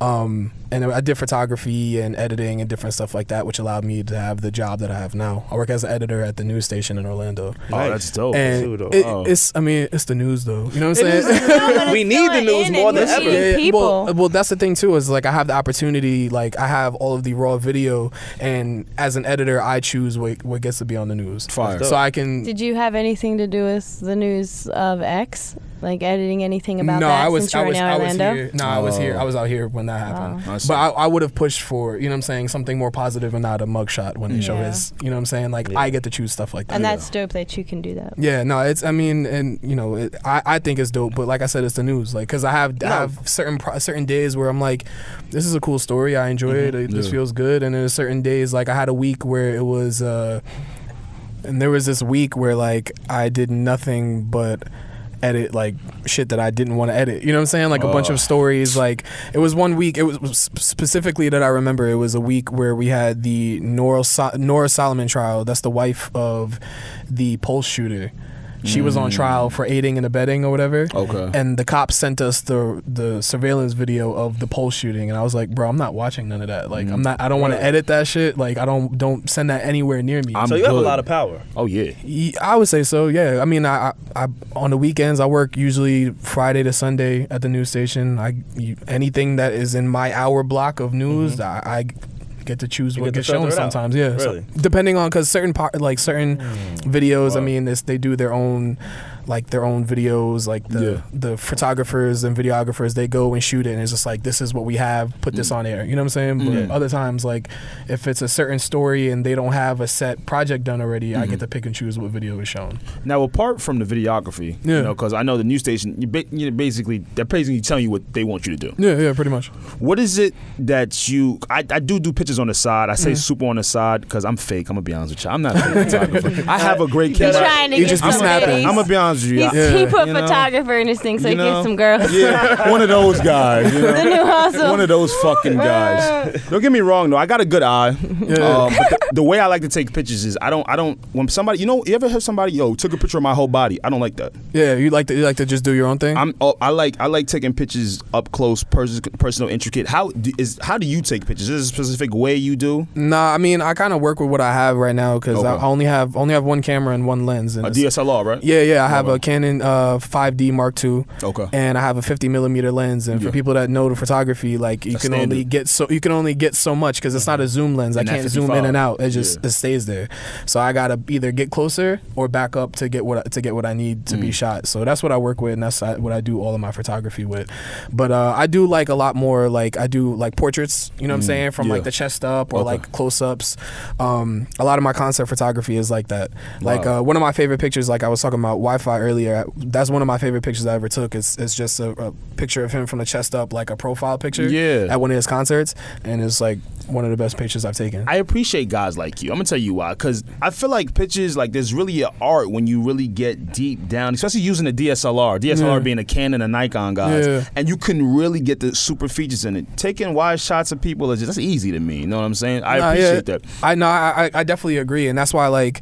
S5: Um, and I did photography and editing and different stuff like that, which allowed me to have the job that I have now. I work as an editor at the news station in Orlando.
S4: Oh, that's dope.
S5: And
S3: pseudo.
S5: it,
S4: Oh.
S5: it's, I mean, it's the news though. You know what I'm saying?
S3: We need the news more than ever.
S5: Yeah, yeah.
S6: people.
S5: Well, well, that's the thing too is like I have the opportunity, like I have all of the raw video, and as an editor, I choose what, what gets to be on the news.
S4: Fire.
S5: So I can.
S6: Did you have anything to do with the news of X? Like editing anything about
S5: no,
S6: that
S5: I was,
S6: since
S5: I
S6: you were
S5: was,
S6: in
S5: I was
S6: Orlando? Oh.
S5: here. No, I was here. I was out here when that happened.
S4: I see.
S5: But I, I would have pushed for, you know, what I'm saying something more positive and not a mugshot when they show
S6: Yeah.
S5: his. You know, what I'm saying like I get to choose stuff like that.
S6: And that's dope that you can do that.
S5: Yeah, no, it's. I mean, and you know, it, I I think it's dope, but like I said, it's the news. Like, cause I have I have certain pro- certain days where I'm like, this is a cool story.
S4: Mm-hmm.
S5: I enjoy it. It, This feels good. And then there's certain days like I had a week where it was. uh And there was this week where like I did nothing but edit like shit that I didn't want to edit. You know what I'm saying? Like a bunch of stories. Like it was one week. It was s- specifically that I remember. It was a week where we had the Nora, so- Nora Solomon trial. That's the wife of the Pulse shooter. She was on trial for aiding and abetting or whatever.
S4: Mm. Okay.
S5: And the cops sent us the the surveillance video of the pole shooting, and I was like, bro, I'm not watching none of that. Like,
S4: Mm.
S5: I'm not. I don't want to edit that shit. Like, I don't don't send that anywhere near me.
S4: I'm
S3: So you have a
S4: good.
S3: lot of power.
S4: Oh yeah.
S5: Ye- I would say so. Yeah. I mean, I, I, I on the weekends I work usually Friday to Sunday at the news station. I you, anything that is in my hour block of news, I, I get to choose what
S3: Mm-hmm. get to
S5: gets shown
S3: filter it out.
S5: sometimes. Yeah. So,
S3: Really?
S5: depending on because certain part like certain videos. I mean, this they do their own like their own videos. Like the
S4: Yeah.
S5: the photographers and videographers they go and shoot it, and it's just like this is what we have. Put this on air. You know what I'm saying? But other times like if it's a certain story and they don't have a set project done already, I get to pick and choose what video is shown.
S4: Now, apart from the videography,
S5: Yeah.
S4: you know, because I know the news station, you, ba- you know, basically they're basically telling you what they want you to do.
S5: Yeah, yeah, pretty much.
S4: What is it that you? I, I do do pictures on the side. I say super on the side because I'm fake. I'm gonna be honest with you. I'm not. a fake photographer. I have a great
S6: He's
S4: camera.
S6: trying to
S5: You
S6: get
S5: just be
S6: some
S5: snapping.
S6: ladies.
S4: I'm gonna be honest with you.
S6: He's,
S4: I-
S6: he put
S4: you know?
S6: photographer in his thing so he
S4: You know?
S6: gets some girls.
S4: Yeah, one of those guys. You know?
S6: the new hustle. Uh.
S4: One of those fucking guys. Don't get me wrong though. I got a good eye. Um, but the, the way I like to take pictures is I don't. I don't. When somebody, you know, you ever have somebody, yo, took a picture of my whole body. I don't like that.
S5: Yeah, you like to you like to just do your own thing.
S4: I'm. Oh, I like. I like taking pictures up close, pers- personal, intricate. How do, is? How do you take pictures? Is there a specific way you do? Uh,
S5: nah, I mean I kind of work with what I have right now because I
S4: Okay.
S5: only have only have one camera and one lens. And
S4: A
S5: it's-
S4: DSLR, right?
S5: Yeah, yeah. I have
S4: Okay.
S5: a Canon uh, 5D Mark II.
S4: Okay.
S5: And I have a 50 millimeter lens. And for
S4: Yeah.
S5: people that know the photography, like you
S4: That's
S5: can only
S4: standard. Mm-hmm.
S5: get so you can only get so much because it's not a zoom lens.
S4: And
S5: I
S4: that
S5: can't zoom in
S4: 55.
S5: and out. It just
S4: Yeah.
S5: it stays there. So I gotta either get closer or back up to get what I- to get what I need to
S4: Mm.
S5: be shot. So that's what I work with, and that's uh, what I do all of my photography with. But uh, I do like a lot more. Like I do like portraits. You know what I'm saying? From
S4: Mm. Yeah.
S5: like the chest up or
S4: Okay.
S5: like close ups. Um, a lot of my concept photography is like that. Like
S4: Wow.
S5: uh, one of my favorite pictures, like I was talking about Wi-Fi earlier. That's one of my favorite pictures I ever took. It's it's just a, a picture of him from the chest up, like a profile picture.
S4: Yeah.
S5: At one of his concerts, and it's like one of the best pictures I've taken.
S4: I appreciate guys like you. I'm gonna tell you why, because I feel like pictures like there's really an art when you really get deep down, especially using a DSLR. DSLR being a Canon and Nikon guys,
S5: Yeah.
S4: and you can really get the super features in it. Taking wide shots of people is just that's easy to me. You know what I'm saying? I
S5: Nah, yeah.
S4: appreciate that.
S5: I know. I, I- I definitely agree, and that's why like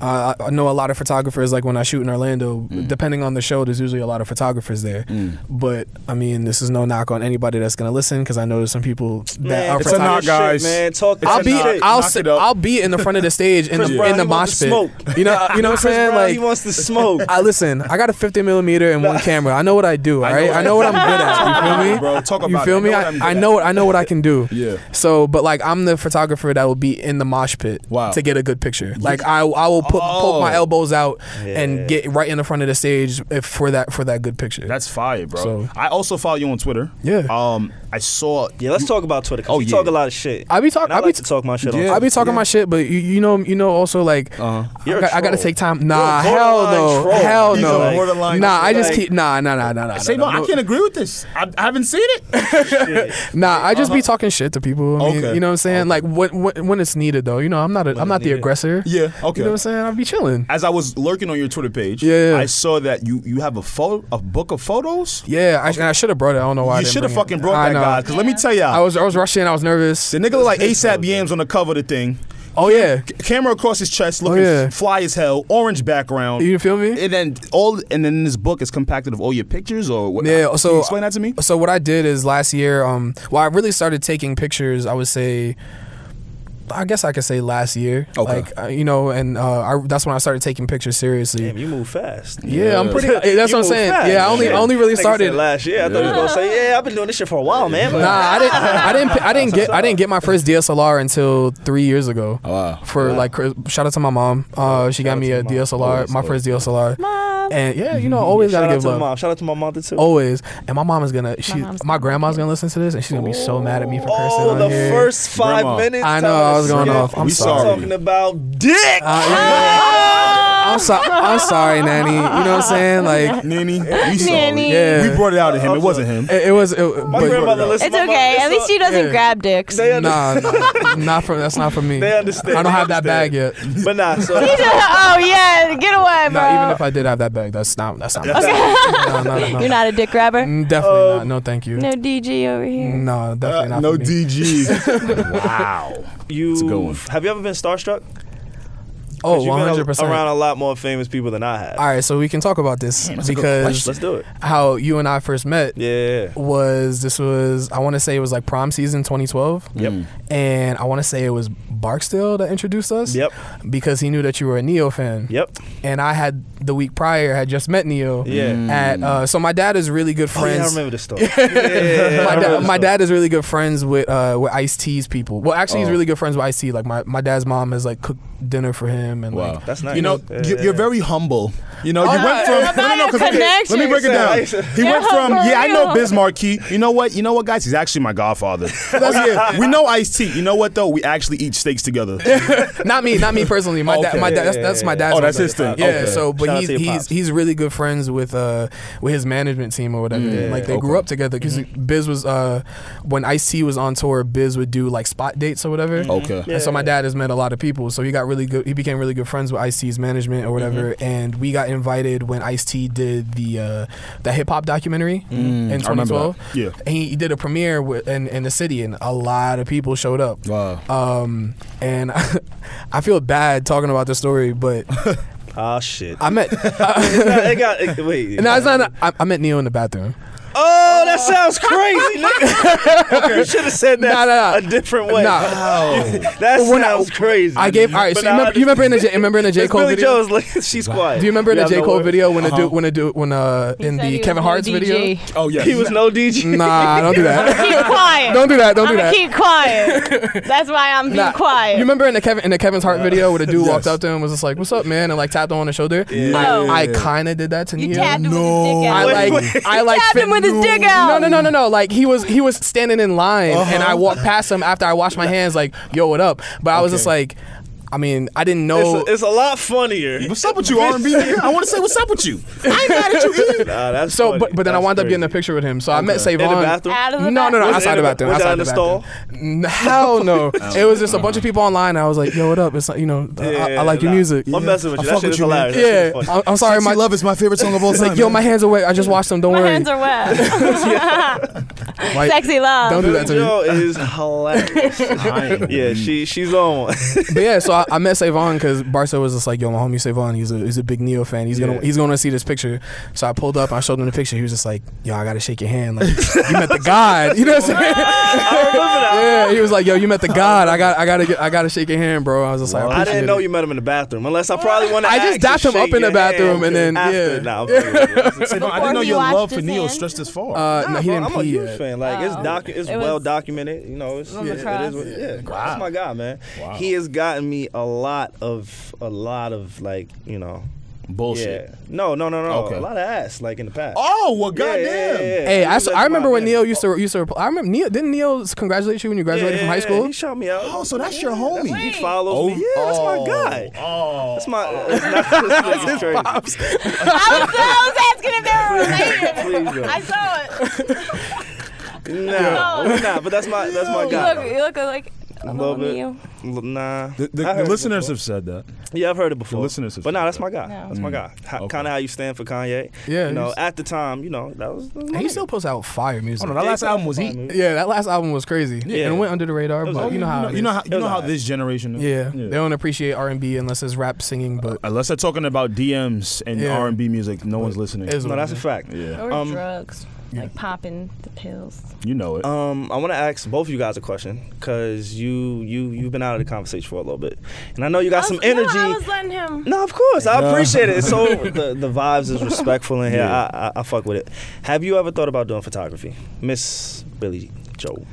S5: uh, I I know a lot of photographers. Like when I shoot in Orlando,
S4: Mm.
S5: depending on the show, there's usually a lot of photographers there. But I mean, this is no knock on anybody that's gonna listen because I know there's some people that are
S3: talk
S5: photographers.
S4: knock,
S3: your
S4: guys.
S3: Shit, man, talk.
S4: It's
S3: your
S5: I'll be,
S3: shit.
S5: I'll,
S4: Knock
S5: sit-
S4: it up.
S5: I'll be in the front of the stage in
S3: Chris
S5: the,
S3: Brown,
S5: in the
S3: he wants
S5: mosh
S3: to
S5: pit.
S3: smoke.
S5: You know, you know what I'm
S3: Chris
S5: saying?
S3: Brown,
S5: like,
S3: he wants to smoke.
S5: I listen. I got a 50 millimeter and one camera. I know what I do. All right. I know what I'm good at. You feel me?
S4: Bro, talk
S5: you
S4: about
S5: feel
S4: it. I
S5: me?
S4: know what I'm
S5: I, I
S4: good
S5: know
S4: at.
S5: what I know what I can do.
S4: Yeah.
S5: So, but like, I'm the photographer that will be in the mosh pit
S4: Wow.
S5: to get a good picture. Like, I I will put, poke my
S4: Oh.
S5: elbows out
S3: Yeah.
S5: and get right in the front of the stage if, for that for that good picture.
S4: That's fire, bro.
S5: So-
S4: I also follow you on Twitter.
S5: Yeah.
S4: Um, I saw.
S3: yeah, let's talk about Twitter. 'cause
S4: Oh,
S3: you
S4: yeah.
S3: talk a lot of shit.
S5: I be talk-
S3: And I
S5: I be
S3: like
S5: t-
S3: to talk my shit. on
S4: Yeah.
S3: Twitter.
S5: I be talking my shit, but you, you know you know also like
S3: You're
S5: I,
S3: a
S5: got, I gotta
S3: troll.
S5: take time. Nah,
S3: You're a
S5: hell
S3: borderline
S5: no,
S3: troll.
S5: hell
S4: He's
S5: no.
S4: a borderline
S5: nah, I just
S3: like-
S5: keep nah nah nah nah nah.
S4: Say,
S5: nah,
S4: no, I
S5: no.
S4: can't agree with this. I, I haven't seen it.
S5: Nah, I just be talking shit to people. I mean,
S4: Okay.
S5: You know what I'm saying? Like when, when when it's needed though. You know, I'm not a, I'm not the
S3: needed.
S5: aggressor.
S4: Yeah, okay.
S5: You know what I'm saying? I'll be chilling.
S4: As I was lurking on your Twitter page,
S5: Yeah, yeah.
S4: I saw that you you have a photo, a book of photos.
S5: Yeah, I, and I should have brought it. I don't know why. I
S4: you
S5: didn't
S4: should have
S5: bring it.
S4: fucking brought
S5: I
S4: that,
S5: know.
S4: guys. Because let me tell
S5: I
S4: y'all,
S5: was I was rushing. I was nervous.
S4: the nigga look like ASAP Yams on the cover of the thing.
S5: Oh yeah,
S4: Camera across his chest, looking
S5: Oh, yeah.
S4: fly as hell, orange background.
S5: you feel me?
S4: and then all, and then this book is compacted of all your pictures, or what?
S5: Yeah,
S4: Can
S5: so-
S4: you explain that to me.
S5: So what I did is last year, um, well, I really started taking pictures. I would say, I guess I could say last year.
S4: Okay.
S5: Like uh, you know, and uh, I, that's when I started taking pictures seriously.
S3: Damn, you move fast.
S5: Yeah, I'm pretty.
S3: You
S5: That's what I'm
S3: move
S5: saying.
S3: fast.
S5: Yeah, I only,
S3: Shit.
S5: I only
S3: Nigga
S5: really
S3: said
S5: started.
S3: last year. I thought he was gonna say, "Yeah, I've been doing this shit for a while, man." But
S5: Nah, I didn't. I didn't. pi- I didn't get. I didn't get my first DSLR until three years ago.
S4: Oh, wow. Oh,
S5: For like, Chris- shout out to my mom. Uh, she got me a DSLR. My first DSLR.
S6: Mom.
S5: And yeah, you know, always
S3: Shout
S5: gotta
S3: out
S5: give
S3: to my
S5: love.
S3: mom. Shout out to my mom too.
S5: Always. And my mom is gonna. She.
S6: mom's
S5: My
S6: gonna-
S5: grandma's gonna listen to this, and she's gonna be so mad at me for cursing
S3: Oh,
S5: on
S3: the
S5: here.
S3: first five
S4: Grandma.
S3: minutes.
S5: I know,
S3: telling
S5: I
S3: us
S5: was going
S3: shit.
S5: off. I'm
S3: We
S4: sorry.
S5: Ah,
S3: talking about dick.
S5: Uh, yeah. I'm, so- I'm sorry, Nanny. You know what I'm saying? Like,
S4: Nanny, we sorry.
S6: Nanny.
S5: Yeah.
S4: We brought it out of him. It wasn't him.
S5: it, it was. It,
S3: My
S5: but-
S3: grandmother listened.
S6: It's okay. At least she doesn't
S5: Yeah.
S6: grab dicks.
S3: They under-
S5: Nah, nah, not for that's not for me.
S3: They understand,
S5: I don't
S3: they
S5: have that bag yet.
S3: but nah. So
S6: oh yeah, get away, bro.
S5: Nah, even if I did have that bag, that's not that's not. Okay. No, no, no.
S6: You're not a dick grabber.
S5: Mm, Definitely
S3: Oh.
S5: not. No, thank you.
S6: No DG over here.
S5: No,
S3: Uh,
S5: definitely not.
S4: no
S5: for me.
S4: DGs. wow.
S3: you
S4: good one.
S3: have you ever been starstruck? 'Cause
S5: Oh,
S3: you've been a-
S5: 100 percent.
S3: around a lot more famous people than I have.
S5: All right, so we can talk about this
S4: that's a good
S5: because
S4: question.
S3: Let's do it.
S5: how you and I first met
S3: Yeah.
S5: was this was I want to say it was like prom season 2012.
S3: Yep.
S5: And I want to say it was Barksdale that introduced us.
S3: Yep.
S5: Because he knew that you were a Neo fan.
S3: Yep.
S5: And I had the week prior had just met Neo.
S3: Yeah.
S5: At uh, so my dad is really good
S3: Oh, yeah, I
S5: friends.
S3: remember the story. Yeah, yeah, yeah, yeah, I
S5: my,
S3: remember
S5: da-
S3: the
S5: my
S3: story.
S5: dad is really good friends with uh, with Ice T's people. Well, actually, he's really good friends with Ice T. Like my, my dad's mom has like cooked dinner for him and
S4: Wow.
S5: like
S3: That's nice.
S4: You know,
S3: Yeah,
S4: you-
S3: yeah,
S4: you're
S3: yeah.
S4: very humble. You know,
S6: Oh,
S4: you went
S6: no,
S4: from
S6: no, no, no,
S4: because okay, let me break it down.
S3: Connection.
S4: He went from
S6: for
S4: yeah, I
S6: real.
S4: know Biz Markie. You know what? You know what, guys? He's actually my godfather. oh yeah, we know Ice T. You know what though? We actually eat steaks together.
S5: not me, not me personally. My
S4: Oh,
S5: dad,
S4: okay.
S5: my
S4: Yeah,
S5: dad. That's,
S3: yeah,
S5: that's
S3: yeah,
S5: my
S3: yeah.
S5: dad's.
S4: Oh, that's
S5: brother.
S4: his thing.
S5: Yeah.
S4: Okay.
S5: So, but
S3: Shout out
S5: he's
S3: to your
S5: he's
S3: pops.
S5: he's really good friends with uh with his management team or whatever.
S4: Mm.
S5: And, like they grew up together because
S4: Mm-hmm.
S5: Biz was uh when Ice T was on tour, Biz would do like spot dates or whatever.
S4: Mm-hmm. Okay.
S5: And so my dad has met a lot of people. So he got really good. He became really good friends with Ice T's management or whatever.
S4: Mm-hmm.
S5: And we got invited when Ice T did the uh, the hip hop documentary in
S4: Mm. I remember
S5: 2012.
S4: that. Yeah.
S5: And he, he did a premiere with, in in the city, and a lot of people showed up.
S4: Wow.
S5: Um, and I feel bad talking about the story, but
S3: Oh shit.
S5: I met
S3: it got. It, wait.
S5: no, it's not. I, I met Neo in the bathroom.
S3: Oh, that sounds crazy. nigga. You should have said that
S5: Nah, nah, nah.
S3: a different way.
S5: Nah.
S3: that
S5: When I-
S3: sounds crazy.
S5: I gave. All right,
S3: But
S5: so you
S3: now I
S5: remember, you remember in the J, remember in the J
S3: It's
S5: Cole
S3: Billy
S5: video.
S3: Joe's like she's quiet.
S5: Do you remember in the
S3: have
S5: J
S3: no Uh-huh.
S5: Cole
S3: words.
S5: video when the dude when the dude when uh in the Kevin Hart's video?
S4: Oh yeah,
S3: He was no DJ.
S5: Nah, don't do that.
S6: Keep quiet.
S5: Don't do that. Don't
S6: I'm
S5: do
S6: gonna
S5: that.
S6: keep quiet. That's why I'm being
S5: Nah,
S6: quiet.
S5: You remember in the Kevin in the Kevin's Heart video where the dude walked up to him and was just like, "What's up, man?" and like tapped him on the shoulder.
S6: No.
S5: I, I kind of did that to
S6: you
S5: Neo.
S6: tapped him with his
S4: No.
S6: dick out.
S5: I
S3: Wait,
S5: like
S3: wait.
S5: I like
S6: Tapped him with his dick out.
S5: No, no, no, no, no. Like he was he was standing in line
S3: Uh-huh.
S5: and I walked past him after I washed my hands like, "Yo, what up?" But I was just like, I mean, I didn't know.
S3: It's a, it's a lot funnier.
S4: What's up with you, R&B? I want to say what's up with you. I ain't mad at you. E.
S3: Nah, that's
S5: so,
S3: funny.
S5: but, but then I
S3: That's
S5: wound up getting a
S3: crazy.
S5: picture with him. So I met Savon.
S3: in the bathroom.
S6: Out of the
S5: No, no, no.
S6: bathroom.
S3: Was it
S5: outside
S3: in
S5: the
S3: the-
S5: bathroom.
S3: was it
S5: outside
S3: in
S5: the
S3: the stall?
S5: bathroom. N- Hell no. it was just a bunch of people online. I was like, yo, what up? It's like, you know, I- I, I like your
S3: nah.
S5: music.
S3: I'm
S5: Yeah.
S3: messing with
S4: I
S3: you. That
S4: fuck
S3: shit
S4: with
S3: is
S4: you, man.
S3: hilarious.
S5: Yeah.
S3: That shit is funny.
S5: I'm, I'm sorry.
S4: Sexy
S5: My,
S4: love is my favorite song of all time.
S5: like, yo, my
S4: man.
S5: hands are wet. I just washed them. Don't
S6: My
S5: worry.
S6: hands are wet.
S5: Like,
S6: Sexy love.
S5: Don't do that to me.
S3: Joe is hilarious. yeah, she she's on. one.
S5: But yeah, so I, I met Savon because Barca was just like, yo, my homie Savon, he's a he's a big Neo fan. He's
S3: Yeah.
S5: gonna he's gonna see this picture. So I pulled up, I showed him the picture. He was just like, yo, I gotta shake your hand. Like, you met the God. You know what I'm saying?
S3: I remember that.
S5: yeah, he was like, yo, you met the God. I got I gotta get, I gotta shake your hand, bro. I was just like,
S3: I didn't
S5: appreciate
S3: know
S5: it.
S3: you met him in the bathroom, unless I probably want to.
S5: I just dapped him up in the bathroom and then- yeah.
S3: after. Nah, I'm fucking with you.
S4: Savon, I
S6: Before
S4: didn't know
S6: he
S4: your
S6: washed
S4: love for
S6: his
S4: Neo
S6: hands.
S4: stretched this far.
S5: Uh, no,
S3: Nah,
S5: he
S3: bro,
S5: didn't
S3: I'm a
S5: pee
S3: huge
S5: yet.
S3: fan. Like it's
S6: Oh.
S3: docu- it's
S6: It
S3: well
S6: was-
S3: documented. You know, it's yeah, it
S6: across.
S3: is. What, yeah, that's my guy, man. He has gotten me a lot of a lot of like you know.
S5: Oh,
S4: Bullshit.
S3: Yeah. No, no, no, no.
S4: Okay.
S3: A lot of ass like in the past.
S4: Oh well,
S3: Yeah,
S4: goddamn.
S3: yeah, yeah, yeah, yeah.
S5: Hey, I,
S3: That's
S5: s- I
S3: my
S5: remember when
S3: man.
S5: Neil used to used to. Reply, I remember Neil didn't Neil congratulate you when you graduated from high school.
S3: He shot me out.
S4: Oh, so that's your homie.
S3: He follows me.
S5: Oh,
S3: Yeah, that's my guy.
S4: Oh,
S3: That's my. That's, not, that's, that's crazy.
S6: I was, I was asking if they were
S3: Please
S6: related.
S3: don't.
S6: I saw it.
S3: No, we're not. But that's my. That's my
S6: You
S3: guy.
S6: look, you look like a little
S3: bit.
S6: Neo.
S3: L- Nah.
S4: The, the,
S3: I heard
S4: the
S3: it
S4: listeners
S3: before.
S4: have said that.
S3: Yeah, I've heard it before.
S4: listeners Mm. have
S3: but nah,
S4: said
S3: that's
S4: that.
S3: my guy. That's my guy. Kind of how you stand for Kanye.
S5: Yeah,
S3: You know,
S5: he's-
S3: at the time, you know, that was. That was my
S5: And he
S3: nigga.
S5: still puts out fire music.
S4: Oh no, that last album was heat.
S5: yeah, that last album was crazy.
S3: Yeah.
S5: and it went under the radar,
S3: was
S5: but
S3: like-
S5: you know how it
S4: You know
S5: is.
S4: how you know how
S3: alright.
S4: this generation. is.
S5: Yeah, they don't appreciate R and B unless it's rap singing. But
S4: Unless they're talking about DMs and
S5: Yeah.
S4: R and B music, no one's listening.
S5: it's-
S3: No, that's a fact.
S4: Yeah,
S6: Or
S3: Um,
S6: drugs. Like popping the pills.
S4: you know it.
S3: Um, I want to ask both of you guys a question because you you you've been out of the conversation for a little bit, and I know you got some energy.
S6: No, Oh, I was letting him.
S3: No, of course. I appreciate it. It's so the, the vibes is respectful in here. I, I I fuck with it. Have you ever thought about doing photography, Miss Billy Joe?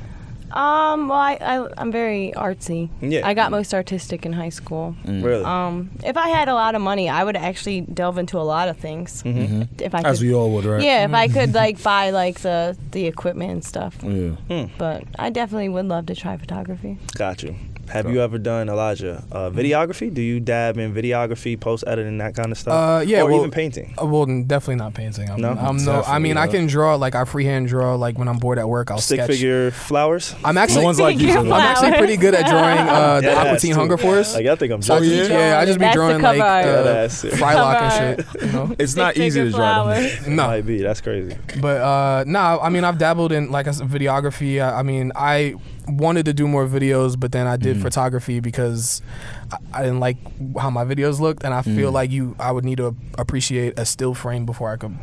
S6: Um, well, I, I, I'm very artsy.
S3: Yeah. Mm.
S6: I got most artistic in high school.
S3: Really?
S6: Um, if I had a lot of money, I would actually delve into a lot of things. If I could,
S4: Mm-hmm. As we all would, right?
S6: yeah, if I could like buy like the the equipment and stuff.
S4: Yeah.
S6: But I definitely would love to try photography.
S3: Got you. Have you ever done Elijah uh,
S5: Mm-hmm.
S3: videography? Do you dab in videography, post editing, that kind of stuff?
S5: Uh, yeah,
S3: or
S5: well-
S3: even painting.
S5: Uh, well, n- definitely not painting. I'm,
S3: No?
S5: I'm no. I
S3: Definitely
S5: mean, I
S3: not.
S5: can draw like I freehand draw like when I'm bored at work. I'll
S3: Stick
S5: sketch.
S3: figure flowers.
S5: I'm actually.
S4: No one's like you,
S6: Thank
S4: Jalen.
S6: you.
S5: I'm actually pretty good at drawing uh, the Aqua
S3: Yes,
S5: Teen
S3: dude.
S5: Hunger Force.
S3: Like I think I'm
S5: So I
S3: joking.
S5: just-
S6: yeah.
S5: yeah, I just be
S6: That's the
S5: drawing
S6: cover
S5: like
S6: art.
S5: uh,
S3: That's it.
S5: Frylock and
S6: Cover
S5: shit. You know,
S4: It's not easy to draw. them.
S5: no,
S3: Might be. That's crazy.
S5: but uh, no. I mean, I've dabbled in like I said, videography. I, I mean, I wanted to do more videos, but then I did
S4: Mm.
S5: photography because I, I didn't like how my videos looked, and I feel
S4: Mm.
S5: like you, I would need to appreciate a still frame before I could.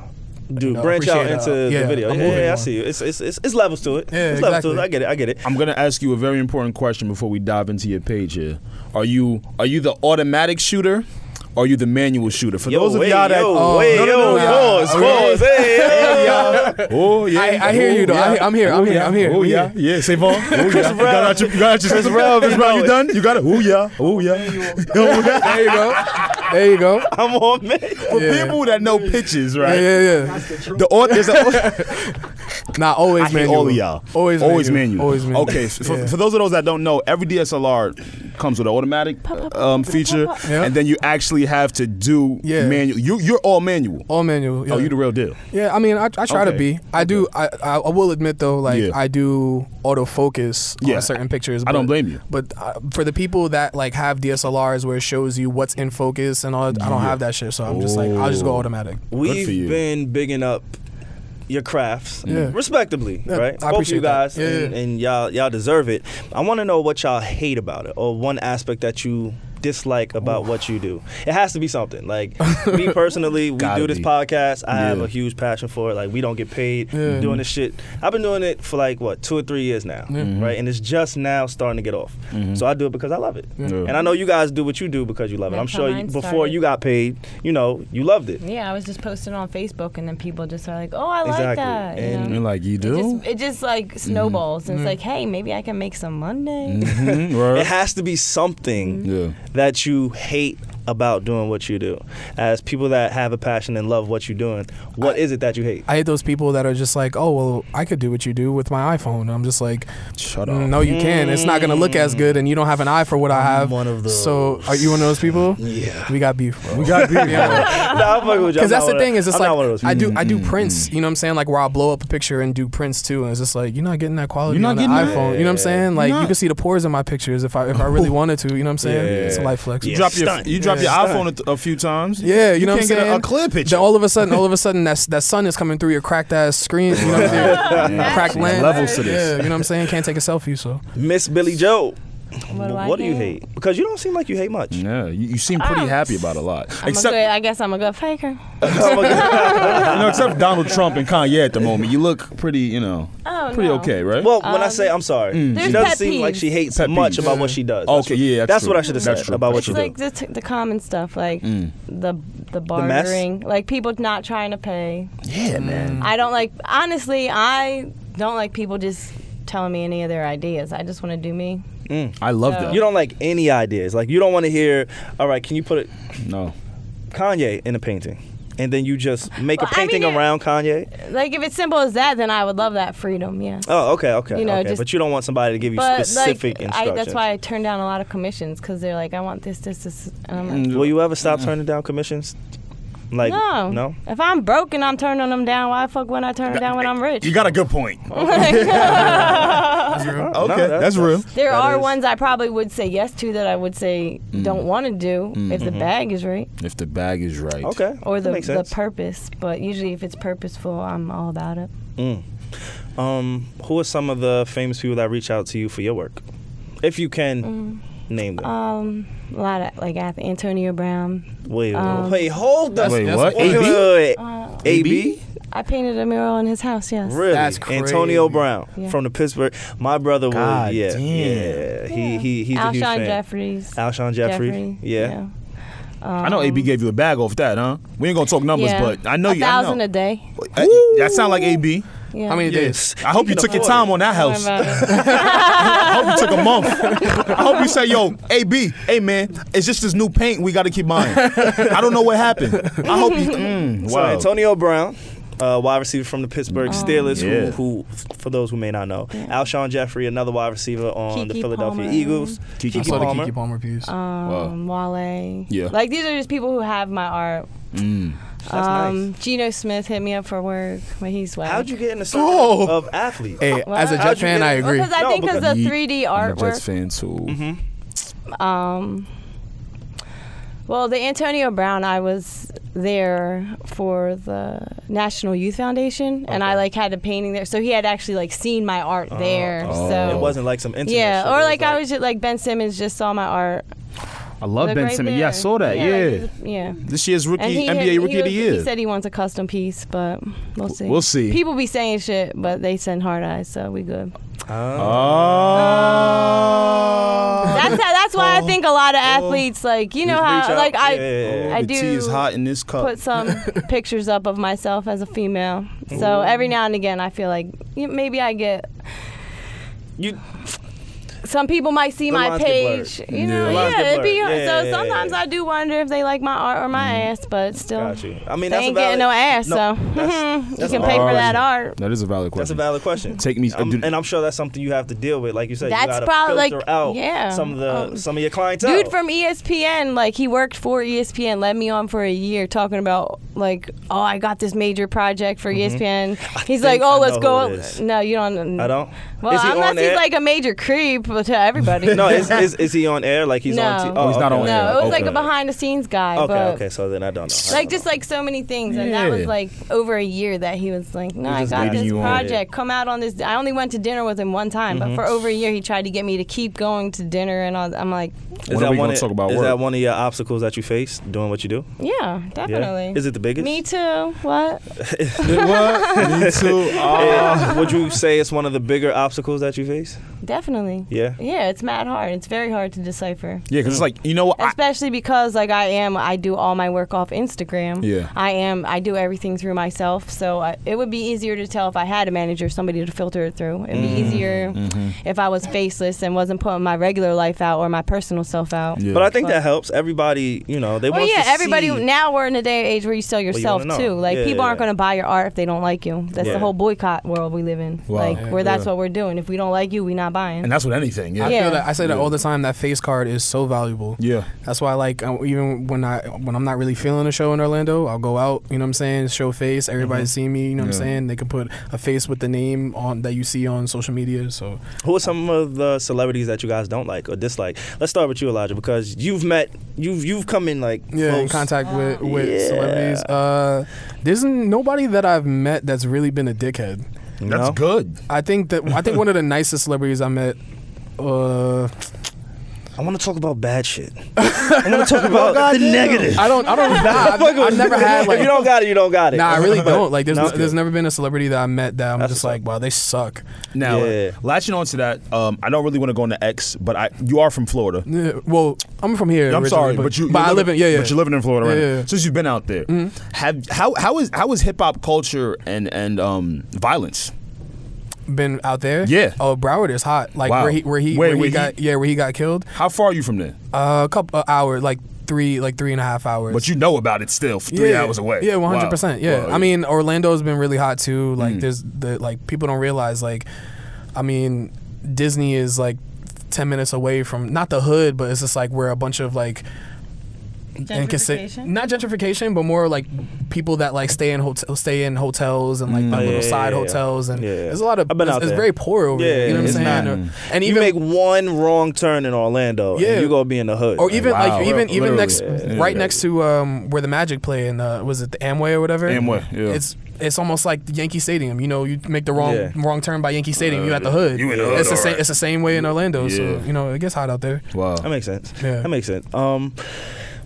S3: Dude,
S5: know,
S3: branch out
S5: appreciate,
S3: into
S5: uh, yeah,
S3: the video.
S5: a
S3: Yeah,
S5: moving
S3: yeah, I
S5: one.
S3: see you. It's, it's it's it's levels to it.
S5: Yeah,
S3: it's levels to it.
S5: exactly.
S3: I get it. I get it.
S4: I'm gonna ask you a very important question before we dive into your page here. Are you are you the automatic shooter? Or are you the manual shooter? For
S3: Yo,
S4: those of
S3: wait,
S4: y'all that
S3: yo,
S5: um,
S4: oh,
S3: wait,
S4: no, no,
S3: yo,
S4: no, y'all.
S3: pause,
S4: Okay.
S3: pause, hey, yo.
S4: Oh yeah,
S5: I- I hear you, though. I- I'm here, I'm
S4: Oh,
S5: here,
S4: yeah.
S5: I'm here.
S4: Oh
S5: I'm
S4: yeah, yeah. Save on. Oh yeah. You got out your, you got out your Chris
S3: Brown,
S4: Chris
S3: you
S4: Brown,
S3: know
S4: you
S3: it.
S4: done? You got it. Oh yeah. Oh yeah. Oh, yeah.
S5: There you go. There you go.
S3: I'm on man.
S4: For
S5: Yeah.
S4: people that know pitches,
S5: Yeah,
S4: right?
S5: yeah, yeah.
S4: The au- there's a,
S5: Nah, always
S4: I hate
S5: manual.
S4: all of y'all.
S5: Always,
S4: always
S5: manual.
S4: manual.
S5: Always manual.
S4: Okay, so
S5: Yeah.
S4: for, for those of those that don't know, every DSLR comes with an automatic um, feature,
S5: Yeah.
S4: and then you actually have to do
S5: Yeah.
S4: manual. You you're all manual.
S5: all manual. Yeah.
S4: Oh, you the real deal.
S5: yeah, I mean, I, I try
S4: Okay.
S5: to be. I do. I, I I will admit though, like
S4: Yeah.
S5: I do autofocus
S4: Yeah.
S5: on certain pictures.
S4: I don't blame you.
S5: But uh, for the people that like have DSLRs where it shows you what's in focus and all, that, I don't have that shit. So I'm just like, I'll just go
S4: Oh.
S5: automatic.
S3: We've
S4: for you.
S3: been bigging up your crafts
S5: Yeah.
S3: respectively,
S5: Yeah,
S3: right?
S5: I
S3: Both of you
S5: appreciate that.
S3: guys
S5: Yeah,
S3: and,
S5: yeah.
S3: and y'all y'all deserve it. I want to know what y'all hate about it or one aspect that you dislike about what you do. It has to be something. Like me personally, we
S4: Gotta
S3: do this
S4: be.
S3: podcast. I have
S4: Yeah.
S3: a huge passion for it. Like we don't get paid doing this shit. I've been doing it for like what, 2 or 3 years now,
S4: Mm-hmm.
S3: right? And it's just now starting to get off. So I do it because I love it. And I know you guys do what you do because you love it.
S6: That's
S3: I'm
S6: how
S3: sure you,
S6: mine
S3: before
S6: started.
S3: you got paid, you know, you loved it.
S6: Yeah, I was just posting on Facebook, and then people just are like, "Oh, I
S3: Exactly.
S6: like that." you
S3: And
S6: know?
S4: You're like you
S6: it
S4: do.
S6: just, it just like snowballs, and it's like, "Hey, maybe I can make some Monday."
S4: Mhm,
S3: It
S4: word.
S3: has to be something
S6: Mm-hmm.
S4: Yeah.
S3: that you hate about doing what you do. As people that have a passion and love what you're doing, what is it that you hate?
S5: I hate those people that are just like, oh well, I could do what you do with my iPhone. And I'm just like, "Mm,
S4: Shut up.
S5: no, you can. It's not gonna look as good, and you don't have an eye for what I have.
S3: Mm. one of
S5: So are you one of those people?
S3: Yeah.
S5: We got beef. We got beef.
S3: Nah, I'm fucking with you. I'm
S5: Because that's
S3: not
S5: the
S3: one of-
S5: thing is, it's
S3: I'm not one of
S5: like
S3: those
S5: I do
S3: people.
S5: I
S4: Mm.
S5: do prints. You know what I'm saying? Like where I blow up a picture and do prints too, and it's just like you're not getting that quality
S4: You're not
S5: on the
S4: getting that.
S5: iPhone. You know what I'm saying? Like
S4: You're
S5: you
S4: not.
S5: can see the pores in my pictures if I if I really wanted to. You know what I'm saying?
S3: Yeah.
S5: It's a life flex.
S3: Yeah.
S4: You drop your
S3: Stunt.
S4: you drop
S5: Yeah.
S4: your iPhone a, th- a few times.
S5: Yeah, you, know
S4: can't
S5: what I'm
S4: get a-
S5: saying.
S4: a clear picture.
S5: Then all of a sudden, all of a sudden, that that sun is coming through your cracked ass screen. You know what I'm saying?
S4: Yeah.
S5: Cracked
S4: There's
S5: lens.
S4: Levels to
S5: Yeah,
S4: this.
S5: you know what I'm saying. Can't take a selfie, so
S3: Miss Billy Joe.
S6: What do I
S3: you hate? Because you don't seem like you hate much.
S4: Yeah, you, you seem pretty
S6: Ah.
S4: happy about a lot,
S6: I'm a good, I guess I'm a good faker.
S4: you know, except Donald Trump and Kanye at the moment. You look pretty, you know,
S6: Oh,
S4: pretty
S6: no.
S4: okay, right?
S3: Well, when I
S6: Um,
S3: say I'm sorry, she
S6: There's
S3: doesn't
S6: pet
S3: seem like she hates
S6: peeves.
S4: mm. Pet
S3: much
S4: peeves.
S3: about what she does.
S4: Okay,
S3: what-
S4: yeah, that's
S3: that's
S4: true.
S3: what I should have
S4: That's
S3: said
S4: true.
S3: about what
S6: It's
S3: you
S6: like
S3: do.
S6: the, t- the common stuff, like the the
S3: mess?
S6: bartering, like people not trying to pay.
S4: yeah, man.
S6: I don't like honestly. I don't like people just telling me any of their ideas. I just want to do me.
S4: I love
S6: So-
S4: that.
S3: You don't like any ideas. Like you don't want to hear. All right, can you put it,
S4: no.
S3: Kanye in a painting, and then you just make
S6: Well,
S3: a
S6: I mean,
S3: painting
S6: it-
S3: around Kanye.
S6: Like if it's simple as that, then I would love that freedom. Yeah.
S3: Oh, okay, okay,
S6: You know,
S3: okay.
S6: just-
S3: but you don't want somebody to give you
S6: But
S3: specific
S6: like, I,
S3: instructions.
S6: that's why I turn down a lot of commissions because they're like, I want this, this, this. And I'm like,
S3: Will you ever stop turning down commissions? Mm, Like
S6: no,
S3: no.
S6: If I'm broke and I'm turning them down, why the fuck when I turn them down when I'm rich?
S4: You got a good point.
S3: No,
S4: Okay, Oh, that's real.
S6: There
S3: That
S6: are
S3: is-
S6: ones I probably would say yes to that I would say
S4: Mm.
S6: don't want to do if the bag is right
S4: If the bag is right.
S3: Okay, Mm-hmm.
S6: or
S3: that
S6: the,
S3: makes
S6: the
S3: sense.
S6: purpose. But usually, if it's purposeful, I'm all about it.
S3: um, who are some of the famous people that reach out to you for your work, if you
S6: Mm.
S3: can name them?
S6: Um, a lot of like Ath- Antonio Brown.
S3: wait,
S6: um,
S3: wait, hold up.
S4: Wait,
S5: that's
S4: what?
S5: what-
S3: Wait,
S4: AB?
S3: wait, wait,
S6: Uh,
S3: wait. AB?
S6: I painted a mural in his house. Yes.
S3: Really?
S5: That's crazy.
S3: Antonio Brown
S6: Yeah.
S3: from the Pittsburgh. My brother was
S4: God
S3: yeah,
S4: damn.
S3: yeah. He he he's a huge
S6: Alshon
S3: fan.
S6: Jeffries.
S3: Alshon Jeffrey. Yeah.
S4: I know AB gave you a bag off that, huh? We ain't gonna talk numbers,
S6: Yeah.
S4: but I know
S6: a
S4: you. I
S6: thousand
S4: know.
S6: a day.
S4: Uh, that sound like AB.
S6: Yeah.
S5: how many days?
S4: Yes. I hope you
S3: can
S4: took your
S3: afford
S4: time on that
S6: Don't worry
S4: house.
S6: about it.
S4: I hope you took a month. I hope you say, yo, AB, hey man, it's just this new paint we got to keep buying. I don't know what happened. I hope you. Mm,
S3: So
S4: wow.
S3: Antonio Brown, uh, wide receiver from the
S6: Oh.
S3: Pittsburgh Steelers,
S4: Yeah.
S3: who, who, for those who may not know, Alshon Jeffrey, another wide receiver on the
S6: Keke
S3: Philadelphia
S6: Palmer.
S3: Eagles.
S4: Keke
S5: I saw
S3: Palmer.
S5: the Kiki Palmer piece.
S6: um, Wale.
S4: Yeah.
S6: Like these are just people who have my art.
S3: That's
S6: Um,
S3: nice.
S6: Geno Smith hit me up for work, but he's whack.
S3: How'd you get in the circle
S5: Oh.
S3: of athletes?
S5: hey, as a
S3: How'd
S5: Jet
S3: you
S5: fan,
S3: get
S5: I
S3: it?
S6: Well,
S5: agree.
S6: because I
S3: No,
S6: think because
S3: because-
S6: the 3D
S4: I'm a Jets
S6: artwork.
S4: fan too.
S6: Um, well, the Antonio Brown, I was there for the National Youth Foundation, and I like had a painting there, so he had actually like seen my art there. so
S3: It wasn't like some internet.
S6: Yeah,
S3: shit. It
S6: or
S3: was
S6: like, I was just like Ben Simmons just saw my art.
S4: I love
S6: Look
S4: Oh, Ben
S6: right
S4: Simmons.
S6: there.
S4: Yeah, I saw that. Yeah,
S6: like, he's- yeah.
S4: this year's rookie
S6: And he
S4: NBA
S6: he
S4: rookie of the
S6: was-
S4: year.
S6: He said he wants a custom piece, but we'll see.
S4: We'll see.
S6: People be saying shit, but they send hard eyes, so we good.
S4: oh,
S6: That's how, that's why I think a lot of athletes like you know
S3: Just Oh. reach
S6: how
S3: out.
S6: like I
S3: Yeah, yeah, yeah.
S6: I
S4: Oh, the tea is
S6: do
S4: hot in this cup.
S6: put some pictures up of myself as a female. So every now and again, I feel like you- maybe I get
S3: you
S6: some people might see
S3: The
S6: my
S3: lines get
S6: page.
S3: blurred.
S6: You know,
S3: The lines
S6: yeah,
S3: get
S6: it'd be
S3: blurred.
S6: hard.
S3: Yeah, yeah,
S6: so
S3: yeah,
S6: sometimes
S3: yeah. Mm-hmm.
S6: I do wonder if they like my art or my ass, but still.
S3: got you. I mean,
S6: They
S3: that's
S6: ain't
S3: a valid,
S6: getting no ass,
S3: No,
S6: so
S3: that's-
S6: you
S3: that's
S6: can
S3: a
S6: pay for
S3: valid-
S6: that art.
S4: That is a valid question.
S3: That's a valid question.
S4: Take me-
S3: Um,
S4: dude-
S3: and I'm sure that's something you have to deal with. Like you said,
S6: That's
S3: you gotta
S6: prob- like,
S3: filter out
S6: yeah.
S3: some of the
S6: Um,
S3: some of your clientele.
S6: Dude from E ESPN, like he worked for E ESPN, led me on for a year talking about like, oh, I got this major project for E ESPN. He's like,
S3: think
S6: oh,
S3: Mm-hmm. I
S6: let's
S3: know
S6: go.
S3: who it is.
S6: No, you don't.
S3: I don't.
S6: Well,
S3: is he
S6: unless
S3: on
S6: he's
S3: air?
S6: like a major creep to everybody.
S3: no, is, is is he on air? Like he's on. T-
S6: No.
S3: oh,
S4: He's not
S3: okay.
S4: on
S6: No,
S4: air.
S6: it was like
S4: Okay.
S6: a behind the scenes guy.
S3: Okay,
S6: but
S3: okay. So then I don't know.
S6: Like just like so many things, and that was
S4: Yeah.
S6: like over a year that he was like, "No, I
S3: just
S6: got
S3: leading
S6: this
S4: you on.
S6: project. Come out on this." I only went to dinner with him one time, but for
S3: Mm-hmm.
S6: over a year he tried to get me to keep going to dinner, and all. I'm like,
S3: is
S4: When are
S3: that
S4: we
S3: one
S4: gonna
S3: of,
S4: talk about
S3: is
S4: work?
S3: that one of your obstacles that you face doing what you do?
S6: "Yeah, definitely."
S3: Is it the biggest?
S6: Me too. What?
S4: what? Me too. Oh.
S3: Yeah. Uh, Would you say it's one of the bigger obstacles that you face?
S6: Definitely.
S3: Yeah.
S6: Yeah, it's mad hard. It's very hard to decipher.
S4: Yeah, because it's like you know what? I,
S6: Especially because like I am I do all my work off Instagram.
S4: Yeah.
S6: I am I do everything through myself, so I, it would be easier to tell if I had a manager, somebody to filter it through. It'd be
S4: Mm-hmm.
S6: easier if I was faceless and wasn't putting my regular life out or my personal self out.
S4: Yeah.
S3: But I think that helps. Everybody, you know, they
S6: Well,
S3: want
S6: yeah,
S3: to
S6: everybody.
S3: see.
S6: Now we're in a day and age where you sell
S3: you
S6: yourself
S3: wanna know.
S6: too. Like
S3: Yeah,
S6: people
S3: yeah,
S6: aren't
S3: yeah.
S6: going to buy your art if they don't like you. That's
S3: Yeah.
S6: the whole boycott world we live in.
S4: Wow.
S6: Like
S4: Yeah,
S6: where that's
S5: yeah.
S6: what we're doing. If we don't like you, we not buying.
S4: and that's with anything. Yeah.
S5: I
S6: Yeah.
S5: feel that I say that all the time. That face card is so valuable.
S4: Yeah.
S5: That's why, like, I, even when I when I'm not really feeling a show in Orlando, I'll go out. You know what I'm saying? Show face.
S3: Mm-hmm.
S5: Everybody see me. You know what
S4: Yeah.
S5: I'm saying? They can put a face with the name on that you see on social media. So
S3: Who are some of the celebrities that you guys don't like or dislike? Let's start with you, Elijah, because you've met, you've you've come in like
S5: yeah, in
S3: close.
S5: contact with with
S3: Yeah.
S5: celebrities. Uh, there's nobody that I've met that's really been a dickhead.
S3: you
S4: That's
S3: know?
S4: good.
S5: I think that I think one of the nicest celebrities I met. Uh,
S3: I want to talk about bad shit. I want to talk about the negative.
S5: I don't. I don't. Nah, I've, I've never had like.
S3: if you don't got it, you don't got it.
S5: Nah, I really
S3: But-
S5: don't. Like, there's,
S3: No?
S5: there's never been a celebrity that I met that I'm
S3: That's
S5: just
S3: what's
S5: like, wow, they suck.
S4: Now,
S3: Yeah.
S4: latching on to that, um, I don't really want to go into X, but I you are from Florida.
S5: Yeah, well, I'm from here.
S4: I'm
S5: originally,
S4: sorry, but, you.
S5: But
S4: you're
S5: I live in. Yeah, yeah.
S4: But you're living in Florida right
S5: Yeah,
S4: now.
S5: yeah. Mm-hmm.
S4: since you've been out there. Have how how is how is hip hop culture and and um, violence?
S5: Been out there.
S4: Yeah.
S5: Oh, Broward is hot. Like
S4: Wow.
S5: where he where he
S4: Where-
S5: where, he
S4: where he-
S5: got yeah where he got killed.
S4: How far are you from there?
S5: Uh, a couple of hours, like three like three and a half hours.
S4: But you know about it still. f- Three
S5: yeah.
S4: hours away.
S5: Yeah, one hundred
S4: Wow. Mm.
S5: percent. Yeah,
S4: Wow,
S5: I mean Orlando's been really hot too. Like there's the like people don't realize like, I mean Disney is like ten minutes away from not the hood, but it's just like where a bunch of like.
S6: Gentrification?
S5: Gentrification? Not gentrification, but more like people that like stay in hotel, stay in hotels and like the
S3: Oh,
S5: little
S3: yeah,
S5: side
S3: yeah, yeah.
S5: hotels, and
S3: Yeah, yeah.
S5: there's a lot of.
S3: I've been
S5: it's,
S3: out
S5: it's
S3: there.
S5: very poor over
S3: Yeah,
S5: there. You know what
S3: it's
S5: I'm saying?
S3: not-
S5: Or- and
S3: you
S5: even
S3: make one wrong turn in Orlando,
S5: Yeah.
S3: and you gonna be in the hood.
S5: or even
S4: wow.
S5: like
S3: uh,
S5: even
S4: Literally.
S5: even next
S4: Yeah.
S5: right next to um where the Magic play and uh, was it the Amway or whatever?
S4: Amway, yeah.
S5: It's it's almost like the Yankee Stadium. You know, you make the wrong
S3: Yeah. Uh,
S5: wrong turn by Yankee Stadium, you at the hood.
S4: you in the hood,
S5: It's the
S4: all
S5: same.
S4: right.
S5: It's the same
S3: Mm,
S5: way in Orlando. So
S4: Yeah.
S5: you know, it gets hot out there.
S4: Wow.
S3: that makes sense.
S5: Yeah.
S3: That makes sense. Um,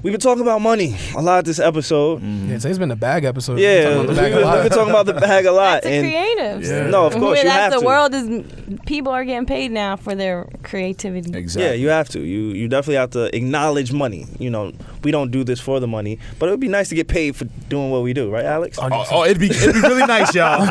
S3: we've been talking about money a lot this episode.
S5: Yeah, today's been a bag episode. Mm-hmm. We've been
S3: Mm-hmm. Yeah,
S5: talking
S3: we've
S5: about the
S3: been, we've been talking about the bag
S5: bag a lot.
S3: a lot.
S6: That's a
S3: and
S6: creative.
S4: Yeah.
S3: no, of course
S6: Where
S3: you have
S6: that's the
S3: to.
S6: world is people are getting paid now for their creativity.
S4: Exactly.
S3: Yeah, you have to. You you definitely have to acknowledge money. You know, we don't do this for the money, but it would be nice to get paid for doing what we do, right, Alex?
S4: Oh, oh, it'd be it'd be really nice, y'all.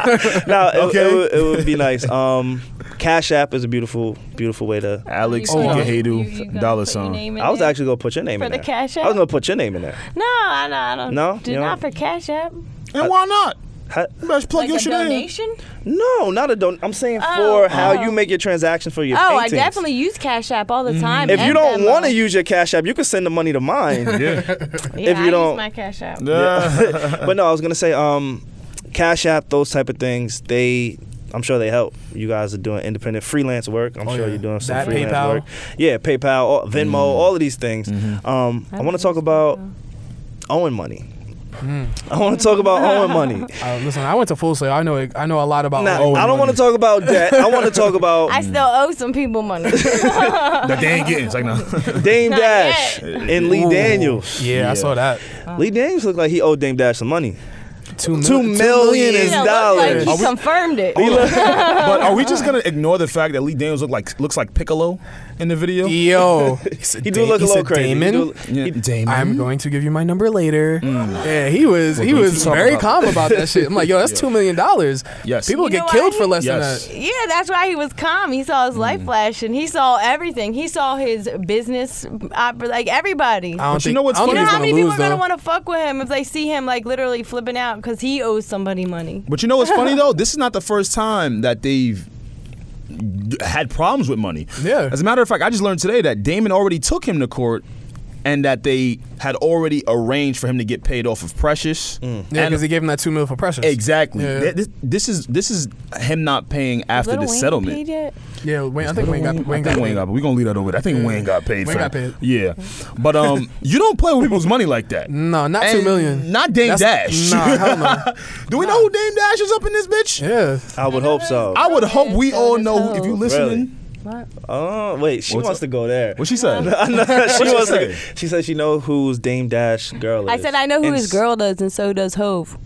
S3: now, it,
S4: Okay.
S3: it, would, it would be nice. Um, Cash App is a beautiful, beautiful way to.
S4: Alex
S6: You gonna- Oh, you- you
S4: Ikehedu,
S6: gonna
S4: dollar
S6: put your
S4: sign.
S6: name in
S3: I was
S6: there?
S3: actually gonna put your name
S6: For
S3: in
S6: the
S3: there.
S6: Cash
S3: I was
S6: App?
S3: gonna put your name in there.
S6: No, I, no, I don't.
S3: No?
S6: do
S3: You
S6: not
S3: don't?
S6: for Cash App.
S4: And why not?
S3: Ha-
S4: Just plug
S6: like
S4: your
S6: a
S4: shit
S6: donation?
S3: no, not a don. I'm saying
S6: Oh.
S3: for how
S6: Oh.
S3: you make your transaction for your
S6: Oh, I
S3: paintings.
S6: definitely use Cash App all
S4: Mm-hmm.
S6: the time.
S3: If you
S6: and
S3: don't
S6: Venmo.
S3: want to use your Cash App, you can send the money to mine.
S4: Yeah.
S6: yeah,
S3: if you
S6: I
S3: don't-
S6: use my Cash App.
S4: yeah.
S3: but no, I was gonna say, um, Cash App, those type of things, they. I'm sure they help. You guys are doing independent freelance work. I'm
S5: Oh,
S3: sure
S5: yeah.
S3: you're doing some
S5: That,
S3: freelance
S5: PayPal. Mm-hmm.
S3: work. Yeah, PayPal, all- Venmo, all of these things. Um, I,
S6: don't
S3: want to talk
S6: use
S3: about Owen money.
S5: Hmm.
S3: I want to talk about Owen money.
S5: Uh, listen, I went to Full Sail. I know. I know a lot about.
S3: Nah,
S5: Owen
S3: I don't want
S5: Oh, money.
S3: to talk about debt. I want to talk about
S6: I still owe some people money.
S4: that they ain't getting. It's like, no.
S3: Dame
S6: Not
S3: Dash and Lee
S5: Ooh.
S3: Daniels.
S5: Yeah, I saw that.
S3: Lee Daniels looked like he owed Dame Dash some money.
S5: Two, mil-
S3: Two million
S6: You
S3: is
S6: know, look like
S3: dollars.
S6: he confirmed it.
S4: but are we just gonna ignore the fact that Lee Daniels look like looks like Piccolo in the video?
S5: Yo,
S3: He do look a little crazy. He
S5: Damon.
S3: do-
S4: Yeah. Damon. Mm.
S5: I'm going to give you my number later. Yeah, he was he
S4: don't you
S5: was
S4: talk
S5: very
S4: about
S5: calm about that shit. I'm like, yo, that's two million dollars.
S4: Yes.
S5: people
S6: You
S5: get
S6: know why
S5: killed
S6: he-
S5: for less
S4: Yes.
S5: than
S6: Yeah, that's why he was calm. He saw his
S4: Mm.
S6: life flash and he saw everything. He saw his business, op- like everybody.
S5: that. I don't
S4: But you
S5: think-
S4: know what's
S5: I don't
S6: You
S5: think
S6: know
S5: he's
S6: how
S5: gonna
S6: many people
S5: lose,
S6: are going to
S5: though.
S6: want to fuck with him if they see him like literally flipping out because he owes somebody money.
S4: But you know what's funny though? This is not the first time that they've had problems with money.
S5: Yeah.
S4: As a matter of fact, I just learned today that Damon already took him to court. And that they had already arranged for him to get paid off of Precious.
S5: Yeah,
S4: And-
S5: because he gave him that two mil for precious.
S4: Exactly.
S5: Mm. Yeah.
S4: Th- This, this is this is him not paying after
S6: Little
S4: the
S6: Wayne
S4: settlement.
S6: paid yet?
S5: Yeah, Wayne, I think Wayne got Wayne
S4: I think
S5: got
S4: Wayne got. We're gonna leave that over. there. I think Wayne got paid.
S5: Wayne
S4: for
S5: got
S4: that.
S5: paid.
S4: Yeah, but um, you don't play with people's money like that.
S5: No, not
S4: And
S5: two million.
S4: Not Dame
S5: That's-
S4: Dash.
S5: Nah, hell no.
S4: Do we know who Dame Dash is up in this bitch?
S5: Yeah,
S3: I would hope so.
S4: I would hope we
S6: Yeah,
S4: all
S6: that's
S4: know.
S6: how-
S4: If you
S3: Really?
S4: listening,
S6: What?
S3: Oh wait, she
S4: What's
S3: wants
S4: up?
S3: to go there.
S4: what she said?
S3: I know, she,
S4: she
S3: wants to
S4: say?
S3: go- she said she know who's Dame Dash girl.
S6: I
S3: is.
S6: said I know who
S3: And
S6: his
S3: s-
S6: girl does, and so does Hove.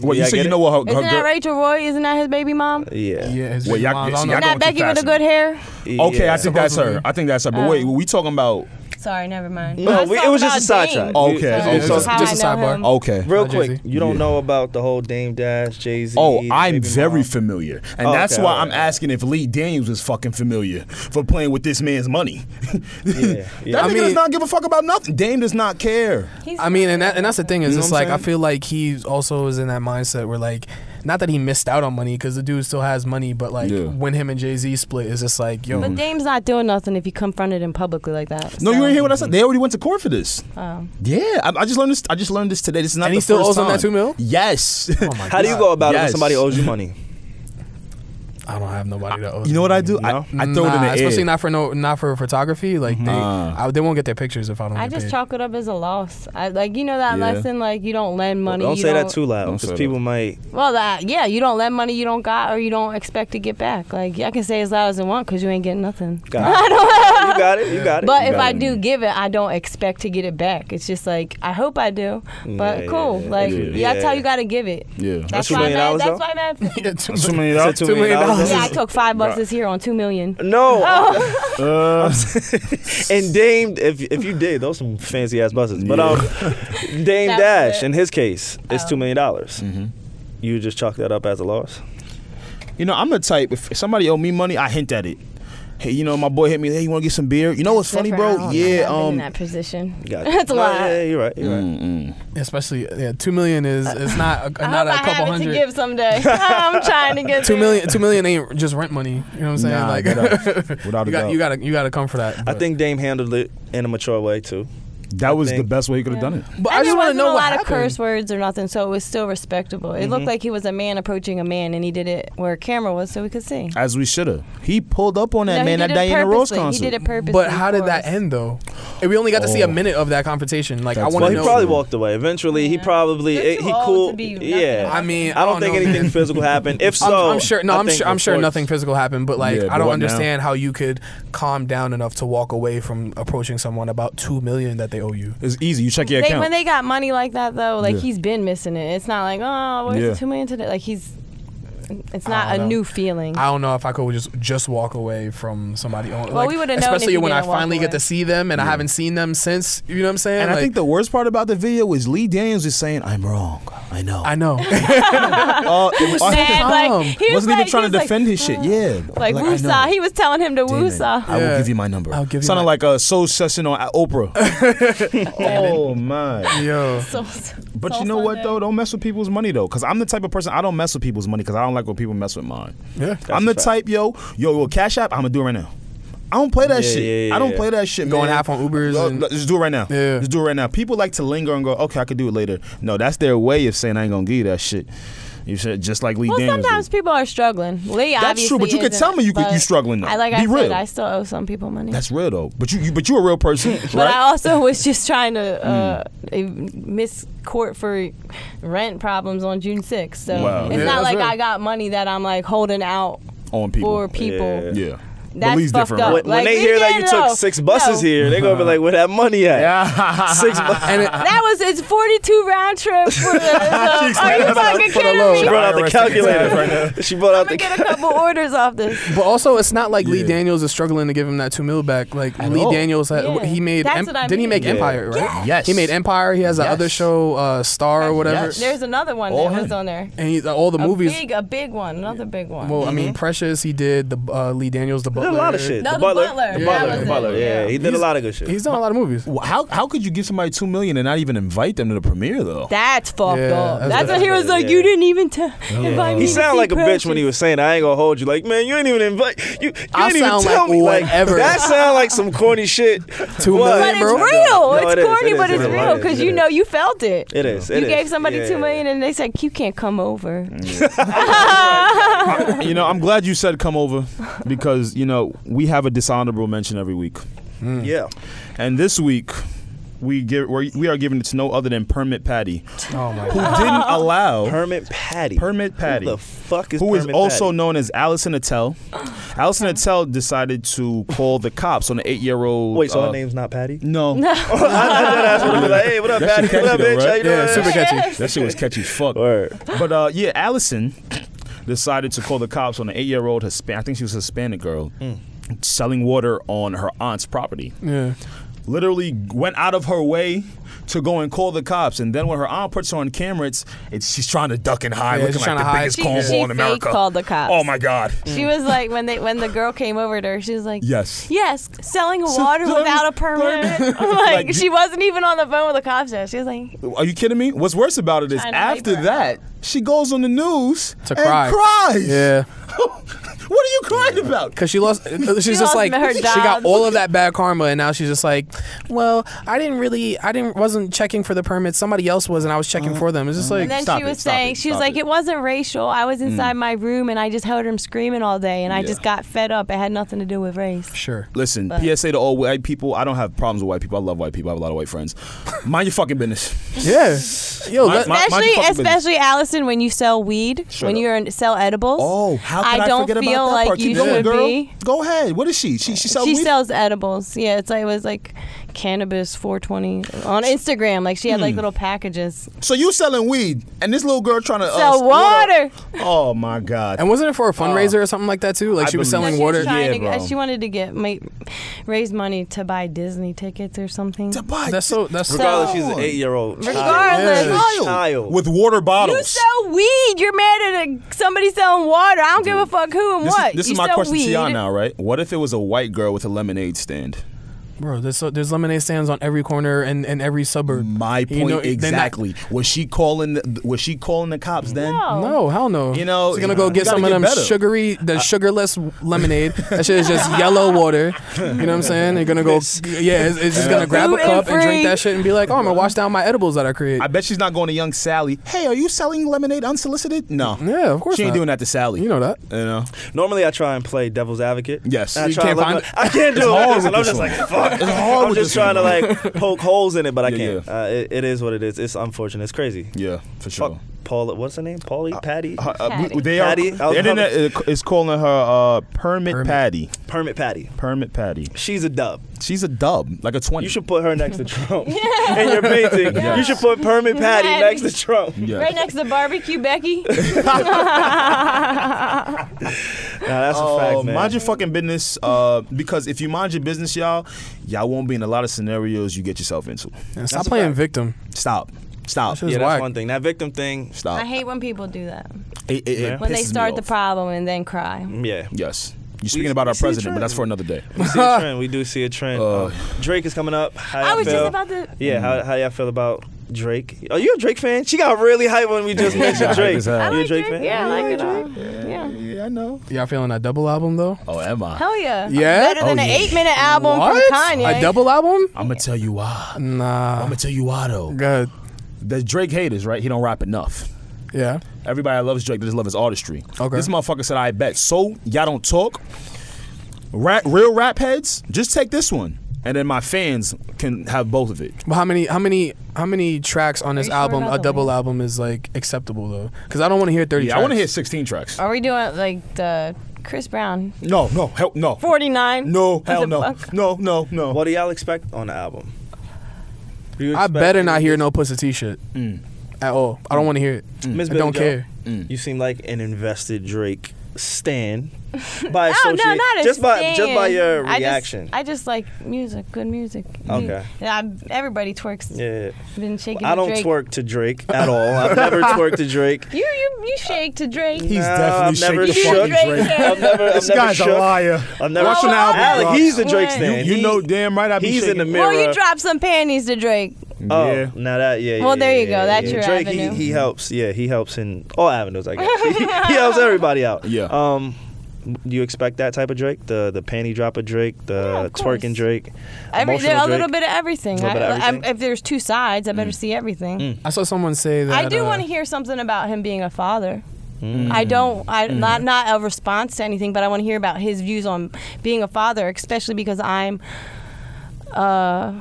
S4: What
S3: Yeah,
S4: you
S3: I
S4: say?
S3: get
S4: You
S3: it.
S4: know what? Her,
S6: Isn't
S4: her
S6: that
S4: girl-
S6: Rachel Roy? Isn't that his baby mom?
S3: Yeah.
S5: yeah. His
S4: Well,
S5: big
S4: y'all-
S5: mom, I don't
S4: see,
S5: know.
S4: y'all going
S6: Isn't that
S4: too
S6: Becky with
S4: fast.
S6: the good hair?
S4: Okay, I think that's her.
S5: Supposedly.
S4: I think that's her. But wait,
S5: Um,
S4: we talking about?
S6: Sorry, never mind.
S3: No,
S6: I
S3: we, it
S6: talking
S3: was just a
S6: about
S3: sidetrack. Oh,
S6: Dame.
S4: Okay,
S3: We-
S4: okay.
S6: Sorry,
S4: Just a- Oh.
S6: that's how
S5: just a
S6: I know
S5: sidebar.
S6: him.
S4: Okay.
S3: Real
S5: Not
S3: quick,
S5: Jay-Z.
S3: you don't
S4: Yeah.
S3: know about the whole Dame Dash, Jay Z.
S4: Oh, I'm very familiar, and
S3: Oh,
S4: that's
S3: okay,
S4: why
S3: alright,
S4: I'm asking if Lee Daniels is fucking familiar for playing with this man's money.
S3: yeah.
S4: That
S5: I
S4: nigga
S5: mean-
S4: does not give a fuck about nothing. Dame does not care.
S6: He's-
S5: I mean, and that, and that's the thing is,
S4: You know
S5: it's
S4: what I'm
S5: like I
S4: saying?
S5: feel like he also is in that mindset where like, not that he missed out on money because the dude still has money, but like
S4: Yeah.
S5: when him and Jay Z split, it's just like yo,
S6: But Dame's not doing nothing if you confronted him publicly like that.
S4: No, you
S6: so-
S4: didn't hear what I said. They already went to court for this.
S6: Um,
S4: Yeah, I, I just learned this. I just learned this today. This is not
S5: Oh. And
S4: the
S5: he still
S4: first
S5: owes them
S4: time.
S5: that two mil?
S4: Yes.
S5: oh my
S3: How do you
S5: God.
S3: go about it when
S4: Yes.
S3: somebody owes you money?
S5: I don't have nobody that owes.
S4: you know
S5: me
S4: what I
S5: money.
S4: do? I,
S3: No.
S4: I throw it in
S5: Mm, Nah,
S4: the air.
S5: especially not for no, not for photography. Like they, I, they won't get their pictures if I don't.
S6: I
S5: get
S6: just
S5: paid.
S6: chalk it up as a loss. I, like you know that
S4: Yeah.
S6: lesson, like you don't lend money.
S3: don't
S6: you
S3: say
S6: don't,
S3: that too loud,
S4: Don't say
S3: because
S4: that.
S3: people might.
S6: Well, that yeah, you don't lend money you don't got or you don't expect to get back. Like yeah, I can say as loud as I want because you ain't getting nothing.
S3: Got it. you got it. You got it.
S6: But if
S4: got
S6: I
S4: it.
S6: do give it, I don't expect to get it back. It's just like I hope I do,
S3: Yeah,
S6: but
S3: yeah,
S6: cool.
S3: yeah.
S6: like
S3: Yeah.
S6: yeah, that's how you gotta give it.
S4: Yeah.
S6: That's,
S3: That's
S6: why
S3: $2
S6: I
S3: million
S6: mad. That's
S3: though?
S6: why I'm mad.
S5: Yeah, two
S4: Two
S5: mil-
S4: million
S3: Is
S4: dollars.
S3: it
S5: Two million dollars.
S6: yeah, I took five bucks this year on two million.
S3: No.
S4: Uh,
S3: and Dame, if if you did, those some fancy ass buses. But um, Dame
S6: That's
S3: Dash,
S6: it. Oh.
S3: in his case, it's two million dollars.
S5: Mm-hmm.
S3: You just chalk that up as a loss.
S4: You know, I'm the type. If somebody owe me money, I hint at it. Hey, you know, my boy hit me. Hey, you want to get some beer? You know what's funny,
S6: Different. I
S4: bro?
S6: don't
S4: Yeah.
S6: know. I've been in
S4: Um.
S6: that position.
S3: Got it.
S6: That's a
S3: No,
S6: lot.
S3: Yeah, you're right. You're
S5: Mm,
S3: right.
S5: Especially yeah, two million is is not a,
S6: I
S5: not
S6: hope
S5: a
S6: I
S5: couple
S6: have it
S5: hundred.
S6: to give someday. I'm trying to get
S5: Two
S6: there.
S5: million, two million ain't just rent money. You know what I'm saying?
S4: Nah,
S5: like
S4: without- without a
S5: you got
S4: doubt.
S5: you gotta you gotta come for that.
S3: I
S5: but-
S3: think Dame handled it in a mature way too.
S4: That was the
S3: think-
S4: best way he could have done it.
S5: But I
S6: And
S5: just want to
S6: there wasn't
S5: know what
S6: a lot
S5: happened.
S6: of curse words or nothing, so it was still respectable. It
S4: Mm-hmm.
S6: looked like he was a man approaching a man, and he did it where a camera was, so we could see.
S4: As we should have. He pulled up on that
S6: No, he
S4: man at
S6: did it
S4: Diana Rose
S6: purposely.
S4: concert.
S6: He did it purposely.
S5: But how did
S6: for
S5: that
S6: us.
S5: end though? And we only got to see a
S4: Oh.
S5: minute of that confrontation. Like I
S4: That's
S5: want
S3: Well,
S5: to
S3: he
S5: know.
S3: probably walked away. Eventually, he
S6: Yeah.
S3: probably
S6: They're
S3: it,
S6: too
S3: he
S6: old
S3: cool.
S6: to be nothing.
S3: yeah,
S5: I mean,
S3: I don't think
S5: know,
S3: anything
S5: man.
S3: physical happened. If
S5: I'm,
S3: so,
S5: I'm sure. No,
S3: I
S5: I'm
S3: think
S5: sure. I'm
S3: of
S5: sure
S3: course.
S5: nothing physical happened. But like,
S4: Yeah, but
S5: I don't
S4: what now?
S5: understand how you could calm down enough to walk away from approaching someone about two million that they owe you.
S4: It's easy. You check your
S6: They,
S4: account.
S6: when they got money like that, though, like
S4: Yeah.
S6: he's been missing it. It's not like oh, where's
S4: Yeah.
S6: the two million today? Like he's, it's not
S5: I
S6: a
S5: don't know.
S6: new feeling.
S5: I don't know if I could just just walk away from somebody. Well,
S6: we would've known if
S5: especially
S6: you
S5: when I
S6: didn't walk
S5: finally get
S6: away.
S5: to see them, and I haven't seen them since. You know what I'm saying?
S4: and I
S5: Like,
S4: think the worst part about the video is Lee Daniels is saying, "I'm wrong." I know.
S5: I know.
S4: Uh, it was,
S6: Man, like,
S5: dumb.
S6: he was
S4: wasn't
S6: like,
S4: even trying
S6: he
S4: to
S6: was
S4: defend
S6: like,
S4: his shit. Yeah.
S6: Like,
S4: I
S6: woosah.
S4: know.
S6: He was telling him to
S4: Damn it.
S6: woosah.
S4: I will
S5: Yeah.
S4: give you my number.
S5: I'll give you
S4: Sounded
S5: my-
S4: like a soul session on Oprah. oh my!
S5: Yo.
S6: So-
S4: But
S6: Soul
S4: you know what
S6: Sunday.
S4: though? Don't mess with people's money though, because I'm the type of person I don't mess with people's money because I don't like when people mess with mine.
S5: Yeah.
S4: I'm the
S3: a fact.
S4: type, yo, yo, yo, Cash App. I'm gonna do it right now. I don't play that
S3: Yeah,
S4: shit.
S3: yeah, yeah,
S4: I don't
S3: yeah.
S4: play that shit.
S5: Going
S4: man.
S5: half on Ubers
S4: Uh,
S5: and-
S4: Just do it right now.
S5: Yeah.
S4: Just do it right now. People like to linger and go, okay, I could do it later. No, that's their way of saying I ain't gonna give you that shit. You said just like Lee
S6: well,
S4: Daniels. did.
S6: sometimes people are struggling. Lee,
S4: That's true, but you could
S6: could
S4: tell me you could- you struggling, though.
S6: I like
S4: Be
S6: I said,
S4: real.
S6: I still owe some people money.
S4: That's real though. But you, you but you a real person,
S6: But
S4: right? Hmm.
S6: I also was just trying to uh, miss court for rent problems on June 6th. So
S4: Wow.
S6: it's
S4: Yeah,
S6: not
S4: that's
S6: like
S4: real.
S6: I got money that I'm like holding out
S4: on people.
S6: for people.
S3: Yeah.
S4: yeah.
S6: That's
S4: Lee's
S6: fucked
S4: different.
S6: up.
S4: right?
S3: When, when
S6: Like,
S3: they
S6: we
S3: hear that you
S6: didn't know.
S3: took six buses
S6: No.
S3: here, they're gonna be like, "Where that money at?" Six buses.
S5: And it,
S6: That was it's 42 round trip for the. the are you fucking
S5: For the
S6: kidding
S5: load.
S6: me?
S5: She
S3: She brought out
S4: IRS
S3: the
S4: is
S3: calculator.
S4: right now.
S3: She brought
S6: I'm
S3: out
S6: gonna
S3: the.
S6: get a couple orders off this.
S5: But also, it's not like Lee
S4: Yeah.
S5: Daniels is struggling to give him that two mil back. Like Lee
S4: all.
S5: Daniels, had,
S6: Yeah.
S5: he made.
S6: That's
S5: Em-
S6: what I
S5: didn't he
S6: mean.
S5: make
S3: Yeah.
S5: Empire? Right.
S4: Yes.
S5: He made Empire. He has that
S4: Yes.
S5: other show, uh, Star or whatever.
S4: Yes.
S6: There's another one
S4: All
S6: that was
S4: him.
S6: on there.
S5: And he, all the
S6: A
S5: movies.
S6: big, Mhm. a big one, another big one.
S5: well, I mean, Precious. He did the uh, Lee Daniels, the
S3: There's
S5: Butler.
S3: a lot of shit.
S6: No,
S3: the
S6: the
S3: butler.
S6: Butler.
S3: The
S5: Yeah,
S3: butler.
S5: that
S3: The
S5: was
S3: butler.
S6: it.
S3: Yeah,
S6: Yeah.
S3: he did a lot of good shit.
S5: He's done a lot of movies.
S4: Well, how how could you give somebody two million and not even invite them to the premiere though?
S6: that's fucked
S5: Yeah,
S6: up.
S5: that's
S6: That's, what he was like.
S3: Yeah.
S6: You didn't even tell. invite me
S3: He
S6: to
S3: sounded
S6: see
S3: like a bitch when he
S6: Precious."
S3: was saying, "I ain't gonna hold you." Like, man, you ain't even invite. You, you
S5: I
S3: didn't even
S5: sound
S3: tell
S5: like
S3: me.
S5: whatever.
S3: Like, that sound like some corny shit.
S5: Two
S3: What?
S5: million,
S6: But it's
S5: bro.
S6: real.
S3: No,
S6: it's
S3: it is.
S6: corny,
S3: It is.
S6: but
S3: It
S6: it's
S3: is.
S6: real
S3: It is.
S6: because you know you felt it.
S3: It is. It is.
S6: You gave somebody
S3: Yeah,
S6: two
S3: yeah, Mm.
S6: million, and they said you can't come over.
S4: you know, I'm glad you said come over because you know we have a dishonorable mention every week,
S3: Yeah.
S4: and this week we give we're, we are giving it to no other than Permit Patty,
S5: Oh my
S4: who
S5: god.
S4: didn't allow
S3: Permit Patty.
S4: Permit Patty.
S3: Who the fuck is
S4: who is
S3: Permit
S4: also
S3: Patty?
S4: known as Allison Attell. Allison Attell decided to call the cops on an eight-year-old.
S3: Wait, so
S4: uh,
S3: her name's not Patty?
S4: No,
S3: I thought that's what it was like. Hey, what up,
S4: That
S3: Patty?
S4: shit
S3: What up,
S4: catchy though,
S3: bitch? How
S4: right?
S3: you doing?
S5: Yeah, super catchy.
S4: that shit was catchy as fuck.
S3: Word.
S4: But uh, yeah, Allison decided to call the cops on an eight-year-old Hispanic. I think she was a Hispanic girl. Selling water on her aunt's property.
S5: Yeah.
S4: Literally went out of her way to go and call the cops. And then when her aunt puts her on camera, it's, it's she's trying to duck and hide,
S5: Yeah,
S4: looking
S5: she's
S4: like
S5: trying to
S4: the
S5: hide.
S4: biggest
S6: She-
S4: cornball
S6: she
S4: in America.
S6: fake called the cops.
S4: Oh my god.
S6: She was like when they when the girl came over to her, she was like,
S4: Yes.
S6: yes, selling water
S4: selling-
S6: without a permit." like,
S4: Like,
S6: she wasn't even on the phone with the cops yet. She was like,
S4: Are you kidding me? What's worse about it is
S6: Trying to hype
S4: after
S6: her
S4: that, she goes on the news
S5: To
S4: and
S5: cry.
S4: cries.
S5: Yeah.
S4: what are you crying about?
S5: Cause she lost, uh, she's just
S6: lost
S5: like
S6: her
S5: she got
S6: job.
S5: all of that bad karma, and now she's just like, well, I didn't really, I didn't, wasn't checking for the permits. Somebody else was, and I was checking
S4: Mm.
S5: for them. It's just like,
S6: and then
S4: Stop
S6: she
S4: it,
S6: was
S4: stop
S6: saying
S4: it,
S6: she was
S4: stop
S6: like,
S4: it.
S6: it. wasn't racial. I
S3: Mm.
S6: was inside my room and I just heard him screaming all day, and I
S4: Yeah.
S6: just got fed up. It had nothing to do with race.
S5: sure,
S4: Listen,
S6: But-
S4: PSA to all white people. I don't have problems with white people. I love white people. I have a lot of white friends. Mind your fucking business.
S5: yeah, yo,
S4: My-
S5: let-
S4: my- Uh, mind
S6: Especially,
S4: your fucking business.
S6: especially Allison, when you sell weed,
S4: Shut
S6: when
S4: up.
S6: you're in, sell edibles.
S4: Oh, how could I,
S6: don't
S4: forget
S6: feel
S4: about that
S6: like
S4: part?
S6: you
S4: Keep going,
S6: should
S4: girl.
S6: be.
S4: Go ahead. What is she? She she sells
S6: she
S4: weed?
S6: sells edibles. Yeah, it's like it was like cannabis 420 on Instagram. Like she had
S4: hmm.
S6: like little packages.
S4: so you selling weed, and this little girl trying to
S6: Sell water.
S4: Oh my god.
S5: and wasn't it for a fundraiser or something like that too? Like
S4: Uh, I
S5: she was
S4: believe-
S5: selling
S4: No,
S6: she,
S5: water.
S6: was trying
S4: Yeah,
S6: to, get-
S4: bro.
S6: she wanted to get ma- raise money to buy Disney tickets or something.
S4: To buy
S5: That's so. That's so.
S3: Regardless, she's an eight-year-old.
S6: Regardless.
S4: child,
S3: Child.
S4: with water bottles.
S6: You sell weed. You're mad at a, somebody selling water. I don't give a fuck who and
S4: this
S6: what.
S4: is, this
S6: you
S4: is my
S6: sell
S4: question
S6: weed.
S4: to y'all now, right? What if it was a white girl with a lemonade stand?
S5: Bro, there's so, there's lemonade stands on every corner and in every suburb.
S4: My point
S5: You know, they're not-
S4: exactly. was she calling? The, was she calling the cops then?
S6: No.
S5: No, hell no.
S4: You know,
S5: she's gonna go
S4: you
S5: get
S4: gotta
S5: some of
S4: get
S5: them
S4: better.
S5: sugary, the sugarless lemonade. That shit is just yellow water. You know what I'm saying? You're gonna go, yeah, it's, it's just gonna grab a cup and drink that shit and be like, oh, I'm gonna wash down my edibles that I create.
S4: I bet she's not going to young Sally. Hey, are you selling lemonade unsolicited? No.
S5: Yeah, of course
S4: She ain't
S5: not.
S4: doing that to Sally.
S5: You know that.
S4: You know.
S3: Normally, I try and play devil's advocate.
S4: Yes.
S3: And I,
S4: You
S3: try
S5: can't
S3: to look
S5: find
S3: at- I can't do it. With
S4: hard
S3: this,
S4: with
S3: and I'm
S4: this
S3: just
S4: one.
S3: like, fuck.
S4: It's hard
S3: I'm
S4: with
S3: just
S4: this
S3: trying to like poke holes in it, but I
S4: Yeah,
S3: can't. Uh, it, it is what it is. It's unfortunate. It's crazy.
S4: Yeah, for
S3: Fuck. Paula, what's her name? Paulie, Patty,
S4: Uh, uh, we-
S6: Patty.
S4: they are.
S3: Patty, I
S4: The
S3: was
S4: internet is calling her uh, Permit, Patty.
S3: Permit Patty.
S4: Permit Patty.
S3: She's a dub.
S4: She's a dub, like a twenty.
S3: You should put her next to Trump in your painting. You should put Permit Patty
S6: Patty.
S3: next to Trump.
S4: Yeah.
S6: Right next to barbecue, Becky.
S3: Nah, that's a
S4: Uh,
S3: fact, man.
S4: mind your fucking business, uh, because if you mind your business, y'all, y'all won't be in a lot of scenarios you get yourself into.
S5: And stop playing victim.
S4: Stop. Stop.
S5: It's
S3: yeah, that's
S5: whack.
S3: one thing. That victim thing.
S4: Stop.
S6: I hate when people do that.
S4: It- it- it
S6: When they
S4: pisses me
S6: start
S4: off.
S6: the problem and then cry.
S3: Yeah.
S4: Yes. You're speaking about
S3: we
S4: our
S3: see a
S4: president, but
S3: trend.
S4: that's for another day.
S3: We see a trend. We do see a trend. Uh, Drake is coming up. How
S6: I
S3: y'all
S6: was
S3: feel?
S6: just about to.
S3: Yeah,
S4: Mm.
S3: how, how y'all feel about Drake? Are you a Drake fan? She got really hype when we just mentioned Drake.
S4: as hell. I
S6: I
S3: you
S6: like
S3: a Drake,
S6: Drake.
S3: fan?
S6: Yeah, I like it all. Yeah.
S4: Yeah, I know.
S5: Y'all feeling that double album though?
S4: Oh, am I?
S6: Hell yeah.
S5: Yeah?
S6: Better than
S4: Oh,
S6: an
S4: yeah.
S6: eight minute album
S5: What?
S6: from Kanye.
S5: A double album?
S4: I'm gonna tell you why. I'm
S5: Nah.
S4: gonna tell you why though.
S5: God.
S4: The Drake haters, right? He don't rap enough.
S5: Yeah.
S4: Everybody that loves Drake, they just love his artistry.
S5: Okay.
S4: This motherfucker said, "I bet." So y'all don't talk. Rap, real rap heads, just take this one, and then my fans can have both of it.
S5: But how many how many how many tracks on this
S6: you sure
S5: album
S6: about
S5: a
S6: the
S5: double
S6: length?
S5: album is like acceptable though? Because I don't want to hear thirty.
S4: Yeah, I want to hear 16 tracks.
S3: Uh,
S6: Are we doing like the Chris Brown
S4: No, no, hell no.
S6: 49?
S4: No, hell
S6: That's a
S4: no.
S6: buck.
S4: No, no, no.
S3: What do y'all expect on the album? Do you
S5: I
S3: expect-
S5: better not hear no Pussy T shit
S4: Mm.
S5: at all. I don't want to hear it.
S3: Miss
S5: I
S3: Billie
S5: don't
S3: Joe,
S5: care.
S6: Mm.
S3: You seem like an invested Drake stan. By
S6: Oh, no,
S3: associate-
S6: not a
S3: just by just by
S6: stand.
S3: your
S6: I just-
S3: reaction.
S6: I just, like music, good music.
S3: Okay.
S6: Yeah, I'm, everybody twerks.
S3: yeah.
S6: Been shaking.
S3: I
S6: to
S3: don't
S6: Drake.
S3: twerk to Drake at all. I've never twerked to Drake.
S6: You you you shake to Drake.
S4: He's
S3: Nah,
S4: definitely
S3: I've never
S4: shaking the
S6: shook.
S4: fucking
S6: Drake
S4: Drake.
S6: fan.
S3: I've never. I've
S4: This
S3: never
S4: guy's a
S3: shook.
S4: liar.
S3: I've never.
S6: Watch an
S3: shook.
S6: album,
S3: Alec,
S4: Rock.
S3: he's a Drake
S6: What?
S3: stan.
S4: You
S3: He-
S4: know damn right I be
S3: He's in
S4: shaking.
S3: the mirror.
S6: well, you drop some panties to Drake.
S3: Oh,
S4: Yeah.
S3: now that yeah.
S6: Well,
S3: yeah,
S6: there you
S3: yeah,
S6: go. That's
S3: yeah.
S6: your
S3: Drake,
S6: avenue.
S3: He, he helps. Yeah, he helps in all avenues. I guess he, he helps everybody out.
S4: Yeah.
S3: Um, do you expect that type of Drake? The the panty dropper Drake,
S6: Yeah,
S3: the
S6: of course.
S3: twerking Drake,
S6: Every,
S3: emotional
S6: there, a little
S3: Drake?
S6: bit of everything.
S3: Little bit of
S6: I- I'm-
S3: everything. Mm.
S6: if there's two sides, I better see everything.
S5: I saw someone say that.
S6: I do
S5: uh,
S6: want to hear something about him being a father.
S3: Mm.
S6: I don't. I not not a response to anything, but I want to hear about his views on being a father, especially because I'm. Uh,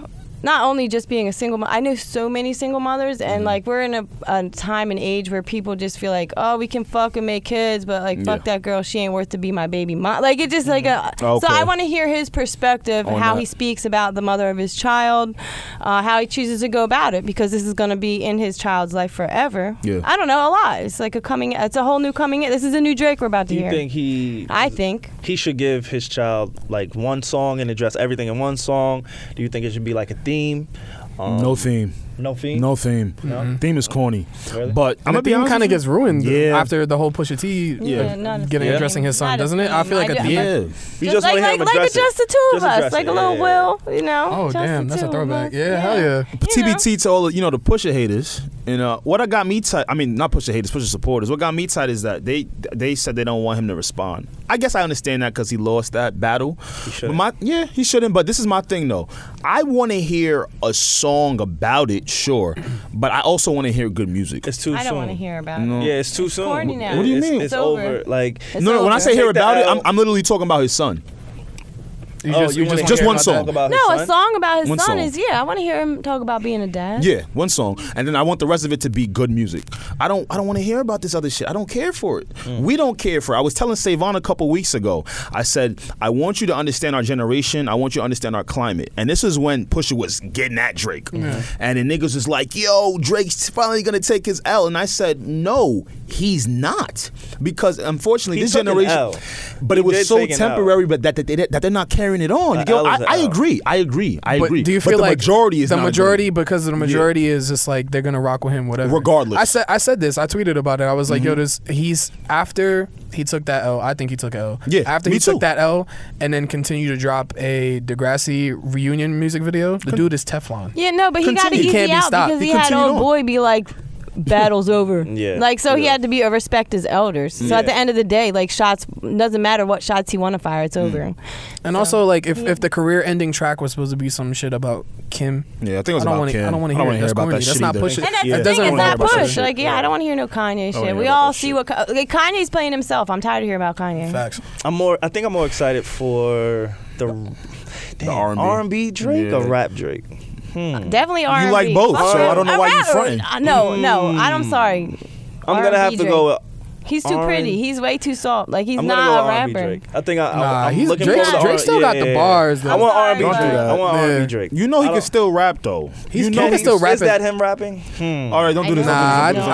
S6: not only just being a single mom, I know so many single mothers,
S3: Mm-hmm.
S6: and like we're in a, a time and age where people just feel like, oh, we can fuck and make kids, but like fuck
S4: Yeah.
S6: that girl, she ain't worth to be my baby mom. Like it just like a.
S3: Mm-hmm.
S4: Okay.
S6: So I want to hear his perspective,
S4: On
S6: how
S4: that.
S6: he speaks about the mother of his child, uh, how he chooses to go about it, because this is going to be in his child's life forever.
S4: Yeah.
S6: I don't know a lot. It's like a coming. It's a whole new coming. in. This is a new Drake we're about
S3: Do
S6: to
S3: you
S6: hear.
S3: think he?
S6: I think.
S3: he should give his child like one song and address everything in one song. Do you think it should be like a theme? Um,
S4: No theme.
S3: no theme.
S4: No theme. Theme is corny.
S3: Really?
S4: But I'm
S5: And
S4: gonna
S5: the
S4: be
S5: theme
S4: honest.
S5: kind of gets ruined
S4: Yeah.
S5: after the whole Pusha T
S6: Yeah,
S5: uh,
S6: not a
S5: getting
S6: theme.
S5: addressing his son,
S6: Not a
S5: doesn't it? I feel
S6: theme.
S5: like a
S6: I do-
S5: theme.
S4: yeah.
S3: You just, want
S6: like
S3: to hear
S6: like,
S3: him
S6: like
S3: address
S6: it's just
S3: it.
S6: the two of
S3: Just address
S6: us, like
S3: it,
S6: a little
S3: yeah.
S6: Will, you know.
S5: Oh
S6: just
S5: damn,
S6: the
S5: that's a
S6: two of
S5: throwback.
S6: us.
S5: Yeah, hell yeah.
S6: You know?
S4: TBT to all you know the pusher haters and uh, what I got me tight. I mean, not pusher haters, pusher supporters. What got me tight is that they they said they don't want him to respond. I guess I understand that because he lost that battle. But
S3: shouldn't.
S4: my yeah, he shouldn't. But this is my thing though. I want to hear a song about it, sure, but I also want to hear good music.
S3: It's too
S6: I don't
S3: soon.
S6: want to hear about it.
S3: Yeah, it's too soon.
S6: corny now.
S4: What do you
S3: It's-
S4: mean?
S3: It's,
S6: It's
S3: over.
S6: over.
S3: Like
S6: It's
S4: no, no. When I
S6: over.
S4: say hear
S3: Take the
S4: about it,
S3: L.
S4: I'm, I'm literally talking about his son.
S5: You
S3: oh,
S5: just, you
S3: you
S5: just,
S3: wanna
S4: just
S3: hear
S4: one
S3: him
S4: song.
S3: talk about his
S6: No, a
S3: son?
S6: song about his
S4: One
S6: son
S4: song.
S6: is yeah. I want to hear him talk about being a dad.
S4: Yeah, one song, and then I want the rest of it to be good music. I don't, I don't want to hear about this other shit. I don't care for it.
S3: Mm.
S4: We don't care for. it. I was telling Savon a couple weeks ago. I said, I want you to understand our generation. I want you to understand our climate. And this is when Pusha was getting at Drake, and the niggas was like, Yo, Drake's finally gonna take his L. And I said, No, he's not, because unfortunately,
S3: He
S4: this
S3: took an
S4: generation.
S3: L.
S4: But
S3: He
S4: it was
S3: did
S4: so
S3: take an L.
S4: temporary, but that, that they that they're not carrying it on. You
S3: An
S4: get-
S3: L is
S4: I,
S3: an
S4: I
S3: L.
S4: agree. I agree. I
S5: But
S4: agree.
S5: do you feel
S4: but the
S5: like
S4: majority is
S5: the
S4: not
S5: majority
S4: agreeing.
S5: because of the majority is just like they're gonna rock with him whatever.
S4: Regardless. Mm-hmm.
S5: I said I said this. I tweeted about it. I was like, yo, this he's after he took that L. I think he took a L.
S4: Yeah,
S5: After
S4: me
S5: he
S4: too.
S5: took that L, and then continued to drop a Degrassi reunion music video. The dude is Teflon.
S6: Yeah, no, but he got to
S4: Continue.
S5: He
S6: easy
S5: can't be
S6: out
S5: stopped.
S6: because
S4: He
S6: he, had
S4: continued
S6: old
S4: on.
S6: boy be like, battles over.
S3: Yeah.
S6: Like so, he
S3: Yeah.
S6: had to be uh, respect his elders. So at
S3: Yeah.
S6: the end of the day, like shots doesn't matter what shots he want to fire. It's over.
S5: And also, like, if, if the career-ending track was supposed to be some shit about Kim,
S4: Yeah, I think it was
S5: I don't
S4: about
S5: wanna-
S4: Kim.
S5: I don't want
S4: I
S5: to
S4: don't
S5: hear,
S4: wanna
S5: it.
S4: hear
S5: That's
S4: about
S5: corny.
S4: that
S5: That's
S4: shit
S5: not
S4: either.
S5: pushing.
S6: And that's
S3: Yeah.
S6: the
S5: doesn't
S6: thing is
S5: wanna hear
S6: that
S5: about that
S6: push.
S5: shit.
S6: Like yeah, I don't want to hear no Kanye
S4: wanna hear
S6: shit. We
S4: about
S6: all
S4: that
S6: see
S4: shit.
S6: what Ka- like Kanye is playing himself. I'm tired of hearing about Kanye.
S5: Facts.
S3: I'm more. I think I'm more excited for the damn,
S4: R&B.
S3: R&B Drake
S4: Yeah.
S3: or rap Drake.
S6: Definitely R&B.
S4: like both, so I don't know why you
S6: rather-
S4: frontin'.
S6: uh, No, no, I- I'm sorry.
S3: I'm gonna have to
S6: R&B
S3: go.
S6: Drake.
S3: With,
S6: He's too
S3: R&B.
S6: pretty. He's way too soft. Like he's
S3: I'm gonna
S6: not
S3: go
S6: a
S3: R&B
S6: rapper.
S3: Drake. I think I,
S5: Nah,
S3: I, I'm
S5: he's-
S3: looking
S5: Drake's-
S3: forward to
S5: Drake
S3: R-
S5: still
S3: yeah,
S5: got the
S3: yeah, yeah.
S5: bars, though.
S3: I want
S6: Sorry,
S3: R&B
S6: Don't do
S3: Drake. I
S4: that.
S3: want
S5: Yeah.
S3: R&B Drake.
S4: You know he
S3: I
S4: can
S3: don't-
S4: still rap though. you
S5: He's
S4: know
S5: Kim.
S4: he's
S5: still
S3: Is- Is
S5: rapping.
S3: that him rapping? Hmm.
S4: All right, don't do this.
S5: Nah, Uh, I,
S4: Don't do this.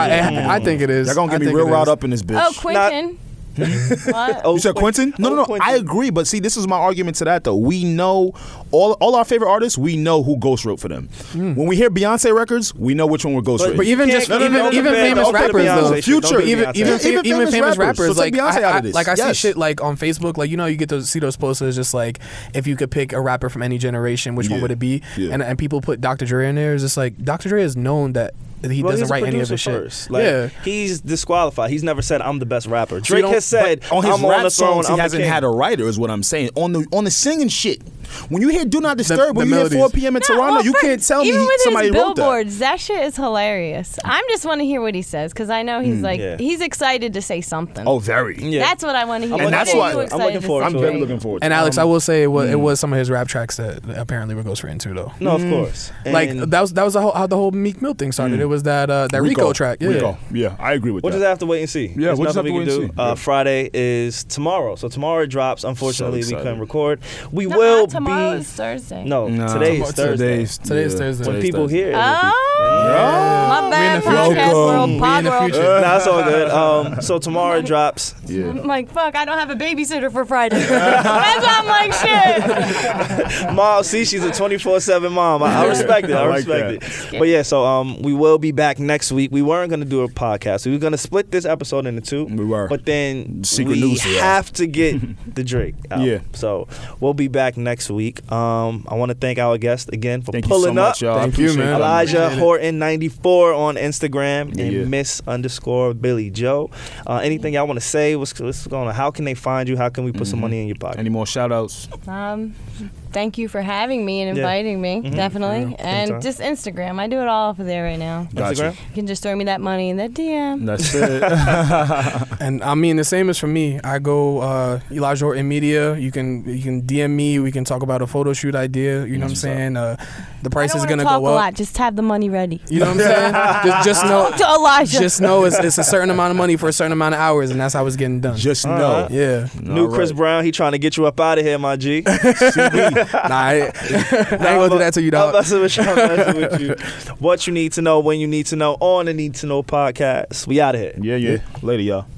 S5: I, I think it is.
S4: Y'all gonna
S5: I
S4: get me
S5: think
S4: real
S5: it
S4: riled
S5: is.
S4: up in this bitch.
S6: Oh, Quentin. What?
S3: Oh,
S4: You said Quentin? No, no, no.
S3: Quentin.
S4: I agree, but see, this is my argument to that though. We know all all our favorite artists. We know who ghost wrote for them.
S5: Hmm.
S4: When we hear Beyonce records, we know which one were ghost
S3: But-
S5: But
S3: You
S5: even
S3: can't
S5: just
S3: compare-
S5: even
S3: don't
S5: even
S3: compare-
S5: famous
S3: don't put
S5: rappers
S3: Beyonce
S5: though.
S3: shit. Don't
S4: Future,
S3: put
S5: even
S3: Beyonce
S5: even,
S3: shit.
S5: even,
S4: Even famous rappers.
S5: famous,
S4: So
S5: rappers,
S4: take
S5: like
S4: Beyonce
S5: I,
S4: out of
S5: I-
S4: this.
S5: like I see
S4: Yes.
S5: shit like on Facebook, like you know you get those see those posters just like if you could pick a rapper from any generation, which
S4: Yeah.
S5: one would it be?
S4: Yeah.
S5: And and people put Dr. Dre in there. It's just like Dr. Dre is known that that he
S3: Well,
S5: doesn't
S3: he's a
S5: write any of
S3: producer
S5: his shit.
S3: first. Like,
S5: yeah,
S3: he's disqualified. He's never said I'm the best rapper.
S5: you
S3: Drake
S5: don't-
S3: has said
S4: on his
S3: I'm
S4: rap
S3: on the throne.
S4: songs,
S3: I'm
S4: he
S3: the
S4: hasn't
S3: king."
S4: had a writer, is what I'm saying. On the on the singing shit, when you hear "Do Not Disturb,"
S5: the
S4: when you hear
S5: melodies.
S4: 4 p.m. in
S6: No,
S4: Toronto,
S6: well,
S4: you
S6: for-
S4: can't tell me
S6: even
S4: he,
S6: with
S4: somebody
S6: his
S4: wrote that.
S6: billboards, that shit is hilarious. I'm just want to hear what he says because I know he's like
S3: Hmm, Yeah.
S6: he's excited to say something.
S4: Oh, very.
S3: Yeah.
S6: That's what I want to hear.
S3: looking
S6: What
S4: that's
S6: are
S4: why-
S6: you
S4: I'm
S6: excited
S3: looking
S6: to
S3: forward
S6: see
S3: to it.
S6: Drake?
S3: I'm
S4: looking forward. to
S5: and
S4: it.
S5: Alex, I will say it
S4: mm.
S5: was, it was some of his rap tracks that apparently were ghostwritten too though.
S3: No, of course.
S5: Mm. Like
S3: And
S5: that was that was the whole, how the whole Meek Mill thing started. It was that uh, that Rico, track. Yeah.
S4: Rico. Yeah, I agree with
S3: We'll
S4: that.
S3: just have to wait and see.
S4: Yeah,
S3: There's
S4: we'll just
S3: nothing
S4: have
S3: we
S4: to
S3: can
S4: wait
S3: do.
S4: and see. Yeah.
S3: Uh, Friday is tomorrow, so tomorrow it drops. Unfortunately, we
S4: excited.
S3: couldn't record. We
S6: No,
S3: will
S6: not tomorrow
S3: be.
S6: is Thursday.
S3: No, today is
S5: tomorrow-
S3: Thursday.
S5: Today's Thursday.
S3: When people hear it, it'll be-
S6: Oh, my bad,
S5: We in the
S6: podcast
S5: future.
S6: world,
S5: We in
S6: pod
S5: the
S6: world.
S5: future.
S3: nah, it's all good. Um, so tomorrow it drops.
S6: I'm like, fuck, I don't have a babysitter for Friday. That's why I'm like, shit.
S3: Mom, see, she's a 24 7 mom. I, I respect it. I,
S4: I like
S3: respect it. But yeah, so um, we will be back next week. We weren't going to do a podcast. We were going to split this episode into two.
S4: We were.
S3: But then
S4: Secret
S3: we
S4: news for y'all.
S3: have to get the Drake out.
S4: Yeah.
S3: So we'll be back next week. Um, I want to thank our guest again for
S4: Thank you
S3: pulling
S4: so
S3: up.
S4: much, y'all. I
S5: Thank you,
S4: appreciate
S5: man.
S4: y'all.
S3: Elijah
S5: Appreciate it.
S3: Horton 94 on Instagram and
S4: Yeah.
S3: Miss underscore Billy Joe. Uh, anything y'all want to say? What's, what's going on? How can they find you? How can we put
S4: Mm-hmm.
S3: some money in your pocket?
S4: Any more shout outs?
S6: Um, thank you for having me and
S3: Yeah. Mm-hmm.
S6: inviting me, definitely. And
S3: Anytime.
S6: just Instagram. I do it all over there right now.
S3: Instagram?
S6: You can just throw me that money in that DM.
S4: That's it.
S5: And I mean, the same is for me. I go uh, Elijah Horton Media. You can you can DM me. We can talk about a photo shoot idea. You know what I'm saying? Uh, the
S6: I
S5: price
S6: don't
S5: is
S6: wanna
S5: gonna
S6: talk
S5: go
S6: a
S5: up.
S6: lot. Just have the money ready.
S5: You know what I'm saying? just, just know,
S6: Talk to Elijah.
S5: just know, it's, it's a certain amount of money for a certain amount of hours, and that's how it's getting done.
S4: Just
S3: Uh-huh.
S4: know.
S5: yeah,
S3: New
S4: All
S3: Chris
S4: right.
S3: Brown, he trying to get you up out of here, my G.
S5: nah, I, I ain't gonna do that to you,
S3: I'm
S5: dog.
S3: messing with you. I'm messing with you. What you need to know, when you need to know, on the Need to Know podcast. We out of here.
S4: Yeah, yeah. Later, y'all.